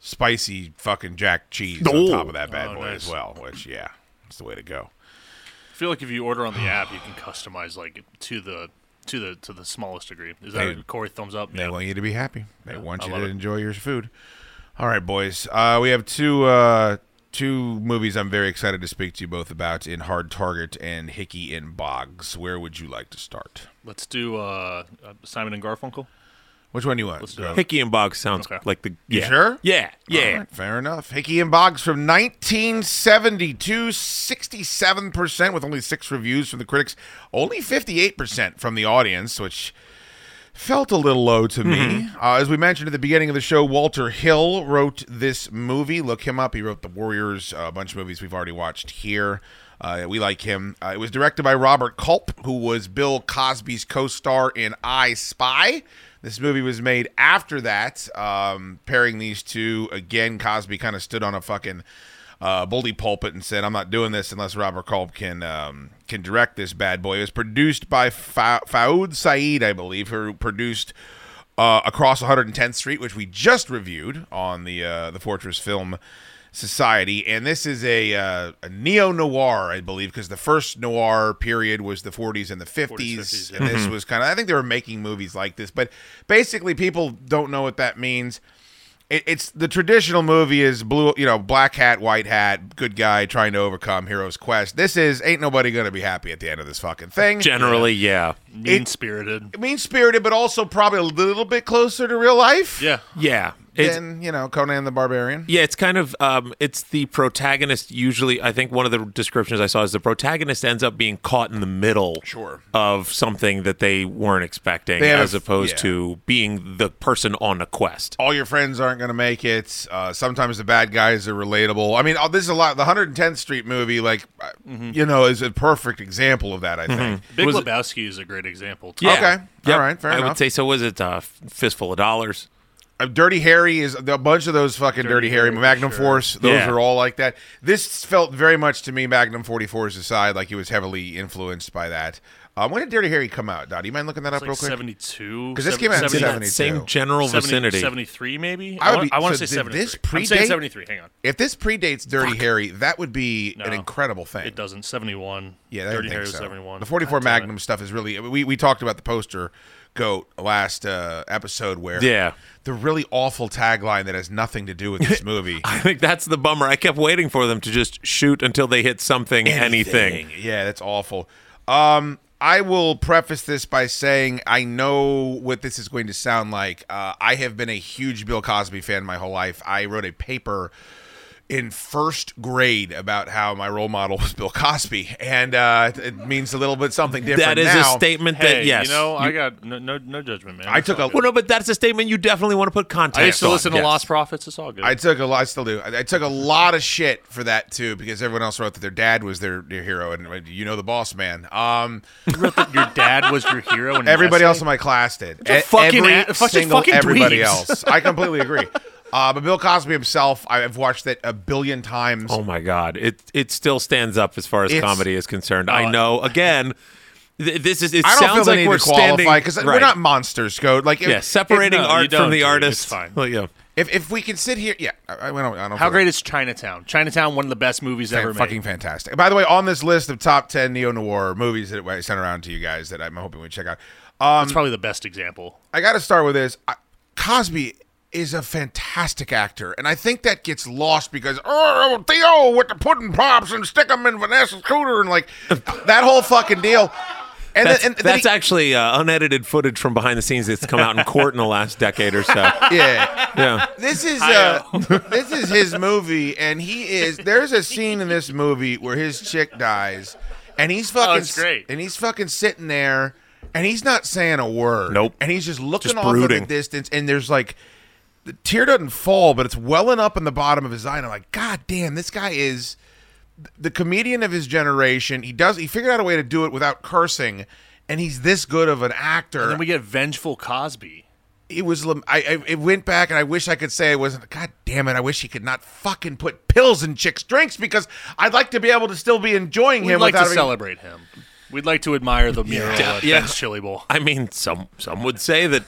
Speaker 6: spicy fucking jack cheese on
Speaker 8: Oh.
Speaker 6: top of that bad boy as
Speaker 7: nice.
Speaker 6: well, which, yeah, it's the way to go.
Speaker 7: I feel like if you order on the app, you can customize like to the to the to the smallest degree. Is that
Speaker 6: They-
Speaker 7: Corey thumbs up?
Speaker 6: They want you to be happy. They want
Speaker 7: I
Speaker 6: you
Speaker 7: love
Speaker 6: to
Speaker 7: it.
Speaker 6: enjoy your food. All right, boys. Uh, we have two uh, two movies I'm very excited to speak to you both about in Hard Target and Hickey and Boggs. Where would you like to start?
Speaker 7: Let's do uh, uh, Simon and Garfunkel.
Speaker 6: Which one do you want?
Speaker 7: Let's do it.
Speaker 8: Hickey and Boggs sounds
Speaker 7: Okay.
Speaker 8: like the.
Speaker 6: You
Speaker 8: Yeah.
Speaker 6: sure?
Speaker 8: Yeah.
Speaker 6: All
Speaker 8: Yeah.
Speaker 6: right, fair enough. Hickey and Boggs from 1972, 67% with only six reviews from the critics, only 58% from the audience, which felt a little low to me. Uh, as we mentioned at the beginning of the show, Walter Hill wrote this movie. Look him up. He wrote The Warriors, uh, a bunch of movies we've already watched here. Uh, we like him. Uh, it was directed by Robert Culp, who was Bill Cosby's co star in I Spy. This movie was made after that. Um, pairing these two, again, Cosby kind of stood on a fucking uh, bully pulpit and said, "I'm not doing this unless Robert Culp can um, can direct this bad boy." It was produced by Fa- Faoud Saeed, I believe, who produced uh, Across 110th Street, which we just reviewed on the uh, the Fortress Film Society, and this is a, uh, a neo noir, I believe, because the first noir period was the 40s and the 50s,
Speaker 7: 50s,
Speaker 6: and this was kind of. I think they were making movies like this, but basically, people don't know what that means it, it's the traditional movie is blue, you know, black hat, white hat, good guy trying to overcome hero's quest. This is ain't nobody gonna be happy at the end of this fucking thing.
Speaker 8: Generally, yeah.
Speaker 7: Mean spirited.
Speaker 6: mean spirited, but also probably a little bit closer to real life.
Speaker 7: Yeah.
Speaker 8: Yeah. It's,
Speaker 6: than you know Conan the Barbarian.
Speaker 8: Yeah, it's kind of um, it's the protagonist. Usually, I think one of the descriptions I saw is the protagonist ends up being caught in the middle
Speaker 6: Sure.
Speaker 8: of something that they weren't expecting,
Speaker 6: They have a-
Speaker 8: as opposed
Speaker 6: yeah.
Speaker 8: to being the person on a quest.
Speaker 6: all your friends aren't going to make it. Uh, sometimes the bad guys are relatable. I mean, oh, this is a lot. The 110th Street movie, like, uh, you know, is a perfect example of that. I think.
Speaker 7: Big
Speaker 8: Was it-
Speaker 7: Lebowski is a great example. too.
Speaker 8: Yeah.
Speaker 6: Okay. All right. Fair
Speaker 8: I
Speaker 6: enough.
Speaker 8: would say so. Was it a fistful of dollars?
Speaker 6: Uh, Dirty Harry is a bunch of those fucking Dirty,
Speaker 7: Dirty
Speaker 6: Harry,
Speaker 7: Harry,
Speaker 6: Magnum
Speaker 7: sure.
Speaker 6: Force. Those
Speaker 8: Yeah.
Speaker 6: are all like that. This felt very much to me Magnum 44's aside, like he was heavily influenced by that. Um, when did Dirty Harry come out, Dot? Do you mind looking that
Speaker 7: It's
Speaker 6: up
Speaker 7: like
Speaker 6: real quick?
Speaker 7: 72.
Speaker 6: Because this came out in
Speaker 8: It's in that
Speaker 6: 72.
Speaker 8: same general
Speaker 7: 70,
Speaker 8: vicinity.
Speaker 7: 73 maybe?
Speaker 6: I would
Speaker 7: wa-
Speaker 6: be-
Speaker 7: I want
Speaker 6: so
Speaker 7: to say
Speaker 6: did
Speaker 7: 73.
Speaker 6: this
Speaker 7: I'm saying
Speaker 6: predate-
Speaker 7: 73. Hang on.
Speaker 6: If this predates Dirty Harry, that would be an
Speaker 7: No.
Speaker 6: incredible thing.
Speaker 7: It doesn't. 71.
Speaker 6: Yeah, I
Speaker 7: Dirty
Speaker 6: think
Speaker 7: Harry was
Speaker 6: so.
Speaker 7: 71.
Speaker 6: The 44
Speaker 7: God damn it.
Speaker 6: Magnum stuff is really we, we talked about the poster goat last uh, episode where
Speaker 8: Yeah.
Speaker 6: the really awful tagline that has nothing to do with this movie.
Speaker 8: I think that's the bummer. I kept waiting for them to just shoot until they hit something, anything.
Speaker 6: Yeah, that's awful. Um, I will preface this by saying I know what this is going to sound like. Uh, I have been a huge Bill Cosby fan my whole life. I wrote a paper in first grade about how my role model was Bill Cosby, and uh, it means a little bit something different.
Speaker 8: That is
Speaker 6: now.
Speaker 8: a statement that
Speaker 7: Hey,
Speaker 8: yes,
Speaker 7: you know, I got no, no, no judgment, man.
Speaker 6: I
Speaker 7: It's
Speaker 6: took
Speaker 7: all
Speaker 6: a-
Speaker 7: good.
Speaker 8: well, no, but that's a statement you definitely want to put context.
Speaker 7: I used to
Speaker 8: on,
Speaker 7: listen to
Speaker 8: yes.
Speaker 7: Lost Prophets. It's all good.
Speaker 6: I took a lot. I still do. I, I took a lot of shit for that too, because everyone else wrote that their dad was their, their hero, and uh, you know the boss man. Um,
Speaker 7: Your dad was your hero. And
Speaker 6: Everybody else in my class did. E-
Speaker 7: fucking
Speaker 6: Every
Speaker 7: a- bunch of
Speaker 6: single
Speaker 7: fucking
Speaker 6: everybody
Speaker 7: dweebs.
Speaker 6: else. I completely agree. Uh, but Bill Cosby himself, I- I've watched that a billion times.
Speaker 8: Oh my God! It it still stands up as far as
Speaker 6: It's-
Speaker 8: comedy is concerned. I know. Again, th- this is. It
Speaker 6: I don't feel
Speaker 8: sounds
Speaker 6: the
Speaker 8: like
Speaker 6: need
Speaker 8: we're
Speaker 6: to qualify
Speaker 8: standing
Speaker 6: because
Speaker 8: right.
Speaker 6: we're not monsters, Code. Like, if,
Speaker 8: Yeah, separating
Speaker 7: No, you
Speaker 8: art
Speaker 7: don't,
Speaker 8: from the
Speaker 7: dude.
Speaker 8: artist.
Speaker 7: It's fine.
Speaker 8: Well, yeah.
Speaker 6: if, if we can sit here, yeah, I, I don't. I don't
Speaker 7: How
Speaker 6: feel-
Speaker 7: great is Chinatown? Chinatown, one of the best movies ever
Speaker 6: fan- fucking
Speaker 7: made.
Speaker 6: fantastic. By the way, on this list of top ten neo noir movies that I sent around to you guys that I'm hoping we check out, um,
Speaker 7: It's probably the best example.
Speaker 6: I got to start with this. I, Cosby is a fantastic actor, and I think that gets lost because oh Theo with the pudding pops and stick 'em in Vanessa's cooter and like that whole fucking deal. And
Speaker 8: That's,
Speaker 6: then, and then
Speaker 8: that's actually uh, unedited footage from behind the scenes that's come out in court in the last decade or so.
Speaker 6: he, yeah.
Speaker 8: Yeah.
Speaker 6: This is uh, this is his movie, and he is. There's a scene in this movie where his chick dies, and he's fucking.
Speaker 7: Oh, it's great.
Speaker 6: And he's fucking sitting there, and he's not saying a word.
Speaker 8: Nope.
Speaker 6: And he's just looking
Speaker 8: Just
Speaker 6: off at the
Speaker 8: brooding.
Speaker 6: distance, and there's like the tear doesn't fall, but it's welling up in the bottom of his eye. And I'm like, God damn, this guy is the comedian of his generation. He does. He figured out a way to do it without cursing. And he's this good of an actor
Speaker 7: Then we get Vengeful Cosby.
Speaker 6: it was lam- I, I it went back and I wish I could say I wasn't god damn it I wish he could not fucking put pills in chicks drinks because I'd like to be able to still be enjoying
Speaker 7: We'd
Speaker 6: him
Speaker 7: like to
Speaker 6: without having-
Speaker 7: celebrate him. We'd like to admire the mural
Speaker 8: Yeah.
Speaker 7: at
Speaker 8: Yeah.
Speaker 7: Ben's Chili Bowl.
Speaker 8: I mean, some some would say that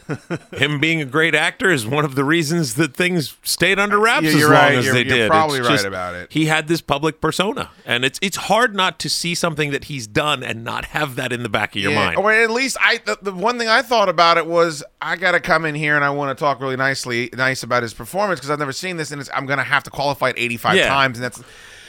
Speaker 8: him being a great actor is one of the reasons that things stayed under wraps
Speaker 6: Yeah,
Speaker 8: as
Speaker 6: you're
Speaker 8: long
Speaker 6: right.
Speaker 8: as
Speaker 6: You're-
Speaker 8: they
Speaker 6: you're
Speaker 8: did.
Speaker 6: probably
Speaker 8: It's
Speaker 6: right
Speaker 8: just-
Speaker 6: about it.
Speaker 8: He had this public persona, and it's it's hard not to see something that he's done and not have that in the back of your
Speaker 6: Yeah, Oh,
Speaker 8: mind.
Speaker 6: Or at least I the, the one thing I thought about it was I got to come in here and I want to talk really nicely nice about his performance because I've never seen this and it's, I'm going to have to qualify it 85
Speaker 8: Yeah.
Speaker 6: times and that's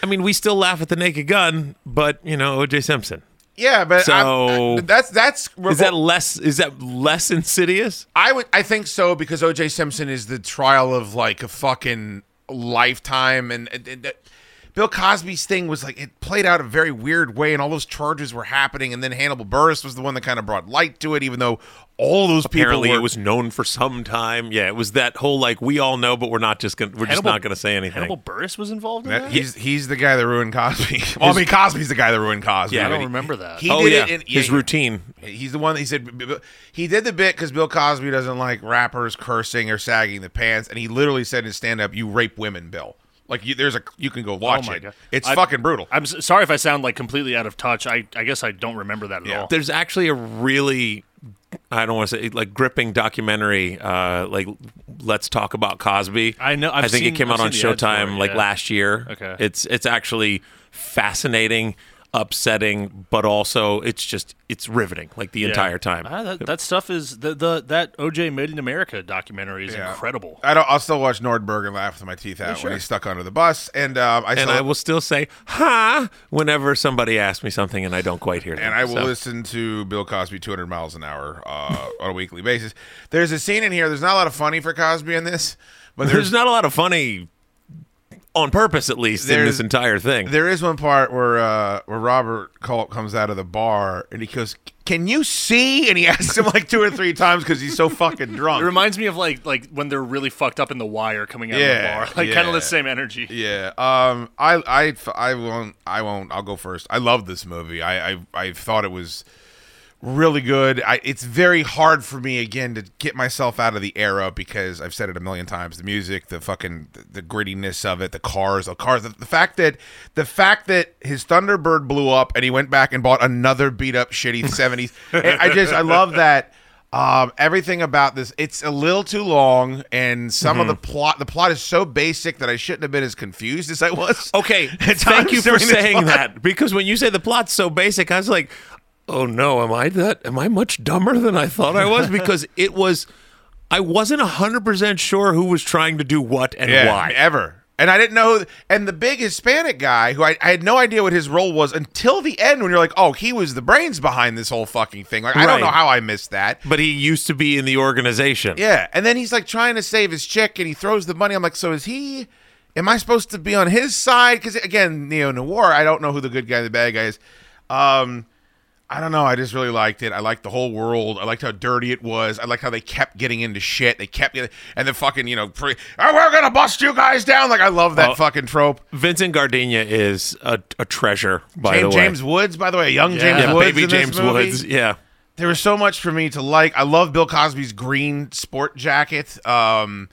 Speaker 8: I mean, we still laugh at the Naked Gun, but you know, O.J. Simpson.
Speaker 6: yeah, but I'm-
Speaker 8: So-
Speaker 6: I- that's that's
Speaker 8: Is that less? Is that less insidious?
Speaker 6: I would I think so because O.J. Simpson is the trial of like a fucking lifetime and. and, and that- Bill Cosby's thing was like it played out a very weird way, and all those charges were happening. And then Hannibal Burris was the one that kind of brought light to it, even though all those people
Speaker 8: Apparently,
Speaker 6: were,
Speaker 8: it was known for some time. Yeah, it was that whole like we all know, but we're not just gonna we're just
Speaker 7: Hannibal-
Speaker 8: not gonna say anything.
Speaker 7: Hannibal Burris was involved in
Speaker 6: That-
Speaker 7: that?
Speaker 6: he's he's the guy that ruined Cosby. Well, I mean, Cosby's the guy that ruined Cosby.
Speaker 8: Yeah, I
Speaker 7: I
Speaker 6: but
Speaker 7: don't
Speaker 6: he-
Speaker 7: remember that.
Speaker 6: He
Speaker 8: oh
Speaker 6: did
Speaker 8: yeah,
Speaker 6: it. In, yeah,
Speaker 8: his routine.
Speaker 6: He's the one. He said b- b- he did the bit because Bill Cosby doesn't like rappers cursing or sagging the pants, and he literally said in stand up, "You rape women, Bill." Like you, there's a you can go watch
Speaker 7: my
Speaker 6: it.
Speaker 7: God.
Speaker 6: It's
Speaker 7: I-
Speaker 6: fucking brutal.
Speaker 7: I'm s- sorry if I sound like completely out of touch. I, I guess I don't remember that at all.
Speaker 8: There's actually a really I don't want to say like gripping documentary. Uh, like let's talk about Cosby.
Speaker 7: I know- I've
Speaker 8: I think
Speaker 7: seen-
Speaker 8: it came
Speaker 7: I've
Speaker 8: out on
Speaker 7: seen the ads for
Speaker 8: Showtime
Speaker 7: it,
Speaker 8: like
Speaker 7: yeah.
Speaker 8: last year.
Speaker 7: Okay.
Speaker 8: It's it's actually fascinating, upsetting, but also it's just it's riveting like the
Speaker 7: Yeah.
Speaker 8: entire time.
Speaker 7: Ah, that, that stuff is the, the that OJ Made in America documentary is
Speaker 6: Yeah.
Speaker 7: incredible.
Speaker 8: Ah,
Speaker 6: I don't. I'll still watch Nordberg and laugh with my teeth out when he's stuck under the bus. And um, I
Speaker 8: and
Speaker 6: still,
Speaker 8: I will still say "ha" whenever somebody asks me something and I don't quite hear. them.
Speaker 6: and I will
Speaker 8: So-
Speaker 6: listen to Bill Cosby 200 miles an hour uh, on a weekly basis. There's a scene in here. There's not a lot of funny for Cosby in this, but
Speaker 8: There's not a lot of funny, on purpose at least, in
Speaker 6: There's-
Speaker 8: this entire thing.
Speaker 6: There is one part where uh, where Robert Culp comes out of the bar and he goes, "Can you see?" And he asks him like two or three times because he's so fucking drunk.
Speaker 7: It reminds me of like like when they're really fucked up in the wire coming out
Speaker 6: Yeah,
Speaker 7: of the bar. Like kind
Speaker 6: yeah.
Speaker 7: of the same energy.
Speaker 6: yeah. Um. I, I. I won't. I won't. I'll go first. I love this movie. I. I. I thought it was really good. I, it's very hard for me again to get myself out of the era because I've said it a million times. The music, the fucking the grittiness of it, the cars, the cars, the, the fact that the fact that his Thunderbird blew up and he went back and bought another beat up shitty seventies. I just I love that. Um, everything about this, it's a little too long, and some of the
Speaker 8: Mm-hmm.
Speaker 6: plot, the plot is so basic that I shouldn't have been as confused as I was.
Speaker 8: Okay,
Speaker 6: At
Speaker 8: thank
Speaker 6: times
Speaker 8: you for
Speaker 6: during this
Speaker 8: saying
Speaker 6: part.
Speaker 8: that because when you say the plot's so basic, I was like, "Oh no, am I that? Am I much dumber than I thought I was?" Because it was, I wasn't hundred percent sure who was trying to do what and
Speaker 6: Yeah,
Speaker 8: why.
Speaker 6: ever. And I didn't know. And the big Hispanic guy, who I, I had no idea what his role was until the end, when you're like, oh, he was the brains behind this whole fucking thing. Like, I
Speaker 8: Right.
Speaker 6: don't know how I missed that.
Speaker 8: But he used to be in the organization.
Speaker 6: Yeah. And then he's like trying to save his chick, and he throws the money. I'm like, so is he? Am I supposed to be on his side? Because again, neo noir. I don't know who the good guy, and the bad guy is. Um, I don't know. I just really liked it. I liked the whole world. I liked how dirty it was. I liked how they kept getting into shit. They kept getting, and the fucking, you know, free, oh, we're going to bust you guys down. Like, I love that
Speaker 8: Well,
Speaker 6: fucking trope.
Speaker 8: Vincent Gardenia is a, a treasure. By
Speaker 6: James,
Speaker 8: the way,
Speaker 6: James Woods, by the way, young
Speaker 7: Yeah.
Speaker 6: James
Speaker 8: yeah,
Speaker 6: Woods.
Speaker 8: baby
Speaker 6: in this
Speaker 8: James
Speaker 6: movie.
Speaker 8: Woods. Yeah.
Speaker 6: There was so much for me to like. I love Bill Cosby's green sport jacket. Um,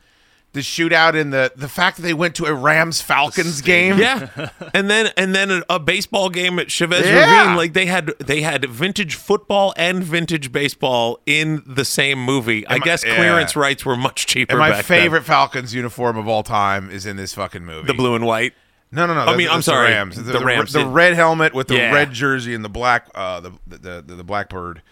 Speaker 6: the shootout and the the fact that they went to a Rams Falcons game.
Speaker 8: Yeah, and then and then a, a baseball game at Chavez
Speaker 6: Yeah.
Speaker 8: Ravine. Like they had they had vintage football and vintage baseball in the same movie. I
Speaker 6: my-
Speaker 8: guess
Speaker 6: yeah.
Speaker 8: clearance rights were much cheaper.
Speaker 6: And my
Speaker 8: back then.
Speaker 6: favorite Falcons uniform of all time is in this fucking movie.
Speaker 8: the blue and white.
Speaker 6: No, no, no.
Speaker 8: I mean,
Speaker 6: that's-
Speaker 8: I'm
Speaker 6: that's
Speaker 8: sorry,
Speaker 6: The Rams.
Speaker 8: the
Speaker 6: The, the-
Speaker 8: Rams.
Speaker 6: the red helmet with the
Speaker 8: Yeah.
Speaker 6: red jersey and the black, uh, the the the, the blackbird.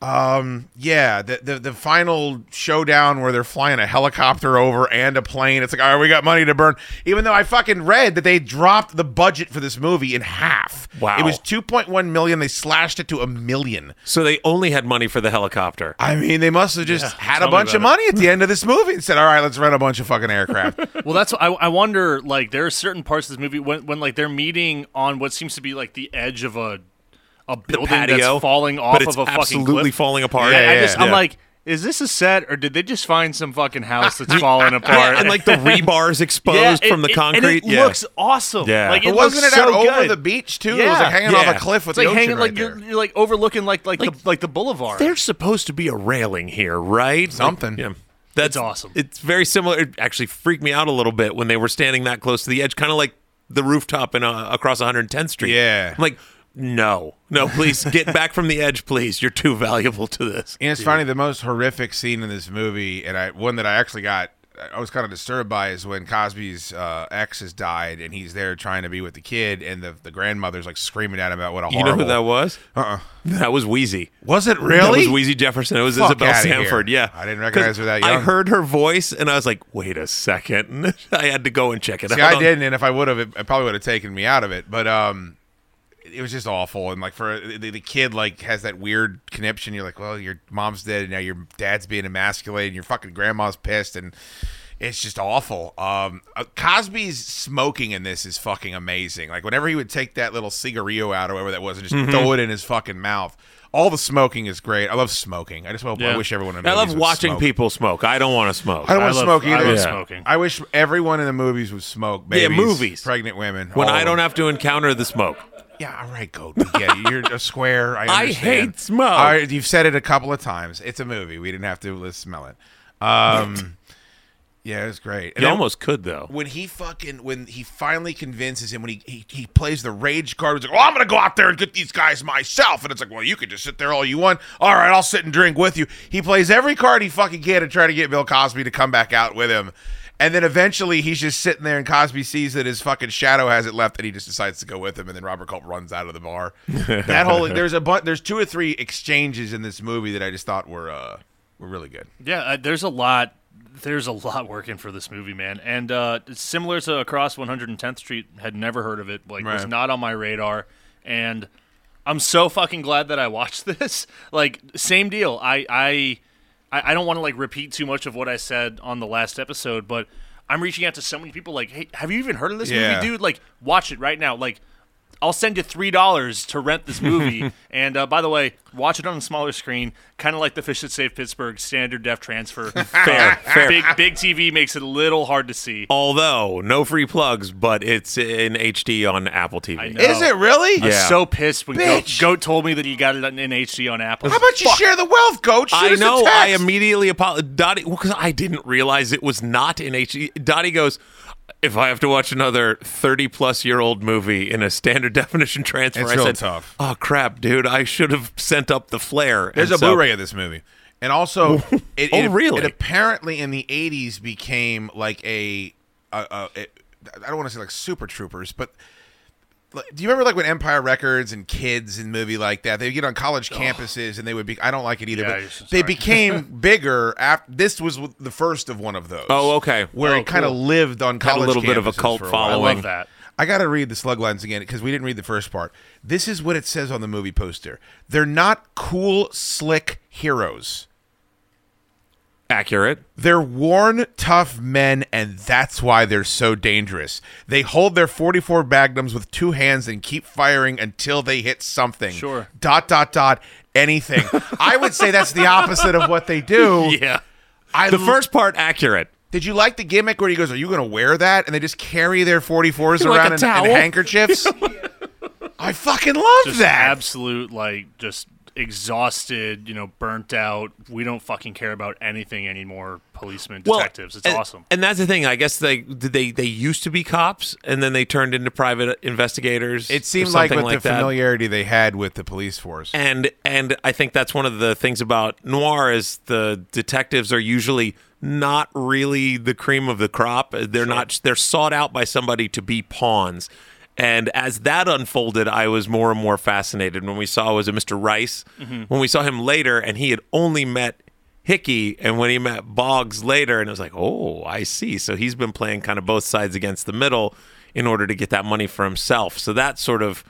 Speaker 6: Um. Yeah. The, the the final showdown where they're flying a helicopter over and a plane. It's like, all right, we got money to burn. Even though I fucking read that they dropped the budget for this movie in half.
Speaker 8: Wow.
Speaker 6: It was 2.1 million. They slashed it to a million.
Speaker 8: So they only had money for the helicopter.
Speaker 6: I mean, they must have just had a
Speaker 7: tell me
Speaker 6: bunch of
Speaker 7: about
Speaker 6: money at the end of this movie and said, all right, let's rent a bunch of fucking aircraft.
Speaker 7: Well, that's I, I wonder. Like there are certain parts of this movie when when like they're meeting on what seems to be like the edge of a a
Speaker 8: The
Speaker 7: building
Speaker 8: patio
Speaker 7: that's falling off
Speaker 8: but it's
Speaker 7: of a fucking
Speaker 8: absolutely
Speaker 7: cliff.
Speaker 8: falling apart.
Speaker 7: I- I,
Speaker 6: yeah,
Speaker 7: just I'm
Speaker 8: yeah.
Speaker 7: like, is this a set or did they just find some fucking house that's falling apart?
Speaker 8: and like the rebars exposed
Speaker 7: Yeah, it-
Speaker 8: from the
Speaker 7: it-
Speaker 8: concrete.
Speaker 7: and it
Speaker 8: yeah.
Speaker 7: looks awesome.
Speaker 8: Yeah.
Speaker 7: like,
Speaker 8: But
Speaker 7: it
Speaker 6: But wasn't it
Speaker 7: looks
Speaker 6: out
Speaker 7: so
Speaker 6: over
Speaker 7: good.
Speaker 6: the beach too? It was
Speaker 7: Yeah.
Speaker 6: like hanging
Speaker 8: Yeah.
Speaker 6: off a cliff with
Speaker 7: It's like
Speaker 6: the ocean
Speaker 7: hanging
Speaker 6: right
Speaker 7: like
Speaker 6: there.
Speaker 7: you're, you're like overlooking like like,
Speaker 8: Like-
Speaker 7: the like the boulevard.
Speaker 8: There's supposed to be a railing here, right?
Speaker 6: Something.
Speaker 8: yeah. That's
Speaker 7: It's awesome.
Speaker 8: It's very similar. It actually freaked me out a little bit when they were standing that close to the edge, kind of like the rooftop in uh, across 110th Street.
Speaker 6: Yeah.
Speaker 8: I'm like, no, no, please get back from the edge, please. You're too valuable to this.
Speaker 6: And it's funny, the most horrific scene in this movie, and I one that I actually got, I was kind of disturbed by, is when Cosby's uh, ex has died, and he's there trying to be with the kid, and the, the grandmother's like screaming at him about what a
Speaker 8: You know
Speaker 6: horrible.
Speaker 8: who that was?
Speaker 6: Uh-uh.
Speaker 8: That was Wheezy.
Speaker 6: Was it
Speaker 8: That was
Speaker 6: really?
Speaker 8: Wheezy Jefferson. It was
Speaker 6: Fuck
Speaker 8: Isabel
Speaker 6: outta here.
Speaker 8: Sanford. Yeah,
Speaker 6: I didn't recognize
Speaker 8: 'Cause
Speaker 6: her that
Speaker 8: I
Speaker 6: young.
Speaker 8: heard her voice and I was like, "Wait a second. I had to go and check it
Speaker 6: See,
Speaker 8: out.
Speaker 6: I didn't, and if I would have, it, it probably would have taken me out of it. But um, it was just awful. And like for the, the kid, like has that weird conniption. You're like, well, your mom's dead, and now your dad's being emasculated, and your fucking grandma's pissed, and it's just awful. Um, uh, Cosby's smoking in this is fucking amazing. Like whenever he would take that little cigarillo out or whatever that was, and just
Speaker 8: Mm-hmm.
Speaker 6: throw it in his fucking mouth. All the smoking is great. I love smoking. I just hope,
Speaker 7: Yeah.
Speaker 6: I wish everyone. In
Speaker 8: I love
Speaker 6: movies would
Speaker 8: watching
Speaker 6: smoke.
Speaker 8: people smoke. I don't want to smoke.
Speaker 6: I don't want
Speaker 7: I
Speaker 6: to
Speaker 7: love-
Speaker 6: smoke either.
Speaker 7: I love
Speaker 8: Yeah.
Speaker 7: smoking.
Speaker 6: I wish everyone in the movies would smoke.
Speaker 8: Yeah,
Speaker 6: Babies,
Speaker 8: movies.
Speaker 6: Pregnant women.
Speaker 8: when
Speaker 6: all
Speaker 8: I
Speaker 6: of
Speaker 8: don't
Speaker 6: them.
Speaker 8: have to encounter the smoke.
Speaker 6: Yeah, all right, Golden. Yeah, you're a square. I,
Speaker 8: I
Speaker 6: understand.
Speaker 8: hate smoke.
Speaker 6: All right, you've said it a couple of times. It's a movie. We didn't have to let's smell it. Um, yeah, it was great. And
Speaker 8: You
Speaker 6: then
Speaker 8: almost could though.
Speaker 6: When he fucking when he finally convinces him when he, he he plays the rage card, he's like, "Well, I'm gonna go out there and get these guys myself." And it's like, "Well, you could just sit there all you want." All right, I'll sit and drink with you. He plays every card he fucking can to try to get Bill Cosby to come back out with him. And then eventually he's just sitting there, and Cosby sees that his fucking shadow has it left, and he just decides to go with him. And then Robert Culp runs out of the bar. that whole there's a bu- there's two or three exchanges in this movie that I just thought were uh were really good.
Speaker 7: Yeah, uh, there's a lot. There's a lot working for this movie, man. And uh, it's similar to Across 110th Street, had never heard of it. Like, was
Speaker 6: Right.
Speaker 7: not on my radar. And I'm so fucking glad that I watched this. Like, same deal. I I I, I don't want to like repeat too much of what I said on the last episode, but I'm reaching out to so many people. Like, hey, have you even heard of this
Speaker 6: Yeah.
Speaker 7: movie, dude? Like, watch it right now. Like. I'll send you three dollars to rent this movie. and uh, by the way, watch it on a smaller screen, kind of like the Fish That Saved Pittsburgh standard def transfer.
Speaker 8: Fair, fair.
Speaker 7: Big big TV makes it a little hard to see.
Speaker 8: Although no free plugs, but it's in HD on Apple TV.
Speaker 7: I know.
Speaker 6: Is it really?
Speaker 7: I'm
Speaker 8: Yeah.
Speaker 7: so pissed when Goat,
Speaker 6: Bitch.
Speaker 7: Goat told me that he got it in HD on Apple.
Speaker 6: How about you share the wealth, coach? Shoot
Speaker 8: I
Speaker 6: us a
Speaker 8: know. I
Speaker 6: text.
Speaker 8: immediately apologized. Well, because I didn't realize it was not in HD. Dottie goes, if I have to watch another 30 plus year old movie in a standard definition transfer,
Speaker 6: It's
Speaker 8: I
Speaker 6: real
Speaker 8: said,
Speaker 6: tough.
Speaker 8: oh, crap, dude. I should have sent up the flare.
Speaker 6: There's
Speaker 8: And
Speaker 6: a
Speaker 8: so-
Speaker 6: Blu-ray of this movie, and also, it, it,
Speaker 8: Oh, really?
Speaker 6: It apparently in the '80s became like a, a, a it, I don't want to say like Super Troopers, but like, do you remember like when Empire Records and Kids and movie like that? They get on college campuses and they would be. I don't like it either,
Speaker 7: Yeah,
Speaker 6: but
Speaker 7: you're so
Speaker 6: they
Speaker 7: sorry.
Speaker 6: became bigger. After this was the first of one of those.
Speaker 8: Oh, okay.
Speaker 6: Where
Speaker 7: Oh,
Speaker 6: it kind of
Speaker 7: cool.
Speaker 6: lived on
Speaker 8: Had a
Speaker 6: college.
Speaker 8: little bit of a
Speaker 6: campuses
Speaker 8: cult
Speaker 6: for a
Speaker 7: I
Speaker 6: while.
Speaker 8: following.
Speaker 7: love that.
Speaker 6: I got to read the slug lines again because we didn't read the first part. This is what it says on the movie poster. They're not cool, slick heroes.
Speaker 8: Accurate.
Speaker 6: They're worn, tough men, and that's why they're so dangerous. They hold their 44 magnums with two hands and keep firing until they hit something.
Speaker 7: Sure.
Speaker 6: Dot, dot, dot, anything. I would say that's the opposite of what they do.
Speaker 8: Yeah.
Speaker 6: I
Speaker 8: The
Speaker 6: l-
Speaker 8: first part, accurate.
Speaker 6: Did you like the gimmick where he goes, Are you going to wear that? And they just carry their 44s
Speaker 8: Like a
Speaker 6: around in- in,
Speaker 8: towel.
Speaker 6: handkerchiefs? I fucking love
Speaker 7: Just
Speaker 6: that.
Speaker 7: absolute like just exhausted, you know, burnt out. We don't fucking care about anything anymore. Policemen, detectives. it's
Speaker 8: and,
Speaker 7: awesome.
Speaker 8: And that's the thing. I guess they did they they used to be cops, and then they turned into private investigators.
Speaker 6: It
Speaker 8: or
Speaker 6: seemed like
Speaker 8: something
Speaker 6: with the
Speaker 8: that.
Speaker 6: familiarity they had with the police force.
Speaker 8: and and I think that's one of the things about noir is the detectives are usually not really the cream of the crop. They're not they're sought out by somebody to be pawns. And as that unfolded, I was more and more fascinated when we saw was it Mr. Rice when we saw him later, and he had only met Hickey, and when he met Boggs later, and it was like, oh, I see. So he's been playing kind of both sides against the middle in order to get that money for himself. So that sort of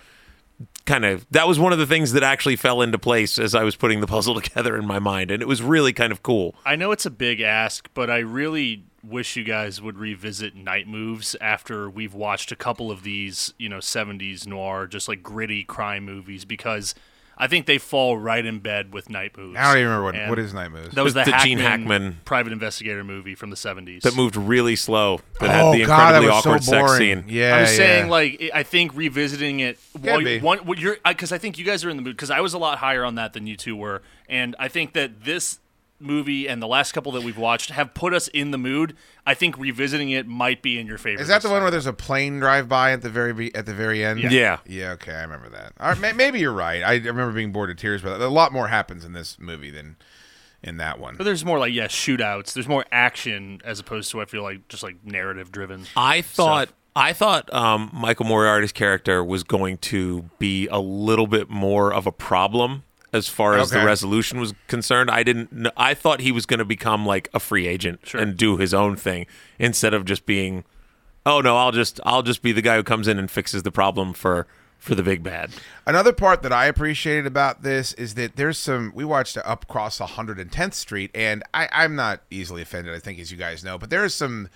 Speaker 8: kind of that was one of the things that actually fell into place as I was putting the puzzle together in my mind, and it was really kind of cool.
Speaker 7: I know it's a big ask, but I really wish you guys would revisit Night Moves after we've watched a couple of these, you know, 70s noir, just like gritty crime movies, because I think they fall right in bed with Night Moves.
Speaker 6: I don't even remember what,
Speaker 7: And
Speaker 6: what is night moves.
Speaker 7: That was the,
Speaker 8: With the Gene Hackman-
Speaker 7: private investigator movie from the 70s.
Speaker 8: That moved really slow. That
Speaker 6: oh
Speaker 8: had the
Speaker 6: god, that
Speaker 8: incredibly
Speaker 6: was
Speaker 8: awkward
Speaker 6: so
Speaker 8: sex
Speaker 6: boring.
Speaker 8: scene.
Speaker 6: Yeah,
Speaker 7: I'm saying
Speaker 6: yeah.
Speaker 7: like I- I think revisiting it while
Speaker 6: be.
Speaker 7: you, one, what you're because I think you guys are in the mood because I was a lot higher on that than you two were, and I think that this movie and the last couple that we've watched have put us in the mood, I think revisiting it might be in your favor.
Speaker 6: Is that the one where there's a plane drive by at the very be- at the very end?
Speaker 7: Yeah. Yeah.
Speaker 6: Yeah. Okay, I remember that. All right, may- maybe you're right. I remember being bored to tears, but a lot more happens in this movie than in that one.
Speaker 7: But there's more like yeah shootouts. There's more action as opposed to I feel like just like narrative driven.
Speaker 8: I thought I thought um, Michael Moriarty's character was going to be a little bit more of a problem as far as
Speaker 6: Okay.
Speaker 8: the resolution was concerned. I didn't. kn- I thought he was going to become like a free agent and do his own thing instead of just being. Oh no! I'll just I'll just be the guy who comes in and fixes the problem for for the big bad.
Speaker 6: Another part that I appreciated about this is that there's some. We watched Up Across 110th Street, and I, I'm not easily offended. I think, as you guys know, but there is some.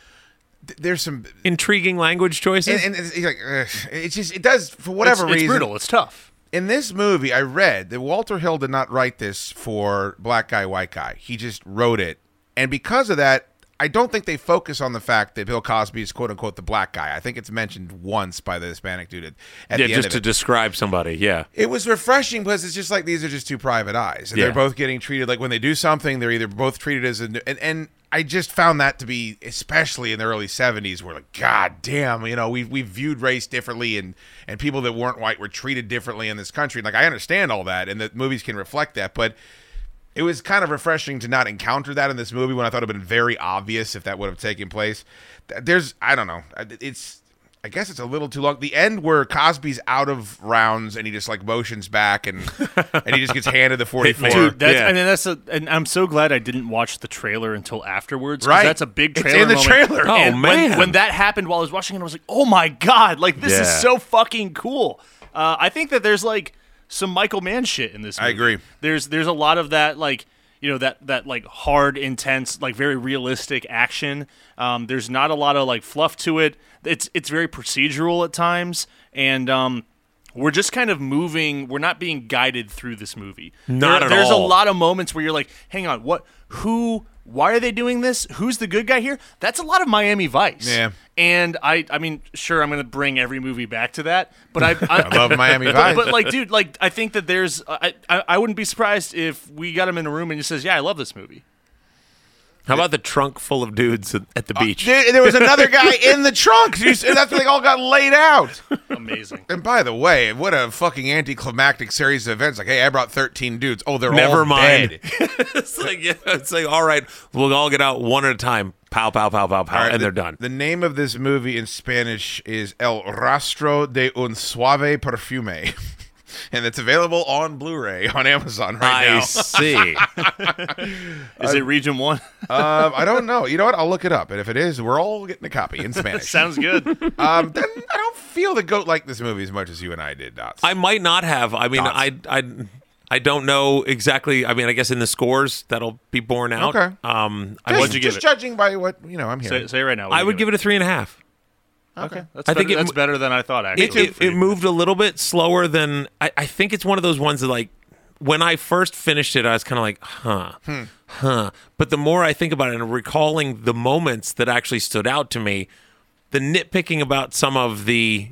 Speaker 6: th- There's some
Speaker 8: intriguing language choices,
Speaker 6: and, and it's, it's like ugh, it's just it does for whatever
Speaker 7: It's- it's
Speaker 6: reason.
Speaker 7: brutal, It's tough.
Speaker 6: In this movie, I read that Walter Hill did not write this for black guy, white guy. He just wrote it, and because of that, I don't think they focus on the fact that Bill Cosby is quote unquote the black guy. I think it's mentioned once by the Hispanic dude at, at
Speaker 8: yeah,
Speaker 6: the end
Speaker 8: just
Speaker 6: of
Speaker 8: to
Speaker 6: it.
Speaker 8: describe somebody. Yeah,
Speaker 6: It was refreshing because it's just like these are just two private eyes, and
Speaker 8: Yeah.
Speaker 6: they're both getting treated like when they do something, they're either both treated as a and and I just found that to be especially in the early '70s, where like God damn, you know, we we viewed race differently, and and people that weren't white were treated differently in this country. Like I understand all that, and that movies can reflect that, but it was kind of refreshing to not encounter that in this movie when I thought it would have been very obvious if that would have taken place. Th- There's, I don't know. I- It's, I guess it's a little too long. The end where Cosby's out of rounds and he just like motions back and and he just gets handed the 44.
Speaker 7: Dude, that's, I mean, that's a, and I'm so glad I didn't watch the trailer until afterwards. 'cause
Speaker 6: Right.
Speaker 7: that's a big
Speaker 6: It's
Speaker 7: trailer.
Speaker 6: in the
Speaker 7: moment.
Speaker 6: trailer.
Speaker 8: Oh,
Speaker 7: And when-
Speaker 8: man.
Speaker 7: when that happened while I was watching it, I was like, oh my god, like this
Speaker 8: Yeah.
Speaker 7: is so fucking cool. Uh, I think that there's like some Michael Mann shit in this. Movie.
Speaker 6: I agree.
Speaker 7: There's there's a lot of that like you know that that like hard, intense, like very realistic action. Um, there's not a lot of like fluff to it. It's it's very procedural at times, and um, we're just kind of moving. We're not being guided through this movie.
Speaker 8: Not
Speaker 7: There-
Speaker 8: at
Speaker 7: there's
Speaker 8: all.
Speaker 7: a lot of moments where you're like, hang on, what? Who? Why are they doing this? Who's the good guy here? That's a lot of Miami Vice.
Speaker 6: Yeah.
Speaker 7: And I, I mean, sure, I'm gonna bring every movie back to that, but I, I,
Speaker 6: I love Miami
Speaker 7: but-
Speaker 6: Vice.
Speaker 7: But, like, dude, like, I think that there's, I, I, I wouldn't be surprised if we got him in a room and he says, "Yeah, I love this movie."
Speaker 8: How about the trunk full of dudes at
Speaker 6: Uh,
Speaker 8: at the beach?
Speaker 6: Dude, there was another guy in the trunk. You s- That's when they all got laid out.
Speaker 7: Amazing.
Speaker 6: And by the way, what a fucking anticlimactic series of events. Like, hey, I brought 13 dudes. Oh, they're
Speaker 8: Never
Speaker 6: all
Speaker 8: mind.
Speaker 6: dead.
Speaker 8: it's like yeah, it's like all right, we'll all get out one at a time. Pow, pow, pow, pow, pow,
Speaker 6: All right,
Speaker 8: and
Speaker 6: the-
Speaker 8: they're done.
Speaker 6: The name of this movie in Spanish is El Rastro de un Suave Perfume. And it's available on Blu-ray on Amazon right
Speaker 8: I
Speaker 6: now.
Speaker 8: see.
Speaker 7: Is it Region One?
Speaker 6: um, I don't know. You know what? I'll look it up, and if it is, we're all getting a copy in Spanish.
Speaker 7: Sounds good.
Speaker 6: um, then I don't feel the goat like this movie as much as you and I did. Dots.
Speaker 8: I might not have. I mean, I, I, I don't know exactly. I mean, I guess in the scores that'll be borne out.
Speaker 6: Okay.
Speaker 8: Um, I
Speaker 6: just,
Speaker 8: would,
Speaker 7: you give
Speaker 6: just
Speaker 7: it?
Speaker 6: judging by what you know, I'm
Speaker 7: say,
Speaker 6: here.
Speaker 7: say it right now.
Speaker 8: I would give it a three and a half.
Speaker 7: Okay. That's
Speaker 8: I
Speaker 7: better,
Speaker 8: think it
Speaker 7: that's
Speaker 8: mo-
Speaker 7: better than I thought. Actually,
Speaker 8: It, it,
Speaker 7: for you.
Speaker 8: it moved a little bit slower than I, I think it's one of those ones that like when I first finished it, I was kind of like, huh, huh. But the more I think about it and recalling the moments that actually stood out to me, the nitpicking about some of the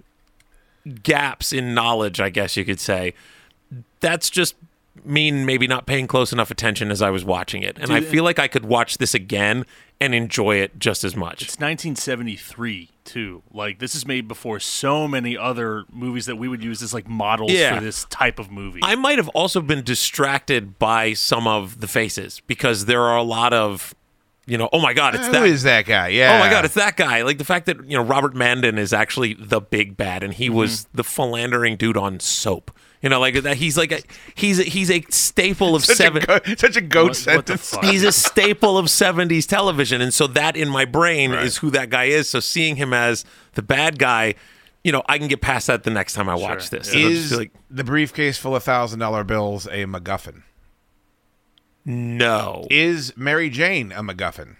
Speaker 8: gaps in knowledge, I guess you could say, that's just mean maybe not paying close enough attention as I was watching it. And I feel like I could watch this again and enjoy it just as much.
Speaker 7: It's 1973 too. Like this is made before so many other movies that we would use as like models
Speaker 8: Yeah.
Speaker 7: for this type of movie.
Speaker 8: I might have also been distracted by some of the faces because there are a lot of, you know, oh my god, it's that.
Speaker 6: Eh, Who is that guy? Yeah.
Speaker 8: Oh my god, it's that guy. Like the fact that you know Robert Mandan is actually the big bad, and he
Speaker 6: Mm-hmm.
Speaker 8: was the philandering dude on Soap. You know, like that. He's like a, he's a, he's a staple of
Speaker 6: such
Speaker 8: seven.
Speaker 6: a goat, such a goat
Speaker 7: what, what the
Speaker 6: sentence.
Speaker 7: fuck?
Speaker 8: He's a staple of 70s television. And so that in my brain is who that guy is. So seeing him as the bad guy, you know, I can get past that the next time I watch this. It'll just
Speaker 6: Is
Speaker 8: be like,
Speaker 6: the briefcase full of thousand dollar bills a MacGuffin?
Speaker 8: no,
Speaker 6: Is Mary Jane a MacGuffin?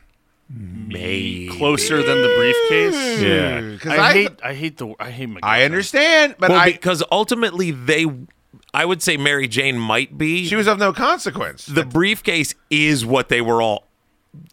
Speaker 8: maybe.
Speaker 7: Closer than the briefcase.
Speaker 8: Yeah.
Speaker 6: 'Cause
Speaker 7: I,
Speaker 6: I-
Speaker 7: hate. I hate the. I hate. MacGuffin.
Speaker 6: I understand, but
Speaker 8: Well,
Speaker 6: I
Speaker 8: because ultimately they, I would say Mary Jane might be.
Speaker 6: she was of no consequence.
Speaker 8: the briefcase is what they were all.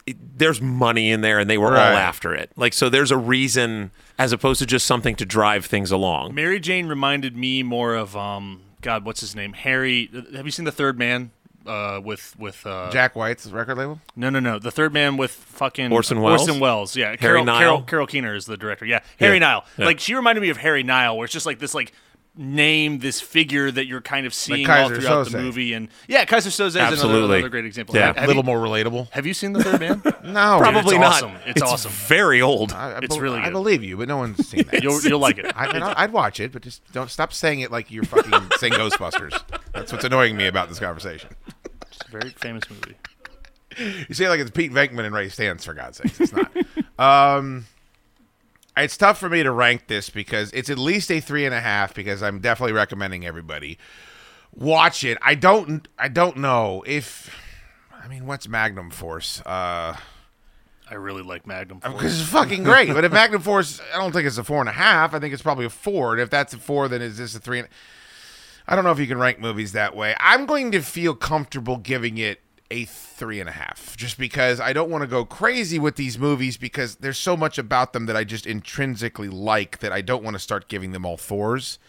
Speaker 8: it- there's money in there, and they were
Speaker 6: Right.
Speaker 8: all after it. Like so, there's a reason as opposed to just something to drive things along.
Speaker 7: uh, Mary Jane reminded me more of um. God, what's his name? Harry. Have you seen the Third Man? uh, with with uh,
Speaker 6: Jack White's record label.
Speaker 7: No, no, no. The third man with fucking
Speaker 8: Orson Welles?
Speaker 7: Orson Welles, yeah.
Speaker 8: Harry
Speaker 7: Carol,
Speaker 8: Nile?
Speaker 7: Carol, Carol Keener is the director. Yeah, Harry
Speaker 8: Yeah.
Speaker 7: Nile.
Speaker 8: Yeah.
Speaker 7: Like she reminded me of Harry Nile, where it's just like this like name, this figure that you're kind of seeing all
Speaker 6: Kaiser
Speaker 7: throughout the
Speaker 6: Soze.
Speaker 7: movie, and yeah, Kaiser Soze is another,
Speaker 8: Absolutely.
Speaker 7: another great example.
Speaker 8: Yeah.
Speaker 7: Have- have
Speaker 6: A little
Speaker 7: you-
Speaker 6: more relatable.
Speaker 7: Have you seen the third man?
Speaker 6: No,
Speaker 7: Probably
Speaker 8: Probably
Speaker 7: it's
Speaker 8: not.
Speaker 7: awesome. It's awesome.
Speaker 8: Very old.
Speaker 6: I, I
Speaker 7: It's
Speaker 6: bel-
Speaker 7: really
Speaker 6: I
Speaker 7: good.
Speaker 6: believe you, but no one's seen that.
Speaker 7: You'll you'll like it.
Speaker 6: I mean, I'd watch it, but just don't stop saying it like you're fucking saying Ghostbusters. That's what's annoying me about this conversation.
Speaker 7: It's a very famous movie.
Speaker 6: You say it like it's Pete Venkman and Ray Stantz for God's sakes. It's not. um, it's tough for me to rank this because it's at least a three and a half because I'm definitely recommending everybody watch it. I don't. I don't know if. I mean, what's Magnum Force? Uh,
Speaker 7: I really like Magnum. Force.
Speaker 6: because it's fucking great. But if Magnum Force, I don't think it's a four and a half. I think it's probably a four. And if that's a four, then is this a three? And, I don't know if you can rank movies that way. I'm going to feel comfortable giving it a three and a half, just because I don't want to go crazy with these movies because there's so much about them that I just intrinsically like that I don't want to start giving them all fours.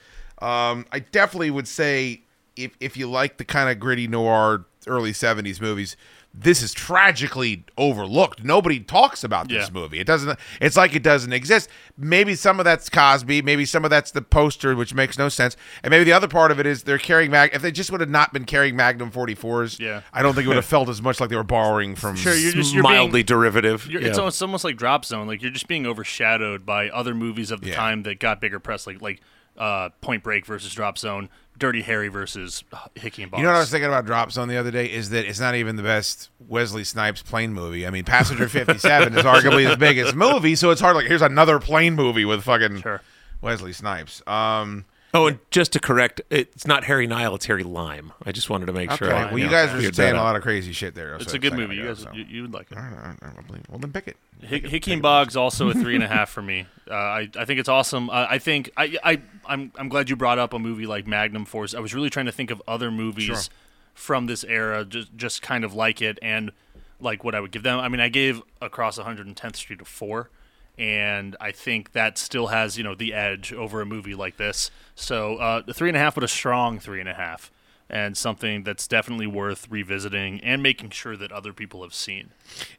Speaker 6: Um, I definitely would say if if you like the kind of gritty noir early '70s movies, this is tragically overlooked. Nobody talks about this
Speaker 7: Yeah.
Speaker 6: movie. It doesn't. It's like it doesn't exist. Maybe some of that's Cosby. Maybe some of that's the poster, which makes no sense. And maybe the other part of it is they're carrying mag. If they just would have not been carrying Magnum 44s,
Speaker 7: Yeah.
Speaker 6: I don't think it would have felt as much like they were borrowing from.
Speaker 7: Sure, you're just you're being-
Speaker 8: Mildly derivative.
Speaker 7: You're,
Speaker 8: Yeah.
Speaker 7: it's, almost, it's almost like Drop Zone. Like you're just being overshadowed by other movies of the
Speaker 6: Yeah.
Speaker 7: time that got bigger press, like like uh, Point Break versus Drop Zone, Dirty Harry versus Hickey and Boss.
Speaker 6: You know what I was thinking about Drop Zone the other day is that it's not even the best Wesley Snipes plane movie. I mean, Passenger 57 is arguably his biggest movie, so it's hard. Like, here's another plane movie with fucking
Speaker 7: Sure.
Speaker 6: Wesley Snipes. Um,
Speaker 8: Oh, and just to correct, it's not Harry Nile, it's Harry Lime. I just wanted to make sure.
Speaker 6: okay,
Speaker 8: I,
Speaker 6: well, you
Speaker 8: you know,
Speaker 6: guys were
Speaker 8: figured
Speaker 6: saying
Speaker 8: that
Speaker 6: a
Speaker 8: out.
Speaker 6: lot of crazy shit there.
Speaker 7: It's
Speaker 6: so
Speaker 7: a good
Speaker 6: second
Speaker 7: movie. You
Speaker 6: ago,
Speaker 7: guys,
Speaker 6: so.
Speaker 7: you, you would like it.
Speaker 6: I don't- I don't- I don't believe- Well, then pick it.
Speaker 7: Hick- Hickey and Boggs also a three and a half for me. Uh, I I think it's awesome. Uh, I think I I I'm I'm glad you brought up a movie like Magnum Force. I was really trying to think of other movies from this era, just just kind of like it and like what I would give them. I mean, I gave Across 110th Street a four, and I think that still has you know the edge over a movie like this. So uh, the three and a half, but a strong three and a half. And something that's definitely worth revisiting and making sure that other people have seen.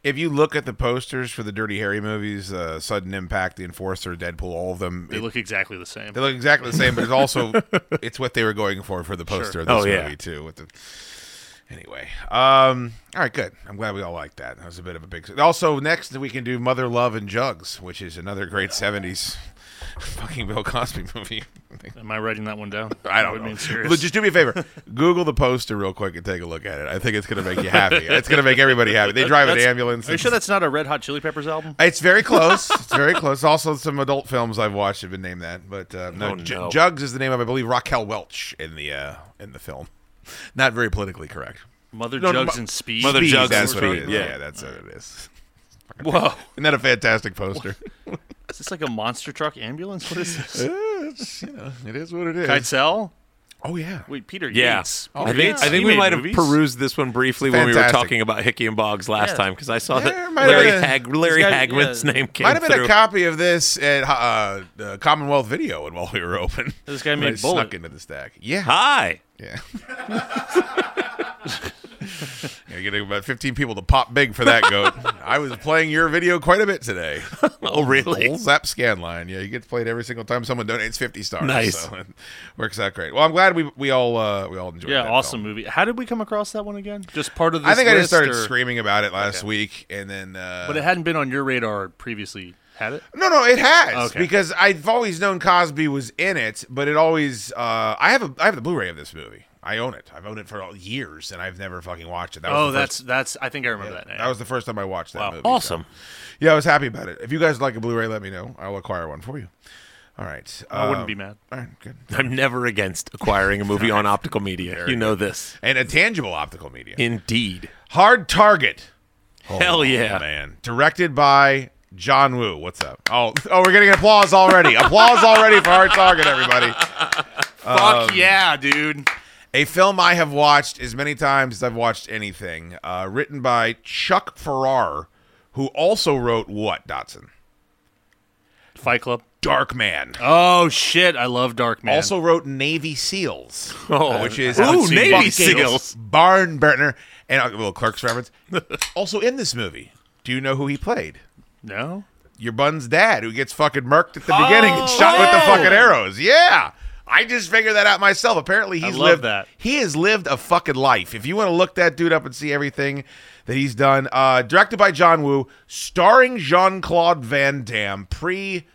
Speaker 6: If you look at the posters for the Dirty Harry movies, uh, Sudden Impact, The Enforcer, Deadpool, all of them,
Speaker 7: They
Speaker 6: it-
Speaker 7: look exactly the same.
Speaker 6: They look exactly the same, but it's also it's what they were going for for the poster of this
Speaker 8: Oh, yeah.
Speaker 6: movie too. With the anyway, um, all right, good. I'm glad we all liked that. That was a bit of a big. Also, next we can do Mother Love and Jugs, which is another great '70s fucking Bill Cosby movie.
Speaker 7: Am I writing that one down?
Speaker 6: I don't
Speaker 7: would
Speaker 6: know.
Speaker 7: mean serious.
Speaker 6: Look, Just do me a favor. Google the poster real quick and take a look at it. I think it's gonna make you happy. It's gonna make everybody happy. They drive an
Speaker 7: That's-
Speaker 6: ambulance.
Speaker 7: Are you sure that's not a Red Hot Chili Peppers album?
Speaker 6: It's very close. It's very close. Also, some adult films I've watched have been named that, but uh, no,
Speaker 8: Oh,
Speaker 6: J-
Speaker 8: no.
Speaker 6: Jugs is the name of I believe Raquel Welch in the uh, in the film. Not very politically correct.
Speaker 7: Mother
Speaker 6: No, no,
Speaker 7: Jugs
Speaker 6: Mo-
Speaker 7: and Speed.
Speaker 8: Mother
Speaker 6: Speed,
Speaker 8: Jugs
Speaker 6: that's
Speaker 8: and
Speaker 6: what it is.
Speaker 8: Speed, yeah.
Speaker 6: yeah, that's what it is.
Speaker 7: Whoa.
Speaker 6: Isn't that a fantastic poster?
Speaker 7: Is this like a monster truck ambulance? What is this?
Speaker 6: It's, you know, it is what it is.
Speaker 7: Keitel?
Speaker 6: oh yeah,
Speaker 7: Wait, Peter
Speaker 8: Yeah.
Speaker 7: Yates.
Speaker 8: I
Speaker 7: Peter
Speaker 8: think,
Speaker 7: Yates,
Speaker 8: I think
Speaker 7: he
Speaker 8: we
Speaker 7: made
Speaker 8: might have
Speaker 7: movies?
Speaker 8: perused this one briefly when we were
Speaker 6: Oh, Fantastic.
Speaker 8: talking about Hickey and Boggs last
Speaker 7: Yeah.
Speaker 8: time because I saw
Speaker 6: There
Speaker 8: that
Speaker 6: might have
Speaker 8: Larry,
Speaker 6: been a-
Speaker 8: Hag- Larry
Speaker 7: He's got-
Speaker 8: Hagman's
Speaker 7: yeah.
Speaker 8: name came
Speaker 6: might have been
Speaker 8: through.
Speaker 6: a copy of this at uh, uh, Commonwealth Video when while we were open.
Speaker 7: This guy
Speaker 6: When
Speaker 7: made
Speaker 6: I snuck
Speaker 7: Bullet.
Speaker 6: into the stack. Yeah,
Speaker 8: Hi.
Speaker 6: Yeah. You're getting about 15 people to pop big for that goat. I was playing your video quite a bit today.
Speaker 8: Oh, really?
Speaker 6: Old Zap Scan line. Yeah, you get played every single time someone donates 50 stars.
Speaker 8: Nice.
Speaker 6: So it works out great. Well, I'm glad we, we all uh, we all enjoyed
Speaker 7: Yeah,
Speaker 6: that
Speaker 7: awesome
Speaker 6: film.
Speaker 7: movie. How did we come across that one again? Just part of this
Speaker 6: I think I just
Speaker 7: list,
Speaker 6: started
Speaker 7: or-
Speaker 6: screaming about it last week, and then uh,
Speaker 7: But it hadn't been on your radar previously, had it?
Speaker 6: No, no, it has
Speaker 7: Okay.
Speaker 6: because I've always known Cosby was in it, but it always uh, I have a I have the Blu-ray of this movie. I own it. I've owned it for years, and I've never fucking watched it. That was
Speaker 7: Oh,
Speaker 6: the first-
Speaker 7: that's that's. I think I remember that name.
Speaker 6: That was the first time I watched that
Speaker 7: Wow.
Speaker 6: movie. so-
Speaker 8: Awesome.
Speaker 6: Yeah, I was happy about it. If you guys like a Blu-ray, let me know. I'll acquire one for you. All right.
Speaker 7: I wouldn't
Speaker 6: um,
Speaker 7: be mad.
Speaker 6: All right, good.
Speaker 8: I'm never against acquiring a movie on optical media. You know this.
Speaker 6: And a tangible optical media.
Speaker 8: Indeed.
Speaker 6: Hard Target.
Speaker 8: Hell yeah.
Speaker 6: Oh, man. Directed by John Woo. What's up? Oh, oh, we're getting applause already. applause already for Hard Target, everybody. um,
Speaker 7: Fuck yeah, dude.
Speaker 6: A film I have watched as many times as I've watched anything. Uh, written by Chuck Farrar, who also wrote what, Dotson?
Speaker 7: Fight Club.
Speaker 6: Dark Man.
Speaker 7: Oh shit! I love Dark Man.
Speaker 6: Also wrote Navy SEALs, Uh,
Speaker 8: Oh.
Speaker 6: which is
Speaker 8: Ooh,
Speaker 6: Haven't seen
Speaker 8: Navy
Speaker 6: Buck
Speaker 8: Seals.
Speaker 6: barn burner, and a little Clerks reference. also in this movie, do you know who he played?
Speaker 7: no.
Speaker 6: Your bun's dad, who gets fucking murked at the beginning
Speaker 7: Oh,
Speaker 6: and shot with the fucking arrows. Yeah, I just figured that out myself. Apparently, he's
Speaker 7: love
Speaker 6: lived
Speaker 7: that.
Speaker 6: He has lived a fucking life. If you want to look that dude up and see everything that he's done, uh, directed by John Woo, starring Jean Claude Van Damme, pre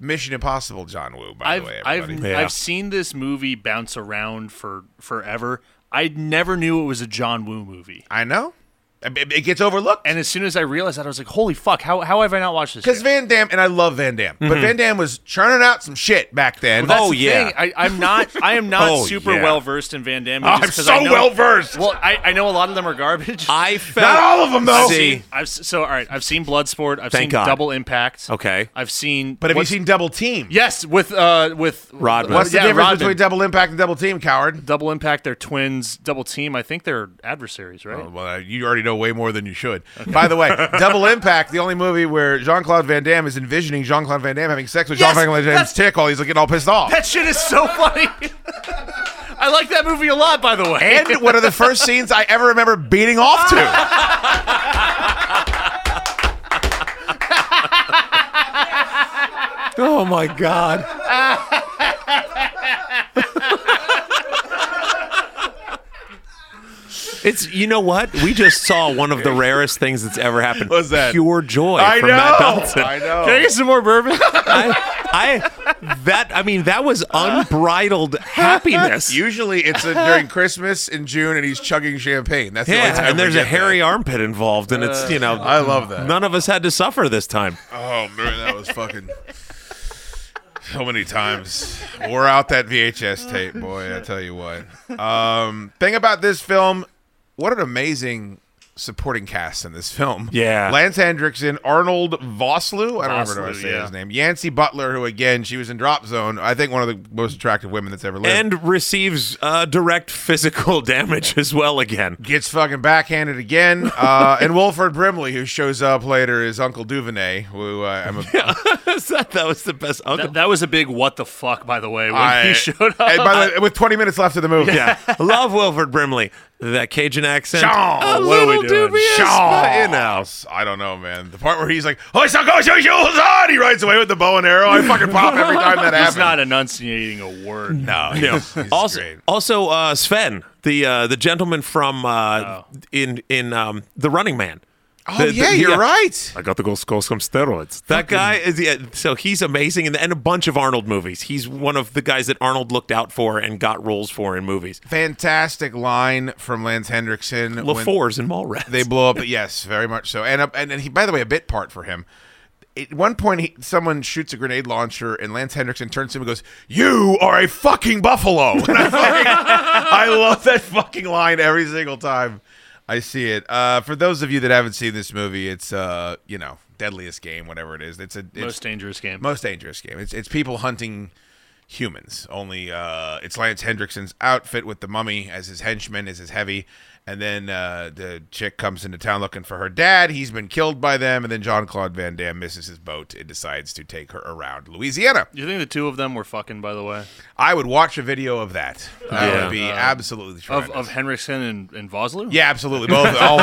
Speaker 6: Mission Impossible John Woo. By
Speaker 7: I've
Speaker 6: the way,
Speaker 7: I've
Speaker 6: everybody.
Speaker 8: Yeah.
Speaker 7: I've seen this movie bounce around for forever. I never knew it was a John Woo movie,
Speaker 6: I know. It, it gets overlooked.
Speaker 7: and as soon as I realized that, I was like, "Holy fuck! How how have I not watched this?"
Speaker 6: Because
Speaker 7: yet?
Speaker 6: Van Damme, and I love Van Damme, but Van Damme was churning out some shit back then.
Speaker 7: Mm-hmm. That's
Speaker 8: Oh,
Speaker 7: the
Speaker 8: yeah.
Speaker 7: thing. I, I'm not. I am not
Speaker 8: Oh,
Speaker 7: super
Speaker 8: yeah.
Speaker 7: well versed in Van Damme.
Speaker 6: I'm
Speaker 7: movies 'cause
Speaker 6: so
Speaker 7: I know-
Speaker 6: well-versed.
Speaker 7: Well, I, I know a lot of them are garbage.
Speaker 8: I felt
Speaker 6: Oh, Not all of them, though.
Speaker 8: See,
Speaker 7: I've s- so all right. I've seen Bloodsport. I've
Speaker 8: Thank
Speaker 7: seen
Speaker 8: God.
Speaker 7: Double Impact.
Speaker 8: Okay.
Speaker 7: I've seen.
Speaker 6: but have
Speaker 7: what's-
Speaker 6: you seen Double Team?
Speaker 7: Yes, with uh with
Speaker 8: Rodman.
Speaker 6: What's the
Speaker 7: yeah,
Speaker 6: difference
Speaker 7: Rodman.
Speaker 6: between Double Impact and Double Team, coward?
Speaker 7: Double Impact? They're twins. Double Team. I think they're adversaries, right?
Speaker 6: Oh, well, you already know way more than you should. By the way, Double Impact, the only movie where Jean Claude Van Damme is envisioning Jean Claude Van Damme having sex with
Speaker 7: Yes,
Speaker 6: Jean Claude Van Damme's
Speaker 7: that's-
Speaker 6: tick while he's like, getting all pissed off.
Speaker 7: That shit is so funny. I like that movie a lot, by the way.
Speaker 6: And one of the first scenes I ever remember beating off to.
Speaker 8: oh my god. It's you know what we just saw one of the rarest things that's ever happened.
Speaker 6: What's that?
Speaker 8: Pure joy
Speaker 6: I
Speaker 8: from
Speaker 6: know.
Speaker 8: Matt Donaldson.
Speaker 6: I know.
Speaker 7: Can I get some more bourbon?
Speaker 8: I, I that I mean that was unbridled happiness.
Speaker 6: Usually it's uh during Christmas in June and he's chugging champagne. That's the only time
Speaker 8: yeah, and
Speaker 6: we
Speaker 8: there's a
Speaker 6: get that.
Speaker 8: hairy armpit involved, and it's you know
Speaker 6: I love that.
Speaker 8: none of us had to suffer this time.
Speaker 6: Oh man, that was fucking so many times. Wore out that VHS tape,
Speaker 8: Oh,
Speaker 6: boy. I tell you what. Um, thing about this film, what an amazing supporting cast in this film.
Speaker 8: Yeah.
Speaker 6: Lance Hendrickson, Arnold Vosloo. I don't remember how to
Speaker 7: Vosloo,
Speaker 6: say
Speaker 7: yeah.
Speaker 6: his name. Yancy Butler, who again, she was in Drop Zone. I think one of the most attractive women that's ever lived.
Speaker 8: And receives uh, direct physical damage as well again.
Speaker 6: gets fucking backhanded again. Uh, and Wilford Brimley, who shows up later, is Uncle Duvernay, who uh, I'm a
Speaker 8: that, that was the best uncle.
Speaker 7: that, that was a big what the fuck, by the way, when
Speaker 6: I-
Speaker 7: he showed up.
Speaker 6: and by the way, with 20 minutes left of the movie.
Speaker 8: yeah, love Wilford Brimley. That Cajun accent.
Speaker 6: Shaw,
Speaker 8: a
Speaker 7: what are we
Speaker 8: little
Speaker 7: doing?
Speaker 8: dubious, but, you know.
Speaker 6: I don't know, man. The part where he's like, "Oh, it's not going to shoot on," he rides away with the bow and arrow. I fucking pop every time that happens.
Speaker 7: He's not enunciating a word.
Speaker 6: no,
Speaker 8: No.
Speaker 6: he's- he's
Speaker 8: also,
Speaker 6: great.
Speaker 8: also uh, Sven, the uh, the gentleman from uh, in in um, the Running Man.
Speaker 6: Oh
Speaker 8: The- the-
Speaker 6: yeah, you're right.
Speaker 8: I got to go score some steroids. That guy is yeah, so he's amazing, and, and a bunch of Arnold movies. He's one of the guys that Arnold looked out for and got roles for in movies.
Speaker 6: Fantastic line from Lance Hendrickson. when
Speaker 8: LaFours and Mallrats.
Speaker 6: They blow up. Yes, very much so. And uh, and, and he, by the way, a bit part for him. At one point, he, someone shoots a grenade launcher, and Lance Hendrickson turns to him and goes, "You are a fucking buffalo." And I, fucking- I love that fucking line every single time I see it. Uh, for those of you that haven't seen this movie, it's uh, you know, deadliest game, whatever it is. It's a it's,
Speaker 7: Most dangerous game.
Speaker 6: most dangerous game. It's it's people hunting humans. Only uh, it's Lance Hendrickson's outfit with the mummy as his henchman is his heavy, and then uh, the chick comes into town looking for her dad. He's been killed by them, and then John Claude Van Damme misses his boat and decides to take her around Louisiana.
Speaker 7: you think the two of them were fucking, by the way?
Speaker 6: I would watch a video of that. That
Speaker 8: Yeah.
Speaker 6: would be absolutely
Speaker 7: Uh, Of,
Speaker 6: tremendous.
Speaker 7: of Henriksen and, and Vosloo?
Speaker 6: yeah, absolutely. Both. all,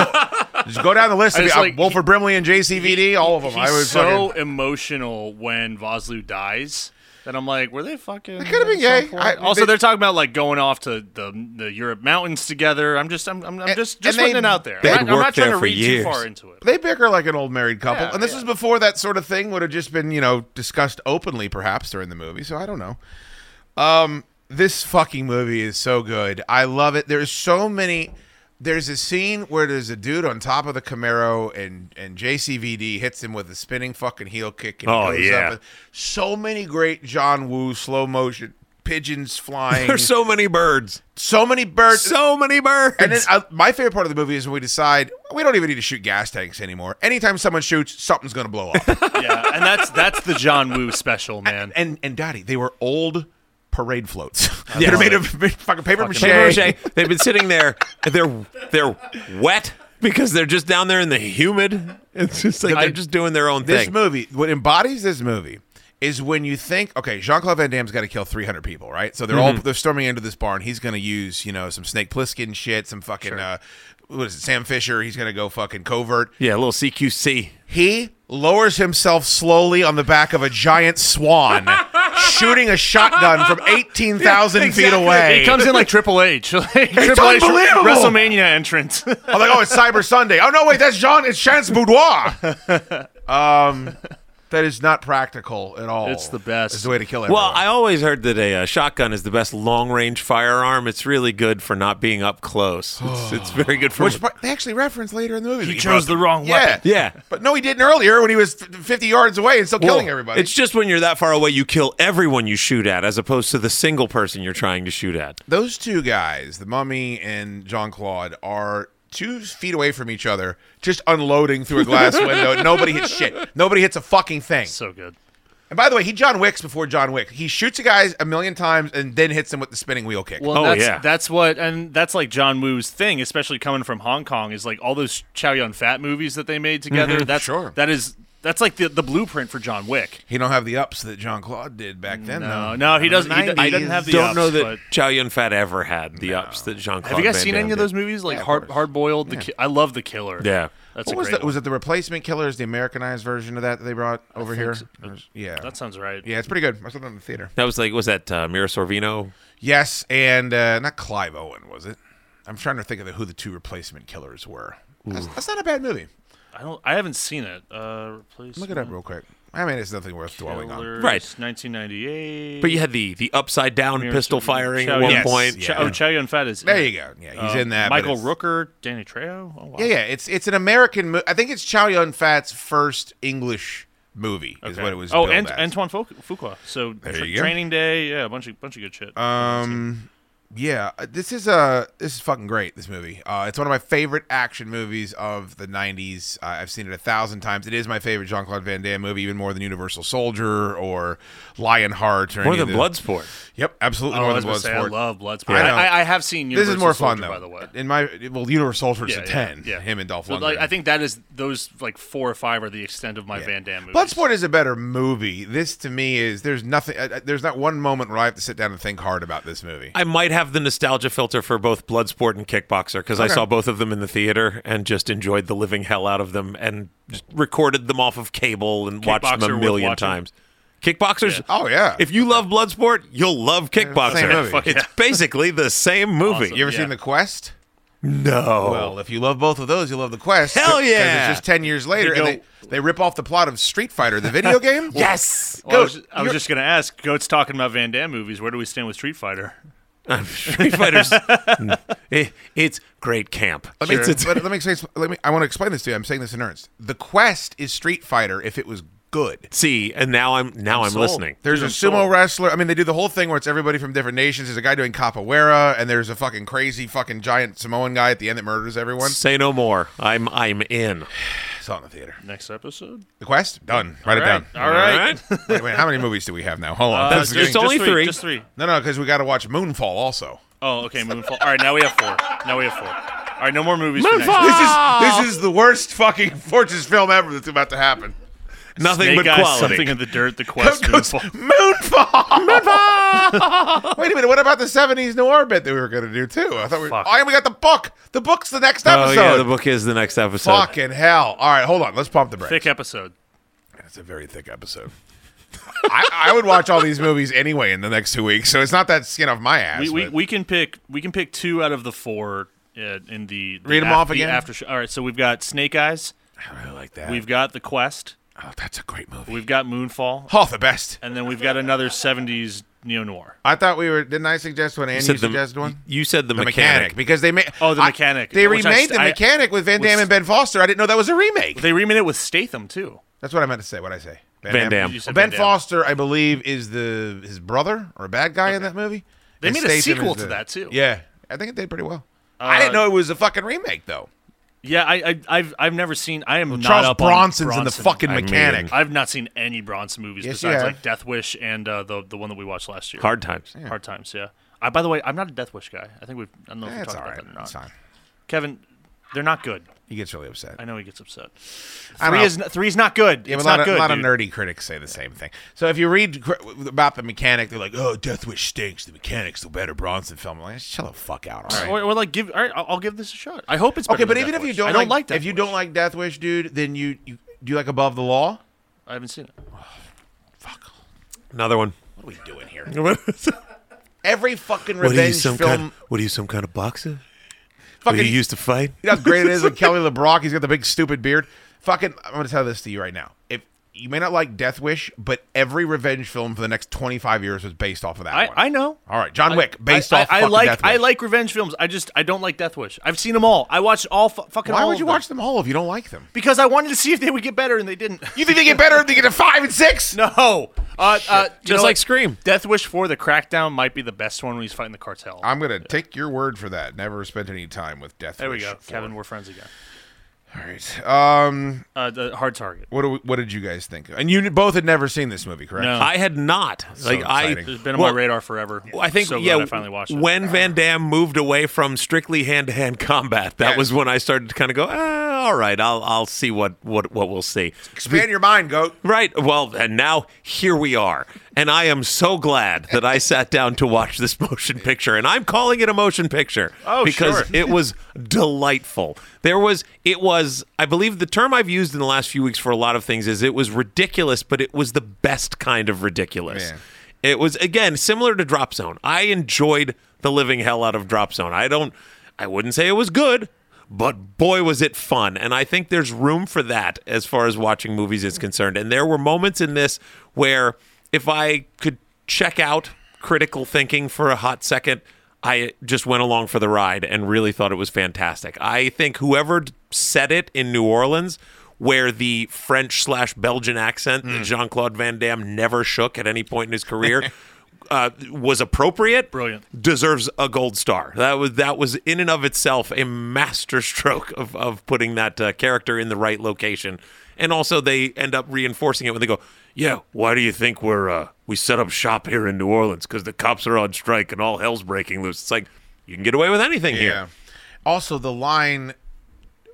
Speaker 6: just go down the list.
Speaker 7: I was
Speaker 6: Uh,
Speaker 7: like,
Speaker 6: Wilford Brimley and JCVD, all of them.
Speaker 7: He's
Speaker 6: I would
Speaker 7: so
Speaker 6: fucking,
Speaker 7: emotional when Vosloo dies that I'm like, were they fucking? They
Speaker 6: could have been gay. I-
Speaker 7: also,
Speaker 6: they-
Speaker 7: they, are talking about like going off to the the Europe mountains together. I'm just, I'm, I'm, I'm just, just
Speaker 6: and they-
Speaker 7: putting it out there.
Speaker 8: They
Speaker 7: I'm
Speaker 8: had
Speaker 7: not, I'm
Speaker 8: worked
Speaker 7: not trying
Speaker 8: there
Speaker 7: to
Speaker 8: for
Speaker 7: read
Speaker 8: years.
Speaker 7: too far into it.
Speaker 6: They bicker like an old married couple,
Speaker 7: Yeah,
Speaker 6: and this
Speaker 7: yeah.
Speaker 6: was before that sort of thing would have just been, you know, discussed openly, perhaps during the movie. So I don't know. Um, this fucking movie is so good. I love it. There's so many. There's a scene where there's a dude on top of the Camaro, and and JCVD hits him with a spinning fucking heel kick. And he
Speaker 8: Oh,
Speaker 6: goes
Speaker 8: yeah.
Speaker 6: up. So many great John Woo slow motion pigeons flying.
Speaker 8: There's so many birds.
Speaker 6: so many birds.
Speaker 8: So many birds.
Speaker 6: And then uh, my favorite part of the movie is when we decide we don't even need to shoot gas tanks anymore. Anytime someone shoots, something's going to blow up.
Speaker 7: yeah, and that's that's the John Woo special, man.
Speaker 6: and and Daddy, they were old parade floats.
Speaker 8: Yes.
Speaker 6: They're made of big fucking paper mache.
Speaker 8: Paper mache. They've been sitting there. They're they're wet because they're just down there in the humid. It's just like they're just doing their own
Speaker 6: This
Speaker 8: thing.
Speaker 6: movie, what embodies this movie is when you think, okay, Jean Claude Van Damme's got to kill 300 people, right? So they're all
Speaker 11: Mhm.
Speaker 6: they're storming into this barn. He's going to use, you know, some Snake Plissken shit, some fucking, uh, what is it, Sam Fisher. He's going to go fucking covert.
Speaker 8: Yeah, a little CQC.
Speaker 6: He lowers himself slowly on the back of a giant swan, shooting a shotgun from 18,000 feet away.
Speaker 7: He comes in like Triple H. Like, Triple H
Speaker 6: unbelievable!
Speaker 7: WrestleMania entrance. I'm
Speaker 6: I'm like, oh, it's Cyber Sunday. Oh no, wait, that's Jean. It's Chance Boudoir. Um, that is not practical at all.
Speaker 7: It's the best.
Speaker 6: It's the way to kill everyone.
Speaker 8: Well, I always heard that a uh, shotgun is the best long-range firearm. It's really good for not being up close. It's, it's very good for.
Speaker 6: which part- they actually reference later in the movie.
Speaker 7: He chose the wrong
Speaker 6: yeah.
Speaker 7: weapon.
Speaker 8: yeah,
Speaker 6: but no, he didn't earlier when he was f- 50 yards away and still killing
Speaker 8: Well,
Speaker 6: everybody.
Speaker 8: It's just when you're that far away, you kill everyone you shoot at, as opposed to the single person you're trying to shoot at.
Speaker 6: Those two guys, the Mummy and Jean Claude, are two feet away from each other, just unloading through a glass window. Nobody hits shit. Nobody hits a fucking thing.
Speaker 7: So good.
Speaker 6: And by the way, he John Wicks before John Wick. He shoots a guy a million times and then hits him with the spinning wheel kick.
Speaker 7: Well,
Speaker 8: Oh,
Speaker 7: that's,
Speaker 8: yeah.
Speaker 7: that's what, and that's like John Woo's thing, especially coming from Hong Kong, is like all those Chow Yun Fat movies that they made
Speaker 8: Mm-hmm.
Speaker 7: together. that's
Speaker 6: sure.
Speaker 7: That is that's like the, the blueprint for John Wick.
Speaker 6: He don't have the ups that John Claude did back then.
Speaker 7: No,
Speaker 6: though.
Speaker 7: no, he doesn't. He,
Speaker 6: In the
Speaker 7: d- he doesn't
Speaker 6: 90s.
Speaker 7: have the.
Speaker 8: Don't
Speaker 7: ups,
Speaker 8: know that
Speaker 7: but-
Speaker 8: Chow Yun Fat ever had the ups that Jean Claude.
Speaker 7: Have you guys seen any of those movies? Like hard hard boiled. The ki- I love the killer.
Speaker 8: Yeah.
Speaker 7: that's
Speaker 6: What
Speaker 7: a
Speaker 6: was
Speaker 7: great
Speaker 6: that? Was it the replacement killers, the Americanized version of that that they brought over here? Or- Yeah,
Speaker 7: That sounds right.
Speaker 6: yeah, it's pretty good. I saw that in the theater.
Speaker 8: That was like was that uh, Mira Sorvino?
Speaker 6: Yes, and uh, not Clive Owen was it? I'm trying to think of who the two replacement killers were. That's, that's not a bad movie.
Speaker 7: I don't. I haven't seen it. Uh, replace
Speaker 6: Look it up real quick. I mean, it's nothing worth dwelling on.
Speaker 8: Right.
Speaker 7: 1998.
Speaker 8: But you had the the upside down
Speaker 7: Mira
Speaker 8: pistol
Speaker 7: Sorvino-
Speaker 8: firing
Speaker 7: Chow
Speaker 8: at one
Speaker 7: Yun-
Speaker 8: point.
Speaker 7: Chow- Oh, Chow Yun Fat is.
Speaker 6: There you go. Yeah, he's
Speaker 7: Uh,
Speaker 6: in that. but
Speaker 7: Michael
Speaker 6: it's-
Speaker 7: Rooker, Danny Trejo. Oh, wow.
Speaker 6: Yeah, yeah. It's it's an American. Mo- I think it's Chow Yun Fat's first English movie. Is
Speaker 7: Okay.
Speaker 6: what it was.
Speaker 7: Oh,
Speaker 6: billed
Speaker 7: Ant-
Speaker 6: as.
Speaker 7: Antoine Fou- Fuqua. So tra-
Speaker 6: you go.
Speaker 7: Training Day. Yeah, a bunch of bunch of good shit.
Speaker 6: Um, yeah, uh, this is uh, this is fucking great. This movie, uh, it's one of my favorite action movies of the '90s. Uh, I've seen it a thousand times. It is my favorite Jean Claude Van Damme movie, even more than Universal Soldier or Lionheart or
Speaker 8: More
Speaker 6: any of
Speaker 8: than
Speaker 6: the-
Speaker 8: Bloodsport.
Speaker 6: Yep, absolutely
Speaker 7: Oh, I
Speaker 6: more
Speaker 7: was
Speaker 6: than
Speaker 7: gonna say, I
Speaker 6: Bloodsport.
Speaker 7: love Bloodsport.
Speaker 6: I know.
Speaker 7: I, I, I have seen.
Speaker 6: this
Speaker 7: Universal
Speaker 6: is more fun
Speaker 7: Soldier,
Speaker 6: though.
Speaker 7: By the way,
Speaker 6: in my well, Universal Soldier's a ten.
Speaker 7: Yeah,
Speaker 6: him and Dolph
Speaker 7: But,
Speaker 6: Lundgren.
Speaker 7: like, I think that is those like four or five are the extent of my
Speaker 6: Yeah.
Speaker 7: Van Damme movies.
Speaker 6: Bloodsport is a better movie. This to me is there's nothing. Uh, uh, there's not one moment where I have to sit down and think hard about this movie.
Speaker 8: I might have the nostalgia filter for both Bloodsport and Kickboxer because I saw both of them in the theater and just enjoyed the living hell out of them and just recorded them off of cable and watched
Speaker 7: Kickboxer
Speaker 8: them a
Speaker 7: worth
Speaker 8: million
Speaker 7: watching.
Speaker 8: times. Kickboxers.
Speaker 6: Oh, yeah.
Speaker 8: If you love Bloodsport, you'll love Kickboxer.
Speaker 6: Same movie.
Speaker 8: It's basically the same movie.
Speaker 7: Awesome.
Speaker 6: you ever
Speaker 7: Yeah. Oh.
Speaker 6: seen The Quest?
Speaker 8: No.
Speaker 6: Well, if you love both of those, you love the quest.
Speaker 8: Hell
Speaker 6: 'cause
Speaker 8: yeah.
Speaker 6: It's just ten years later,
Speaker 7: They go-
Speaker 6: and they, they rip off the plot of Street Fighter, the video game.
Speaker 8: yes.
Speaker 7: Well, I was,
Speaker 6: Goat,
Speaker 7: I was
Speaker 6: you're-
Speaker 7: just gonna ask. Goat's talking about Van Damme movies. Where do we stand with Street Fighter?
Speaker 8: Street Fighters. it, it's great camp.
Speaker 6: Let me,
Speaker 8: It's- it's-
Speaker 6: but let me explain. Let me. I want to explain this to you. I'm saying this in earnest. The quest is Street Fighter if it was good.
Speaker 8: see, and now I'm now I'm, listening.
Speaker 6: There's a sumo wrestler. I mean, they do the whole thing where it's everybody from different nations. There's a guy doing capoeira, and there's a fucking crazy fucking giant Samoan guy at the end that murders everyone.
Speaker 8: Say no more. I'm I'm in.
Speaker 6: Saw it in the theater.
Speaker 7: Next episode.
Speaker 6: The quest done. Write it down.
Speaker 7: All right.
Speaker 6: Wait, wait, how many movies do we have now? Hold on.
Speaker 7: Uh,
Speaker 6: This is
Speaker 8: There's
Speaker 7: just
Speaker 6: getting-
Speaker 8: only three.
Speaker 7: Just three.
Speaker 6: no, no, because we got to watch Moonfall also.
Speaker 7: Oh, okay. Moonfall. All right. Now we have four. Now we have four. All right. No more movies. For next
Speaker 8: Moonfall!
Speaker 7: week.
Speaker 6: This is this is the worst fucking Fortress film ever that's about to happen.
Speaker 8: Nothing
Speaker 7: Snake
Speaker 8: but
Speaker 7: Eyes,
Speaker 8: quality.
Speaker 7: Something in the dirt. The quest.
Speaker 6: Goes-
Speaker 7: Moonfall.
Speaker 6: Moonfall. Wait a minute. What about the '70s noir bit that we were going to do too? I thought we.
Speaker 7: Fuck.
Speaker 6: Oh, and we got the book. The book's the next
Speaker 8: Oh
Speaker 6: episode.
Speaker 8: yeah, the book is the next episode.
Speaker 6: Fucking hell! All right, hold on. Let's pump the brakes.
Speaker 7: Thick episode.
Speaker 6: It's a very thick episode. I, I would watch all these movies anyway in the next two weeks, so it's not that skin off my ass.
Speaker 7: We, we,
Speaker 6: but-
Speaker 7: we can pick we can pick two out of the four uh, in the, the
Speaker 6: Read 'em
Speaker 7: af-
Speaker 6: off
Speaker 7: the
Speaker 6: again?
Speaker 7: After show. All right. So we've got Snake Eyes.
Speaker 6: I really like that.
Speaker 7: We've got The Quest.
Speaker 6: oh, that's a great movie.
Speaker 7: We've got Moonfall.
Speaker 6: oh, the best.
Speaker 7: And then we've got another '70s neo noir.
Speaker 6: I thought we were. Didn't I suggest one?
Speaker 8: You
Speaker 6: And you,
Speaker 8: said the-
Speaker 6: suggested one.
Speaker 8: You said the,
Speaker 6: the mechanic.
Speaker 8: mechanic.
Speaker 6: because they made
Speaker 7: Oh, The
Speaker 6: I-
Speaker 7: Mechanic,
Speaker 6: they
Speaker 7: which I
Speaker 6: remade
Speaker 7: st-
Speaker 6: the
Speaker 7: I-
Speaker 6: mechanic with Van Damme
Speaker 7: was-
Speaker 6: and Ben Foster. I didn't know that was a remake.
Speaker 7: They remade it with Statham too.
Speaker 6: That's what I meant to say. What I say, Ben,
Speaker 8: Van Damme.
Speaker 7: You said
Speaker 6: Well, ben
Speaker 7: Van Damme.
Speaker 6: Foster, I believe, is the his brother or a bad guy in that movie.
Speaker 7: They
Speaker 6: And
Speaker 7: made a
Speaker 6: Statham
Speaker 7: sequel
Speaker 6: is
Speaker 7: to that, too. Uh,
Speaker 6: Yeah, I think it did pretty well. I didn't know it was a fucking remake though.
Speaker 7: Yeah, I, I I've I've never seen. I am not
Speaker 6: Charles
Speaker 7: up on
Speaker 6: Bronson's in the
Speaker 7: Bronson.
Speaker 6: fucking
Speaker 8: mean-
Speaker 6: mechanic.
Speaker 7: I've not seen any Bronson movies
Speaker 6: Yes, you
Speaker 7: besides
Speaker 6: have.
Speaker 7: like Death Wish and uh, the the one that we watched last year.
Speaker 8: Hard times.
Speaker 7: Hard times. Yeah. I by the way, I'm not a Death Wish guy. I think we've I don't know if we
Speaker 6: That's
Speaker 7: talked
Speaker 6: Eh, all
Speaker 7: about
Speaker 6: right.
Speaker 7: that or not.
Speaker 6: It's fine.
Speaker 7: Kevin, They're not good.
Speaker 6: He gets really upset.
Speaker 7: I know he gets upset.
Speaker 6: I don't
Speaker 7: Three
Speaker 6: know.
Speaker 7: is three is not good.
Speaker 6: Yeah, but
Speaker 7: it's
Speaker 6: a lot,
Speaker 7: not
Speaker 6: of,
Speaker 7: good.
Speaker 6: a lot of
Speaker 7: dude.
Speaker 6: nerdy critics say the same thing. So if you read cr- about the mechanic, they're like, "Oh, Death Wish stinks. The mechanic's the better Bronson film." I'm like, chill the fuck out. All right.
Speaker 7: Or, or like give. All right, I'll, I'll give this a shot. I hope it's
Speaker 6: okay,
Speaker 7: better
Speaker 6: but
Speaker 7: than
Speaker 6: even
Speaker 7: Death
Speaker 6: if you
Speaker 7: Wish.
Speaker 6: don't,
Speaker 7: I don't like, that.
Speaker 6: if you don't like Death Wish, dude, then you, you do you like Above the Law?
Speaker 7: I haven't seen it.
Speaker 8: Another one.
Speaker 6: What are we doing here?
Speaker 8: what
Speaker 6: Every fucking
Speaker 8: are you,
Speaker 6: revenge
Speaker 8: some
Speaker 6: film,
Speaker 8: kind? What are you, some kind of boxer? What
Speaker 6: fucking
Speaker 8: are you used to fight?
Speaker 6: You know how great it is with Kelly LeBrock? He's got the big stupid beard. Fucking, I'm gonna tell this to you right now. If you may not like Death Wish, but every revenge film for the next 25 years was based off of that
Speaker 7: I,
Speaker 6: one.
Speaker 7: I know.
Speaker 6: All right, John Wick, based
Speaker 7: I,
Speaker 6: off.
Speaker 7: I, I
Speaker 6: fucking
Speaker 7: like
Speaker 6: Death
Speaker 7: I
Speaker 6: Wish.
Speaker 7: like revenge films. I just I don't like Death Wish. I've seen them all. I watched all fu- fucking.
Speaker 6: Why
Speaker 7: all
Speaker 6: would
Speaker 7: of
Speaker 6: you
Speaker 7: them.
Speaker 6: watch them all if you don't like them?
Speaker 7: Because I wanted to see if they would get better, and they didn't.
Speaker 6: You think they get better if they get a five and six?
Speaker 7: No, uh, uh, you know
Speaker 8: Just like
Speaker 7: what?
Speaker 8: Scream.
Speaker 7: Death Wish Four: The Crackdown might be the best one when he's fighting the cartel.
Speaker 6: I'm gonna take your word for that. Never spent any time with Death
Speaker 7: there we
Speaker 6: Wish.
Speaker 7: go,
Speaker 6: four.
Speaker 7: Kevin. We're friends again.
Speaker 6: All right. Um,
Speaker 7: Uh, the hard target.
Speaker 6: what do we, what did you guys think? And you both had never seen this movie, correct?
Speaker 7: No.
Speaker 8: I had not. Like
Speaker 6: exciting.
Speaker 8: I,
Speaker 7: It's been on
Speaker 8: Well,
Speaker 7: my radar forever.
Speaker 8: I think
Speaker 7: so
Speaker 8: yeah.
Speaker 7: Glad I finally watched it.
Speaker 8: When Van Damme moved away from strictly hand to hand combat, that
Speaker 6: Yeah.
Speaker 8: was when I started to kind of go, ah, all right, I'll I'll see what what what we'll see.
Speaker 6: Expand your mind, goat.
Speaker 8: Right. Well, and now here we are. And I am so glad that I sat down to watch this motion picture. And I'm calling it a motion picture.
Speaker 7: Oh,
Speaker 8: because
Speaker 7: sure.
Speaker 8: it was delightful. There was, it was, I believe the term I've used in the last few weeks for a lot of things is it was ridiculous, but it was the best kind of ridiculous.
Speaker 6: Yeah.
Speaker 8: It was again similar to Drop Zone. I enjoyed the living hell out of Drop Zone. I don't I wouldn't say it was good, but boy was it fun. And I think there's room for that as far as watching movies is concerned. And there were moments in this where if I could check out critical thinking for a hot second, I just went along for the ride and really thought it was fantastic. I think whoever d- said it in New Orleans, where the French slash Belgian accent that Jean Claude Van Damme never shook at any point in his career, uh, was appropriate.
Speaker 7: Brilliant.
Speaker 8: Deserves a gold star. That was that was in and of itself a master stroke of of putting that uh, character in the right location. And also, they end up reinforcing it when they go, "Yeah, why do you think we're uh, we set up shop here in New Orleans? Because the cops are on strike and all hell's breaking loose." It's like you can get away with anything
Speaker 6: Yeah.
Speaker 8: here.
Speaker 6: Also, the line,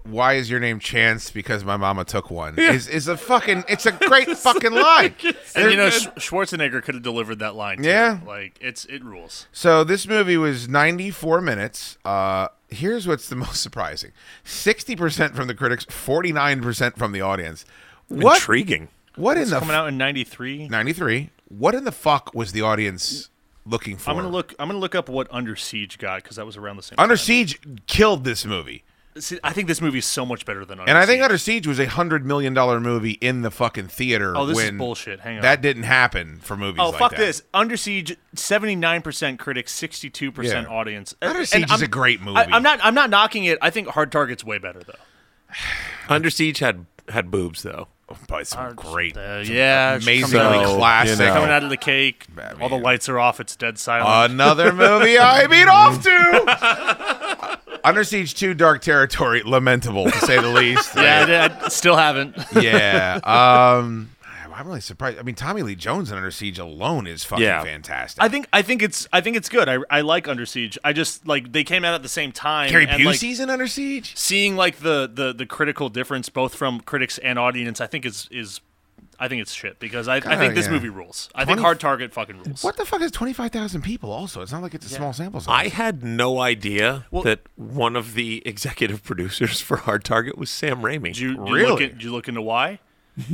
Speaker 6: "Why is your name Chance? Because my mama took one." Is is a fucking. It's a great fucking line.
Speaker 7: and you know
Speaker 6: They're-
Speaker 7: Sch- Schwarzenegger could have delivered that line. too.
Speaker 6: Yeah.
Speaker 7: like it's it rules.
Speaker 6: So this movie was 94 minutes. Uh, here's what's the most surprising: 60% from the critics, 49% from the audience. What?
Speaker 8: Intriguing.
Speaker 6: What in
Speaker 7: It's
Speaker 6: the
Speaker 7: coming
Speaker 6: f-
Speaker 7: out in '93.
Speaker 6: 93? What in the fuck was the audience looking for?
Speaker 7: I'm gonna look. I'm gonna look up what Under Siege got because that was around the same.
Speaker 6: Under
Speaker 7: time.
Speaker 6: Siege killed this movie,
Speaker 7: See, I think this movie is so much better than Under
Speaker 6: and I think
Speaker 7: Siege.
Speaker 6: Under Siege was a hundred million dollar movie in the fucking theater.
Speaker 7: Oh, this is
Speaker 6: when
Speaker 7: bullshit. Hang on.
Speaker 6: that didn't happen for movies.
Speaker 7: Oh
Speaker 6: like
Speaker 7: fuck
Speaker 6: that.
Speaker 7: this! Under Siege, seventy nine percent critics, sixty two percent
Speaker 6: Yeah.
Speaker 7: audience.
Speaker 6: Under
Speaker 7: And
Speaker 6: Siege is
Speaker 7: I'm-
Speaker 6: a great movie.
Speaker 7: I, I'm not. I'm not knocking it. I think Hard Target's way better though.
Speaker 8: Under Siege had had boobs though.
Speaker 7: Oh,
Speaker 6: but it's great.
Speaker 7: Uh, yeah, it's
Speaker 6: Amazingly
Speaker 7: coming out,
Speaker 8: So,
Speaker 6: classic.
Speaker 8: you know.
Speaker 7: coming out of the cake.
Speaker 6: Batman.
Speaker 7: All the lights are off. It's dead silent.
Speaker 6: Another movie I beat off to. Under Siege 2 Dark Territory, lamentable to say the least.
Speaker 7: yeah, I did- I still haven't.
Speaker 6: yeah. Um I'm really surprised. I mean, Tommy Lee Jones in Under Siege alone is fucking
Speaker 8: Yeah.
Speaker 6: fantastic.
Speaker 7: I think. I think it's. I think it's good. I, I like Under Siege. I just like they came out at the same time.
Speaker 6: Gary
Speaker 7: and, like,
Speaker 6: Busey's in Under Siege?
Speaker 7: seeing like the, the the critical difference both from critics and audience, I think is is. I think it's shit because I, I think this
Speaker 6: yeah.
Speaker 7: movie rules. I think Hard Target fucking rules.
Speaker 6: What the fuck is 25,000 people also? It's not like it's a small sample size.
Speaker 8: I had no idea that one of the executive producers for Hard Target was Sam Raimi.
Speaker 7: Did you, did you look
Speaker 6: Really?
Speaker 7: in, did you look into why?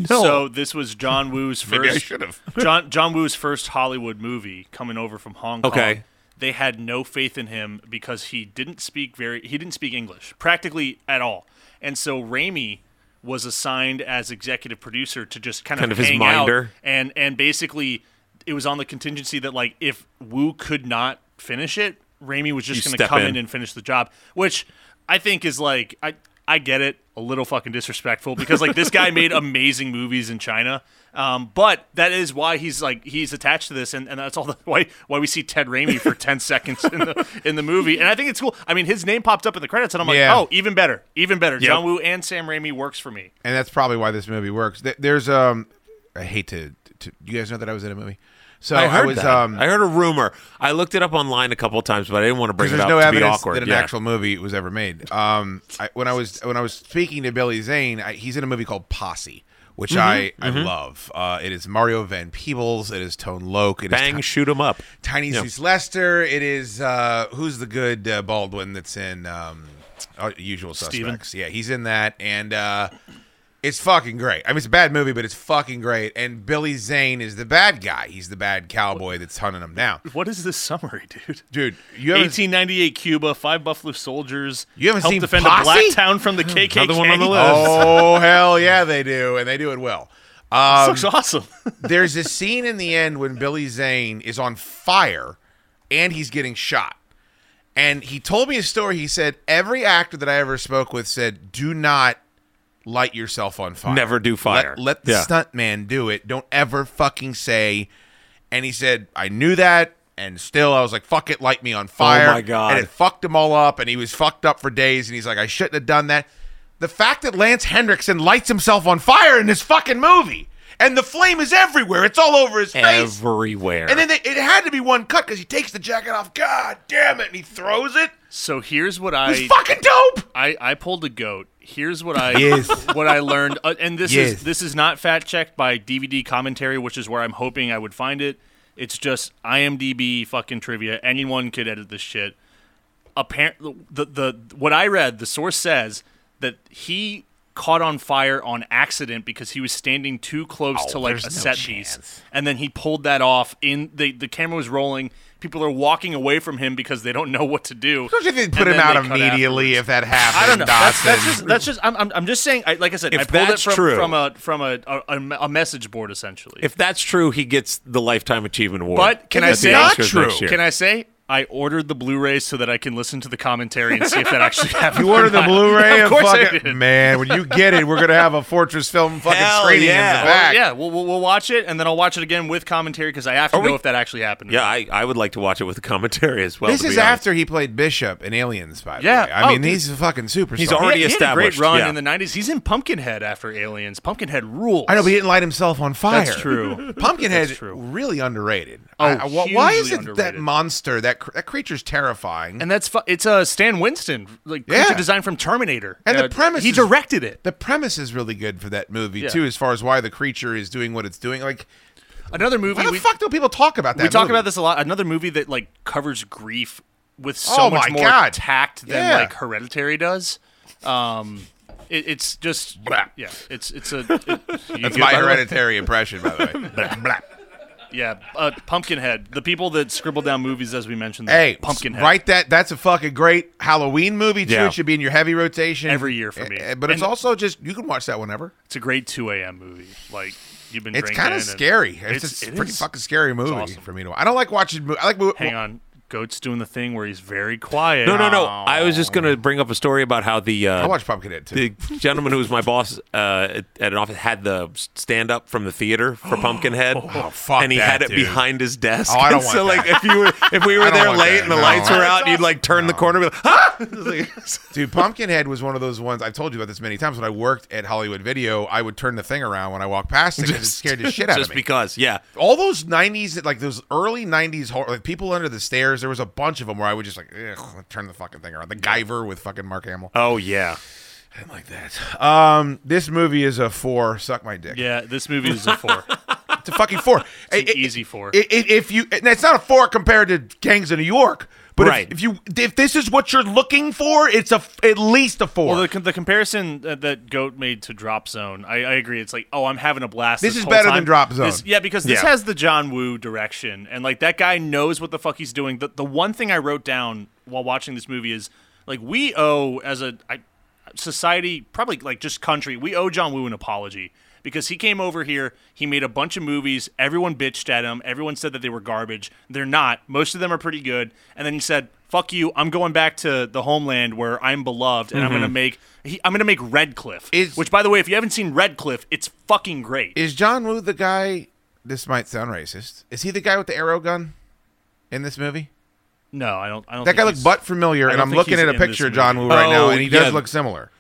Speaker 7: So this was John Woo's first.
Speaker 6: Maybe I should've.
Speaker 7: John John Woo's first Hollywood movie coming over from Hong Kong.
Speaker 8: Okay.
Speaker 7: They had no faith in him because he didn't speak very. He didn't speak English practically at all, and so Raimi was assigned as executive producer to just kind of
Speaker 8: Kind of his
Speaker 7: hang out
Speaker 8: minder.
Speaker 7: and and basically it was on the contingency that like if Wu could not finish it, Raimi was
Speaker 8: You
Speaker 7: just going to
Speaker 8: step
Speaker 7: come in.
Speaker 8: in.
Speaker 7: and finish the job, which I think is like I I get it a little fucking disrespectful because like this guy made amazing movies in China. Um, but that is why he's like he's attached to this, and, and that's all the why why we see Ted Raimi for ten seconds in the in the movie, and I think it's cool. I mean, his name popped up in the credits, and I'm like,
Speaker 6: Yeah.
Speaker 7: oh, even better, even better. John Woo and Sam Raimi works for me.
Speaker 6: and that's probably why this movie works. Th- There's um, I hate to, to. You guys know that I was in a movie. So
Speaker 8: Oh, I heard
Speaker 6: was
Speaker 8: that.
Speaker 6: um
Speaker 8: I heard a rumor. I looked it up online a couple of times, but I didn't want to bring it
Speaker 6: there's
Speaker 8: up
Speaker 6: no
Speaker 8: to be
Speaker 6: evidence
Speaker 8: awkward.
Speaker 6: that an
Speaker 8: yeah.
Speaker 6: actual movie was ever made. Um, I, when I was when I was speaking to Billy Zane, I, he's in a movie called Posse, which
Speaker 8: Mm-hmm.
Speaker 6: I, I love. Uh, it is Mario Van Peebles. It is Tone Loc. It is
Speaker 8: Bang,
Speaker 6: Ti-
Speaker 8: shoot 'em up.
Speaker 6: Tiny
Speaker 8: Yeah.
Speaker 6: Zeus Lester. It is uh, who's the good uh, Baldwin that's in um, uh, Usual
Speaker 7: Steven.
Speaker 6: Suspects. Yeah, he's in that, and uh, it's fucking great. I mean, it's a bad movie, but it's fucking great. And Billy Zane is the bad guy. He's the bad cowboy that's hunting him down.
Speaker 7: What is this summary, dude?
Speaker 6: Dude, you haven't
Speaker 7: 1898 Cuba, five Buffalo soldiers.
Speaker 6: You haven't
Speaker 7: helped
Speaker 6: seen
Speaker 7: defend
Speaker 6: Posse?
Speaker 7: a black town from the KKK.
Speaker 8: Another one on the list.
Speaker 6: Oh hell yeah, they do, and they do it well.
Speaker 7: This
Speaker 6: Um,
Speaker 7: looks awesome.
Speaker 6: there's this scene in the end when Billy Zane is on fire, and he's getting shot. And he told me a story. He said every actor that I ever spoke with said, "Do not light yourself on fire.
Speaker 8: Never do fire.
Speaker 6: Let, let the
Speaker 8: Yeah.
Speaker 6: stunt man do it. Don't ever fucking say." And he said, "I knew that." And still, I was like, "Fuck it, light me on fire!"
Speaker 8: Oh my God.
Speaker 6: And it fucked him all up, and he was fucked up for days. And he's like, "I shouldn't have done that." The fact that Lance Hendrickson lights himself on fire in this fucking movie, and the flame is everywhere. It's all over his face.
Speaker 8: Everywhere.
Speaker 6: And then they, it had to be one cut because he takes the jacket off. God damn it! And he throws it.
Speaker 7: So here's what
Speaker 6: It's
Speaker 7: I
Speaker 6: fucking dope.
Speaker 7: I, I pulled a goat. Here's what I
Speaker 6: Yes.
Speaker 7: what I learned, uh, and this
Speaker 6: Yes.
Speaker 7: is this is not fact checked by DVD commentary, which is where I'm hoping I would find it. It's just IMDb fucking trivia. Anyone could edit this shit. Apparent the, the the what I read, the source says that he caught on fire on accident because he was standing too close to like a
Speaker 6: Oh, there's no
Speaker 7: set
Speaker 6: chance.
Speaker 7: piece, and then he pulled that off. In the the camera was rolling. People are walking away from him because they don't know what to do.
Speaker 6: Especially if they
Speaker 7: and
Speaker 6: put
Speaker 7: then
Speaker 6: him out
Speaker 7: they cut
Speaker 6: immediately
Speaker 7: afterwards.
Speaker 6: if that happened.
Speaker 7: I don't know. That's, that's
Speaker 6: Dotson.
Speaker 7: just that's just I'm, I'm, I'm just saying. I, like I said,
Speaker 8: If
Speaker 7: I pulled it
Speaker 8: that's
Speaker 7: from,
Speaker 8: true-
Speaker 7: from a from a, a, a message board essentially.
Speaker 8: if that's true, he gets the lifetime achievement award.
Speaker 7: but can I
Speaker 8: at the
Speaker 7: say
Speaker 6: not
Speaker 8: Oscars
Speaker 6: true.
Speaker 8: next year.
Speaker 7: Can I say I ordered the Blu-rays so that I can listen to the commentary and see if that actually happened?
Speaker 6: You order the
Speaker 7: or not.
Speaker 6: Blu-ray
Speaker 7: of course
Speaker 6: fucking
Speaker 7: I did.
Speaker 6: man. When you get it, we're gonna have a Fortress film fucking
Speaker 8: Hell
Speaker 6: screening
Speaker 8: yeah.
Speaker 6: in the back.
Speaker 7: Yeah, we'll, we'll, we'll watch it and then I'll watch it again with commentary because I have to know if that actually happened. or
Speaker 8: Yeah,
Speaker 7: not.
Speaker 8: I, I would like to watch it with the commentary as well.
Speaker 6: This
Speaker 8: to
Speaker 6: is
Speaker 8: be honest.
Speaker 6: after he played Bishop in Aliens, by the
Speaker 7: Yeah.
Speaker 6: way. I
Speaker 7: Oh,
Speaker 6: mean,
Speaker 7: dude.
Speaker 6: he's a fucking superstar.
Speaker 8: He's already-
Speaker 7: He had, he had a great
Speaker 8: established,
Speaker 7: run
Speaker 8: yeah.
Speaker 7: in the '90s. He's in Pumpkinhead after Aliens. Pumpkinhead rules.
Speaker 6: I know, but he didn't light himself on fire.
Speaker 7: That's true.
Speaker 6: Pumpkinhead
Speaker 7: That's true.
Speaker 6: really underrated.
Speaker 7: Oh,
Speaker 6: I- I- wh- why is
Speaker 7: hugely
Speaker 6: it that
Speaker 7: underrated.
Speaker 6: monster that cr- that creature's terrifying?
Speaker 7: and that's fu- it's uh, Stan Winston, like creature
Speaker 6: Yeah.
Speaker 7: design from Terminator,
Speaker 6: And the
Speaker 7: Uh,
Speaker 6: premise
Speaker 7: he
Speaker 6: is-
Speaker 7: directed it.
Speaker 6: the premise is really good for that movie
Speaker 7: Yeah.
Speaker 6: too, as far as why the creature is doing what it's doing. Like,
Speaker 7: Another movie
Speaker 6: why the
Speaker 7: we,
Speaker 6: fuck do people talk about that?
Speaker 7: we talk
Speaker 6: movie?
Speaker 7: about this a lot. Another movie that like covers grief with so
Speaker 6: Oh
Speaker 7: much
Speaker 6: my
Speaker 7: more
Speaker 6: God.
Speaker 7: tact than
Speaker 6: Yeah.
Speaker 7: like Hereditary does. Um, it, it's just
Speaker 6: Blah.
Speaker 7: yeah, it's it's a it- you
Speaker 6: That's
Speaker 7: good, by
Speaker 6: my
Speaker 7: the way?
Speaker 6: hereditary impression, by the way. Blah.
Speaker 7: Yeah, uh, Pumpkinhead. The people that scribble down movies as we mentioned. them,
Speaker 6: Hey,
Speaker 7: Pumpkinhead.
Speaker 6: Write that. That's a fucking great Halloween movie too.
Speaker 8: Yeah.
Speaker 6: It should be in your heavy rotation
Speaker 7: Every year for me.
Speaker 6: Eh, eh, But it's
Speaker 7: And-
Speaker 6: also just you can watch that whenever.
Speaker 7: It's a great 2 a.m. movie. Like you've been.
Speaker 6: It's
Speaker 7: drinking
Speaker 6: kind of
Speaker 7: and-
Speaker 6: scary. It's, a
Speaker 7: it
Speaker 6: pretty
Speaker 7: is.
Speaker 6: fucking scary movie
Speaker 7: awesome.
Speaker 6: for me to. I don't like watching. mo- I like. mo-
Speaker 7: Hang on, Goat's doing the thing where he's very quiet. Ah.
Speaker 8: No, no, no. I was just going to bring up a story about how the
Speaker 6: I
Speaker 8: uh,
Speaker 6: watch Pumpkinhead too.
Speaker 8: the gentleman who was my boss uh, at at an office had the stand up from the theater for Pumpkinhead.
Speaker 6: Oh, fuck
Speaker 8: And he
Speaker 6: that,
Speaker 8: had it
Speaker 6: dude.
Speaker 8: behind his desk.
Speaker 6: Oh, I don't
Speaker 8: And so
Speaker 6: want
Speaker 8: like if you were if we were
Speaker 6: I don't
Speaker 8: there
Speaker 6: want
Speaker 8: late
Speaker 6: that,
Speaker 8: and the
Speaker 6: no.
Speaker 8: lights were out, and you'd like turn the corner and be like, ah! It was like-
Speaker 6: Dude, Pumpkinhead was one of those ones I've told you about this many times. When I worked at Hollywood Video, I would turn the thing around when I walked past it because it scared the shit out
Speaker 8: Just
Speaker 6: of me.
Speaker 8: because, yeah.
Speaker 6: All those '90s, like those early '90s, horror, like people under the stairs. There was a bunch of them where I would just like ugh, turn the fucking thing around. The Guyver with fucking Mark Hamill.
Speaker 7: Uh,
Speaker 8: Oh yeah.
Speaker 6: Something like that. Um, this movie is a four. Suck my dick.
Speaker 7: Yeah, this movie is a four.
Speaker 6: It's a fucking four.
Speaker 7: It's an
Speaker 6: It- it-
Speaker 7: easy four.
Speaker 6: it- it- if you, and it's not a four compared to Gangs of New York. But if-
Speaker 8: Right.
Speaker 6: if, you, if this is what you're looking for, it's a f- at least a four.
Speaker 7: Well, the, the comparison that, that Goat made to Drop Zone, I, I agree. It's like, oh, I'm having a blast.
Speaker 6: This
Speaker 7: This,
Speaker 6: is
Speaker 7: whole
Speaker 6: better
Speaker 7: time.
Speaker 6: than Drop Zone.
Speaker 7: This- yeah, because this
Speaker 8: Yeah.
Speaker 7: has the John Woo direction, and like that guy knows what the fuck he's doing. The the one thing I wrote down while watching this movie is like we owe as a I, society, probably like just country, we owe John Woo an apology. Because he came over here, he made a bunch of movies. Everyone bitched at him. Everyone said that they were garbage. They're not. Most of them are pretty good. And then he said, "Fuck you! I'm going back to the homeland where I'm beloved, and I'm gonna make he, I'm gonna make Redcliffe."
Speaker 6: Mm-hmm. Is-
Speaker 7: which, by the way, if you haven't seen Redcliffe, it's fucking great.
Speaker 6: is John Woo the guy? This might sound racist. Is he the guy with the arrow gun in this movie?
Speaker 7: No, I don't. I don't
Speaker 6: That
Speaker 7: think
Speaker 6: guy looked
Speaker 7: he's-
Speaker 6: butt familiar,
Speaker 7: I
Speaker 6: and
Speaker 7: don't
Speaker 6: I'm
Speaker 7: think
Speaker 6: looking
Speaker 7: he's
Speaker 6: at a
Speaker 7: in this
Speaker 6: picture of
Speaker 7: movie.
Speaker 6: John Woo right
Speaker 8: Oh,
Speaker 6: now, and he does
Speaker 8: yeah.
Speaker 6: look similar.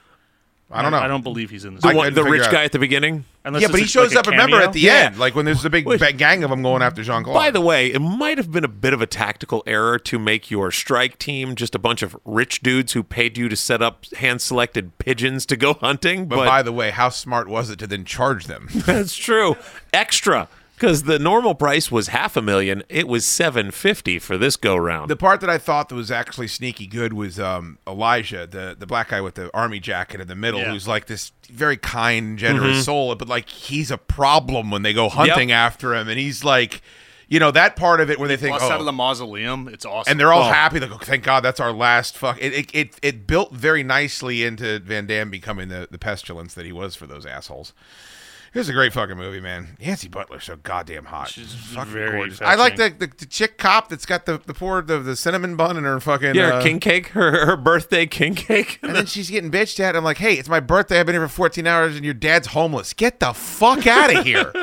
Speaker 6: I don't know.
Speaker 7: I don't believe he's in this.
Speaker 8: The,
Speaker 6: I
Speaker 7: movie.
Speaker 8: one,
Speaker 6: couldn't
Speaker 8: the
Speaker 6: figure
Speaker 8: rich
Speaker 6: out.
Speaker 8: guy at the beginning.
Speaker 7: Unless
Speaker 6: yeah, but
Speaker 7: it's
Speaker 6: he
Speaker 7: a-
Speaker 6: shows
Speaker 7: like a
Speaker 6: up. Remember
Speaker 7: cameo?
Speaker 6: at the end, like when there's the big ba- gang of them going after Jean Claude.
Speaker 8: By the way, it might have been a bit of a tactical error to make your strike team just a bunch of rich dudes who paid you to set up hand selected pigeons to go hunting.
Speaker 6: but,
Speaker 8: But,
Speaker 6: by the way, how smart was it to then charge them?
Speaker 8: that's true. Extra. Because the normal price was half a million. It was seven fifty for this go round.
Speaker 6: the part that I thought that was actually sneaky good was um, Elijah, the the black guy with the army jacket in the middle,
Speaker 7: Yeah.
Speaker 6: who's like this very kind, generous soul, but like he's a problem when they go hunting after him, and he's like, you know, that part of it where they, think,
Speaker 7: Bust
Speaker 6: oh,
Speaker 7: out of the mausoleum. It's awesome.
Speaker 6: and they're all
Speaker 8: Oh.
Speaker 6: happy. Like, oh, thank God, that's our last fuck. It it, it it built very nicely into Van Damme becoming the, the pestilence that he was for those assholes. This is a great fucking movie, man. Nancy Butler's so goddamn hot. She's fucking
Speaker 7: very
Speaker 6: gorgeous. I like the,
Speaker 7: fetching.
Speaker 6: the, the chick cop that's got the the poor the, the cinnamon bun and her fucking
Speaker 8: yeah, her
Speaker 6: uh,
Speaker 8: king cake, her, her birthday king cake.
Speaker 6: And then she's getting bitched at. I'm like, hey, it's my birthday. I've been here for 14 hours, and your dad's homeless. Get the fuck out of here.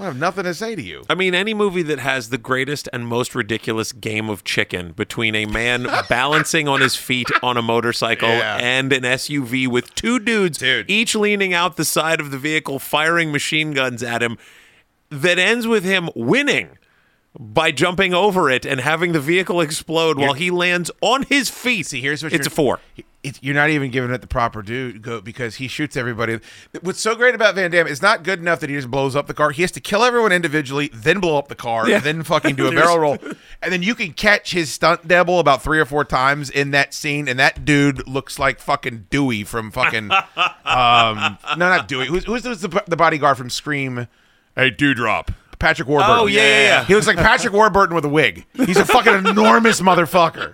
Speaker 6: I have nothing to say to you.
Speaker 8: I mean, any movie that has the greatest and most ridiculous game of chicken between a man balancing on his feet on a motorcycle
Speaker 6: Yeah.
Speaker 8: and an SUV with two dudes,
Speaker 6: Dude.
Speaker 8: each leaning out the side of the vehicle, firing machine guns at him, that ends with him winning by jumping over it and having the vehicle explode while he lands on his feet.
Speaker 6: See, here's what
Speaker 8: it's
Speaker 6: you're-
Speaker 8: a four.
Speaker 6: it, you're not even giving it the proper due go because he shoots everybody. What's so great about Van Damme is not good enough that he just blows up the car. He has to kill everyone individually, then blow up the car,
Speaker 8: Yeah.
Speaker 6: then fucking do a barrel roll, and then you can catch his stunt double about three or four times in that scene. And that dude looks like fucking Dewey from fucking um no not Dewey. Who's who's, who's the, the bodyguard from Scream? Hey, Dewdrop. Patrick Warburton.
Speaker 8: Oh, yeah, yeah, yeah.
Speaker 6: He looks like Patrick Warburton with a wig. He's a fucking enormous motherfucker.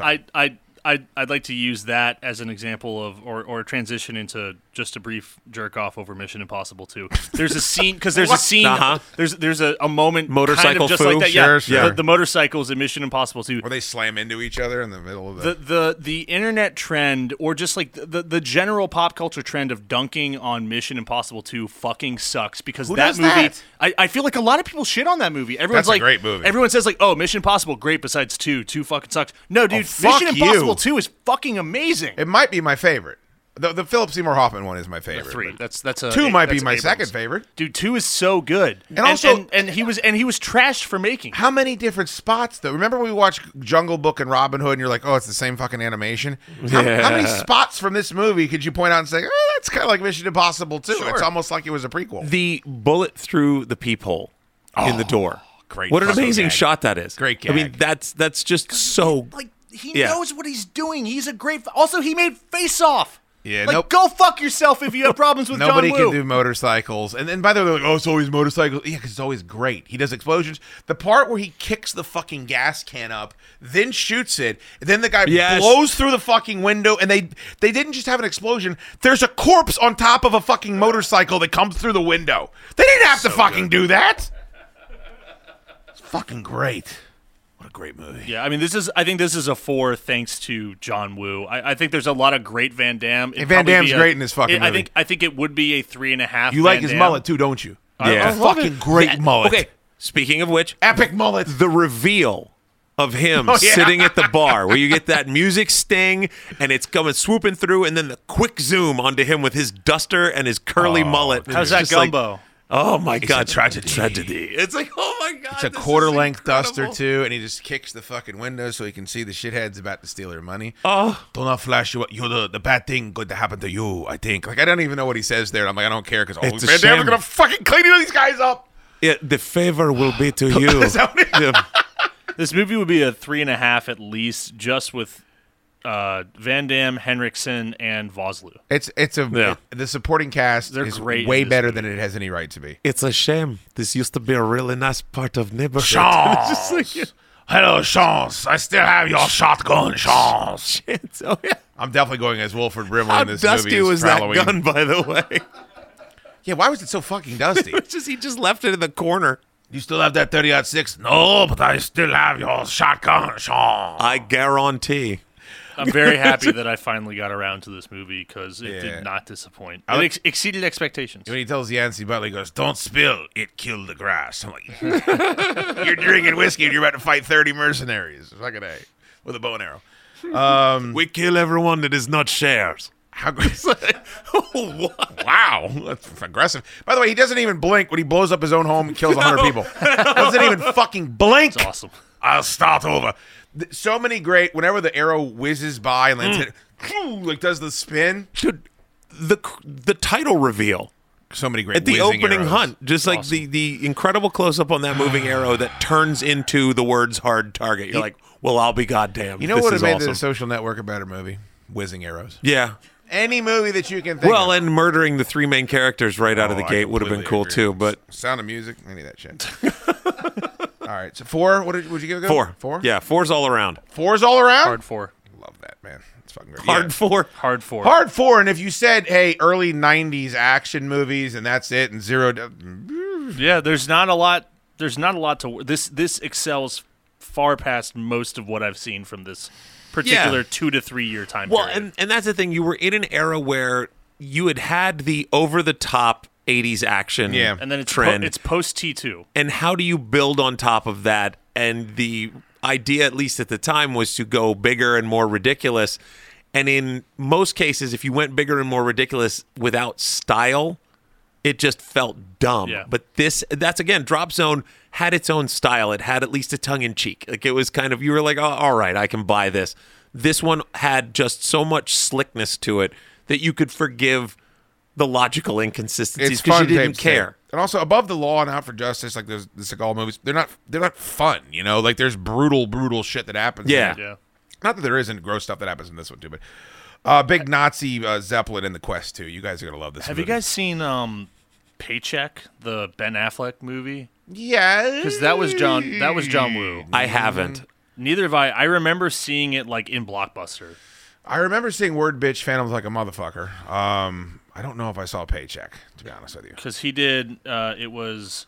Speaker 7: I, I, I, I'd like to use that as an example of, or, or transition into just a brief jerk off over Mission Impossible 2. There's a scene, because there's a scene,
Speaker 8: Uh-huh.
Speaker 7: there's there's a, a moment kind
Speaker 8: Motorcycle
Speaker 7: of just
Speaker 8: foo?
Speaker 7: like that.
Speaker 6: Sure,
Speaker 7: yeah,
Speaker 6: sure.
Speaker 7: The, the motorcycles in Mission Impossible 2.
Speaker 6: Where they slam into each other in the middle of
Speaker 7: the, the the internet trend or just like the, the, the general pop culture trend of dunking on Mission Impossible 2 fucking sucks because
Speaker 6: Who
Speaker 7: that
Speaker 6: does
Speaker 7: movie
Speaker 6: that?
Speaker 7: I, I feel like a lot of people shit on that movie. Everyone's like
Speaker 6: That's a great movie.
Speaker 7: Everyone says like, "Oh, Mission Impossible great besides 2. 2 fucking sucks." No, dude,
Speaker 6: Oh, fuck
Speaker 7: Mission
Speaker 6: you.
Speaker 7: Impossible 2 is fucking amazing.
Speaker 6: It might be my favorite. The, the Philip Seymour Hoffman one is my favorite.
Speaker 7: 3.
Speaker 6: but
Speaker 7: That's that's a
Speaker 6: two
Speaker 7: a-
Speaker 6: might be
Speaker 7: that's
Speaker 6: my
Speaker 7: Abrams.
Speaker 6: second favorite.
Speaker 7: Dude, 2 is so good. And,
Speaker 6: also-
Speaker 7: and, and he was and he was trashed for making. it.
Speaker 6: How many different spots though? Remember when we watched Jungle Book and Robin Hood, and you're like, oh, it's the same fucking animation. How, how many spots from this movie could you point out and say, oh, that's kind of like Mission Impossible too? It's almost like it was a prequel.
Speaker 8: the bullet through the peephole in the door.
Speaker 6: great
Speaker 8: What an
Speaker 6: fucking
Speaker 8: amazing
Speaker 6: gag.
Speaker 8: shot that is.
Speaker 6: Great
Speaker 8: I mean,
Speaker 6: gag.
Speaker 8: that's that's just so
Speaker 7: like he
Speaker 8: Yeah.
Speaker 7: knows what he's doing. He's a great. Also, he made Face Off.
Speaker 6: Yeah,
Speaker 7: like
Speaker 6: nope.
Speaker 7: go fuck yourself if you have problems with
Speaker 6: Nobody
Speaker 7: John Woo.
Speaker 6: can do motorcycles. And then, by the way, they're like, oh, it's always motorcycles. Yeah, because it's always great. He does explosions. The part where he kicks the fucking gas can up, then shoots it, then the guy
Speaker 8: Yes.
Speaker 6: blows through the fucking window, and they they didn't just have an explosion. There's a corpse on top of a fucking motorcycle that comes through the window. They didn't have to fucking do that. It's fucking great. What a great movie.
Speaker 7: yeah, I mean, this is. I think this is a four thanks to John Woo. I, I think there's a lot of great Van Damme. It'd
Speaker 6: And Van
Speaker 7: probably be
Speaker 6: Damme's
Speaker 7: a-
Speaker 6: great in this fucking
Speaker 7: it- I
Speaker 6: movie.
Speaker 7: think. I think it would be a three and a half.
Speaker 6: You like
Speaker 7: Van
Speaker 6: his
Speaker 7: Damme.
Speaker 6: mullet too, don't you?
Speaker 8: Yeah.
Speaker 6: A fucking great mullet.
Speaker 8: uh, Okay. Speaking of which,
Speaker 6: Epic mullet.
Speaker 8: the reveal of him
Speaker 6: yeah.
Speaker 8: sitting at the bar where you get that music sting and it's coming swooping through and then the quick zoom onto him with his duster and his curly mullet.
Speaker 7: How's
Speaker 8: It's
Speaker 7: that
Speaker 8: just like,
Speaker 7: gumbo?
Speaker 8: oh my god.
Speaker 6: tragedy.
Speaker 8: Tragedy. It's like, oh my god.
Speaker 6: It's a
Speaker 8: this is
Speaker 6: quarter length
Speaker 8: incredible.
Speaker 6: duster too, and he just kicks the fucking window so he can see the shitheads about to steal their money. Oh, do not flash you. You're the, the bad thing going to happen to you. I think. Like I don't even know what he says there. and I'm like I don't care because oh,
Speaker 8: It's a
Speaker 6: Van Damme's
Speaker 8: shame.
Speaker 6: gonna fucking clean all these guys up.
Speaker 8: Yeah, the favor will be to you. The-
Speaker 7: This movie would be a three and a half at least, just with uh, Van Damme, Henriksen, and Vosloo.
Speaker 6: It's it's a
Speaker 8: Yeah.
Speaker 6: the supporting cast
Speaker 7: They're
Speaker 6: is
Speaker 7: great in
Speaker 6: way
Speaker 7: this
Speaker 6: better than it has any right to be.
Speaker 8: It's a shame. This used to be a really nice part of neighborhood.
Speaker 6: Hello, Chance. I still have your shotgun, Chance.
Speaker 8: It's- oh, yeah.
Speaker 6: I'm definitely going as Wilfred Brimley
Speaker 8: How
Speaker 6: in this
Speaker 8: dusty
Speaker 6: movie. It's
Speaker 8: was that
Speaker 6: Halloween.
Speaker 8: gun, by the way?
Speaker 6: Yeah, why was it so fucking dusty?
Speaker 8: It's just he just left it in the corner.
Speaker 6: you still have that 30 six? No, but I still have your shotgun, Chance.
Speaker 8: I guarantee.
Speaker 7: I'm very happy that I finally got around to this movie because it
Speaker 6: Yeah.
Speaker 7: did not disappoint.
Speaker 6: I
Speaker 7: It
Speaker 6: like-
Speaker 7: ex- exceeded expectations.
Speaker 6: When he tells Yancey Butler, he goes, "Don't spill, it killed the grass." I'm like, "You're drinking whiskey and you're about to fight thirty mercenaries, fucking a, with a bow and arrow." Um,
Speaker 8: We kill everyone that is not shares.
Speaker 6: How aggressive? wow, that's aggressive. By the way, he doesn't even blink when he blows up his own home and kills hundred people. Doesn't even fucking blink. That's
Speaker 7: awesome.
Speaker 6: I'll start over. Th- So many great. Whenever the arrow whizzes by
Speaker 8: Mm.
Speaker 6: and lands, it, like does the spin.
Speaker 8: Dude, the the title reveal
Speaker 6: So many great
Speaker 8: at the
Speaker 6: whizzing
Speaker 8: opening
Speaker 6: arrows.
Speaker 8: hunt, just like the the incredible close up on that moving arrow that turns into the words "hard target." You're like, well, I'll be goddamn.
Speaker 6: You know what
Speaker 8: is
Speaker 6: would made
Speaker 8: awesome.
Speaker 6: the Social Network a better movie? Whizzing arrows.
Speaker 8: Yeah.
Speaker 6: Any movie that you can think.
Speaker 8: Well,
Speaker 6: of.
Speaker 8: and murdering the three main characters right out of the
Speaker 6: Oh, I
Speaker 8: gate would have been
Speaker 6: completely
Speaker 8: cool
Speaker 6: agree.
Speaker 8: too. But
Speaker 6: Sound of Music, any of that shit. all right, so four. What did would you give it? a go?
Speaker 8: four,
Speaker 6: Oh, four.
Speaker 8: yeah, four's all around.
Speaker 6: fours all around.
Speaker 7: Hard four.
Speaker 6: Love that man. It's fucking great.
Speaker 8: Hard
Speaker 6: Yeah.
Speaker 8: four.
Speaker 7: Hard four.
Speaker 6: Hard four, and if you said, "Hey, early '90s action movies," and that's it, and zero,
Speaker 7: Yeah, there's not a lot. There's not a lot to this. This excels far past most of what I've seen from this particular two to three year time
Speaker 8: Well,
Speaker 7: period.
Speaker 8: and and that's the thing. You were in an era where you had had the over the top '80s action,
Speaker 6: Yeah.
Speaker 7: And then it's po-
Speaker 8: trend.
Speaker 7: it's post T two.
Speaker 8: and how do you build on top of that? And the idea, at least at the time, was to go bigger and more ridiculous. And in most cases, if you went bigger and more ridiculous without style, it just felt dumb.
Speaker 7: Yeah.
Speaker 8: But this, that's again, Drop Zone had its own style. It had at least a tongue in cheek. Like it was kind of, you were like, oh, all right, I can buy this. This one had just so much slickness to it that you could forgive the logical inconsistencies
Speaker 6: it's
Speaker 8: because you
Speaker 6: fun.
Speaker 8: didn't
Speaker 6: type
Speaker 8: care.
Speaker 6: thing. And also, above the law and out for justice, like those the Seagal movies, they're not they're not fun. You know, like there's brutal, brutal shit that happens. in
Speaker 8: Yeah.
Speaker 6: it.
Speaker 7: Yeah.
Speaker 6: Not that there isn't gross stuff that happens in this one too, but uh, big Nazi uh, Zeppelin in the Quest too. You guys are gonna love this.
Speaker 7: Have you
Speaker 6: movie.
Speaker 7: guys seen um, Paycheck, the Ben Affleck movie?
Speaker 6: Yeah,
Speaker 7: Because that was John. That was John Woo.
Speaker 8: I haven't.
Speaker 7: Neither have I. I remember seeing it like in Blockbuster.
Speaker 6: I remember seeing word bitch phantoms like a motherfucker. Um, I don't know if I saw paycheck to be honest with you.
Speaker 7: because he did. Uh, it was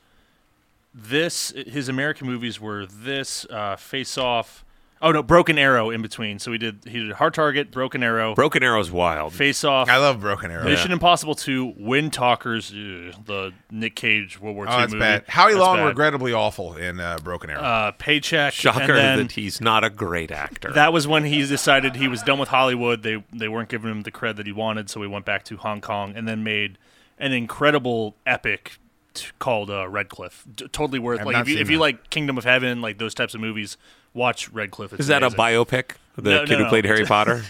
Speaker 7: this. His American movies were this uh, Face Off. Oh no, Broken Arrow in between. So he did. He did Hard Target, Broken Arrow,
Speaker 8: Broken Arrow's wild.
Speaker 7: Face Off,
Speaker 6: I love Broken Arrow.
Speaker 7: Mission Impossible Two, Wind Talkers, ugh, the Nick Cage World War
Speaker 6: Oh,
Speaker 7: II
Speaker 6: that's
Speaker 7: movie.
Speaker 6: bad. Howie
Speaker 7: That's
Speaker 6: Long
Speaker 7: bad.
Speaker 6: regrettably awful in uh, Broken Arrow.
Speaker 7: uh, paycheck. and
Speaker 8: Shocker
Speaker 7: then
Speaker 8: that he's not a great actor.
Speaker 7: That was when he decided he was done with Hollywood. They they weren't giving him the cred that he wanted, so he went back to Hong Kong and then made an incredible epic t- called uh, Red Cliff. D- totally worth
Speaker 6: I've
Speaker 7: like
Speaker 6: not
Speaker 7: if you,
Speaker 6: seen
Speaker 7: if you
Speaker 6: that.
Speaker 7: like Kingdom of Heaven, like those types of movies, watch Red Cliff. It's
Speaker 8: Is that
Speaker 7: amazing.
Speaker 8: a biopic? The
Speaker 7: No,
Speaker 8: kid
Speaker 7: no,
Speaker 8: who
Speaker 7: no.
Speaker 8: played Harry Potter?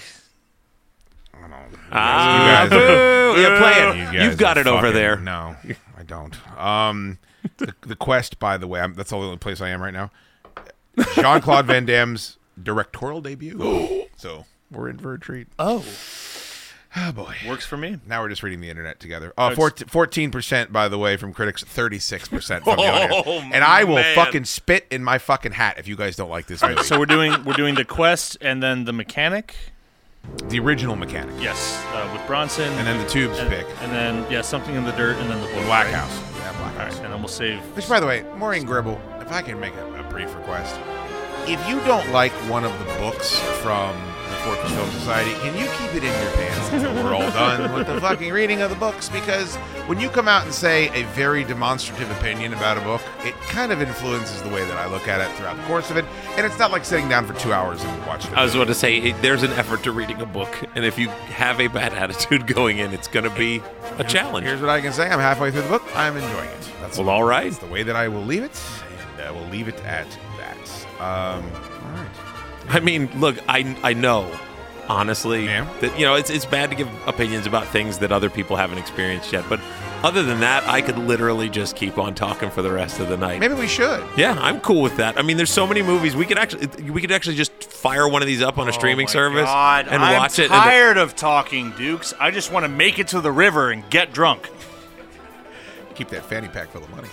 Speaker 6: guys- you
Speaker 8: boo! You're
Speaker 6: You
Speaker 8: playing.
Speaker 6: guys
Speaker 8: You have Uh, got
Speaker 6: are
Speaker 8: Oh, it over
Speaker 6: fucking-
Speaker 8: there.
Speaker 6: No, I don't. Um, the, the Quest, by the way, I'm, that's the only place I am right now. Jean Claude Van Damme's directorial debut. so we're in for a treat.
Speaker 7: Oh,
Speaker 6: Oh boy.
Speaker 7: works for me.
Speaker 6: Now we're just reading the internet together. Uh, fourteen percent, by the way, from critics, thirty-six percent from the
Speaker 8: Oh,
Speaker 6: audience. And I will
Speaker 8: man.
Speaker 6: fucking spit in my fucking hat if you guys don't like this movie.
Speaker 7: So we're doing we're doing the quest and then the mechanic.
Speaker 6: the original mechanic,
Speaker 7: Yes, uh, with Bronson.
Speaker 6: and then the tubes
Speaker 7: and,
Speaker 6: pick,
Speaker 7: and then yeah, something in the dirt, and then the boy,
Speaker 6: Black
Speaker 7: right?
Speaker 6: House. Yeah, Black
Speaker 7: All right,
Speaker 6: House.
Speaker 7: and then we'll save.
Speaker 6: Which, by the way, Maureen Gribble, if I can make a, a brief request, if you don't like one of the books from the Fortress Film Society, can you keep it in your pants until we're all done with the fucking reading of the books? Because when you come out and say a very demonstrative opinion about a book, it kind of influences the way that I look at it throughout the course of it. And it's not like sitting down for two hours and watching. a
Speaker 8: I was
Speaker 6: movie.
Speaker 8: about to say, it- there's an effort to reading a book, and if you have a bad attitude going in, it's going to be a challenge.
Speaker 6: Here's what I can say: I'm halfway through the book. I'm enjoying it. That's
Speaker 8: Well, all right.
Speaker 6: That's the way that I will leave it, and I will leave it at that. Um, all right.
Speaker 8: I mean, look, I I know, honestly,
Speaker 6: Yeah.
Speaker 8: that you know it's it's bad to give opinions about things that other people haven't experienced yet. But other than that, I could literally just keep on talking for the rest of the night.
Speaker 6: Maybe we should.
Speaker 8: Yeah, I'm cool with that. I mean, there's so many movies we could actually we could actually just fire one of these up on a streaming
Speaker 7: Oh my
Speaker 8: service
Speaker 7: God,
Speaker 8: and
Speaker 7: I'm
Speaker 8: watch it. and-
Speaker 7: Tired of talking, Dukes. I just want to make it to the river and get drunk.
Speaker 6: Keep that fanny pack full of money.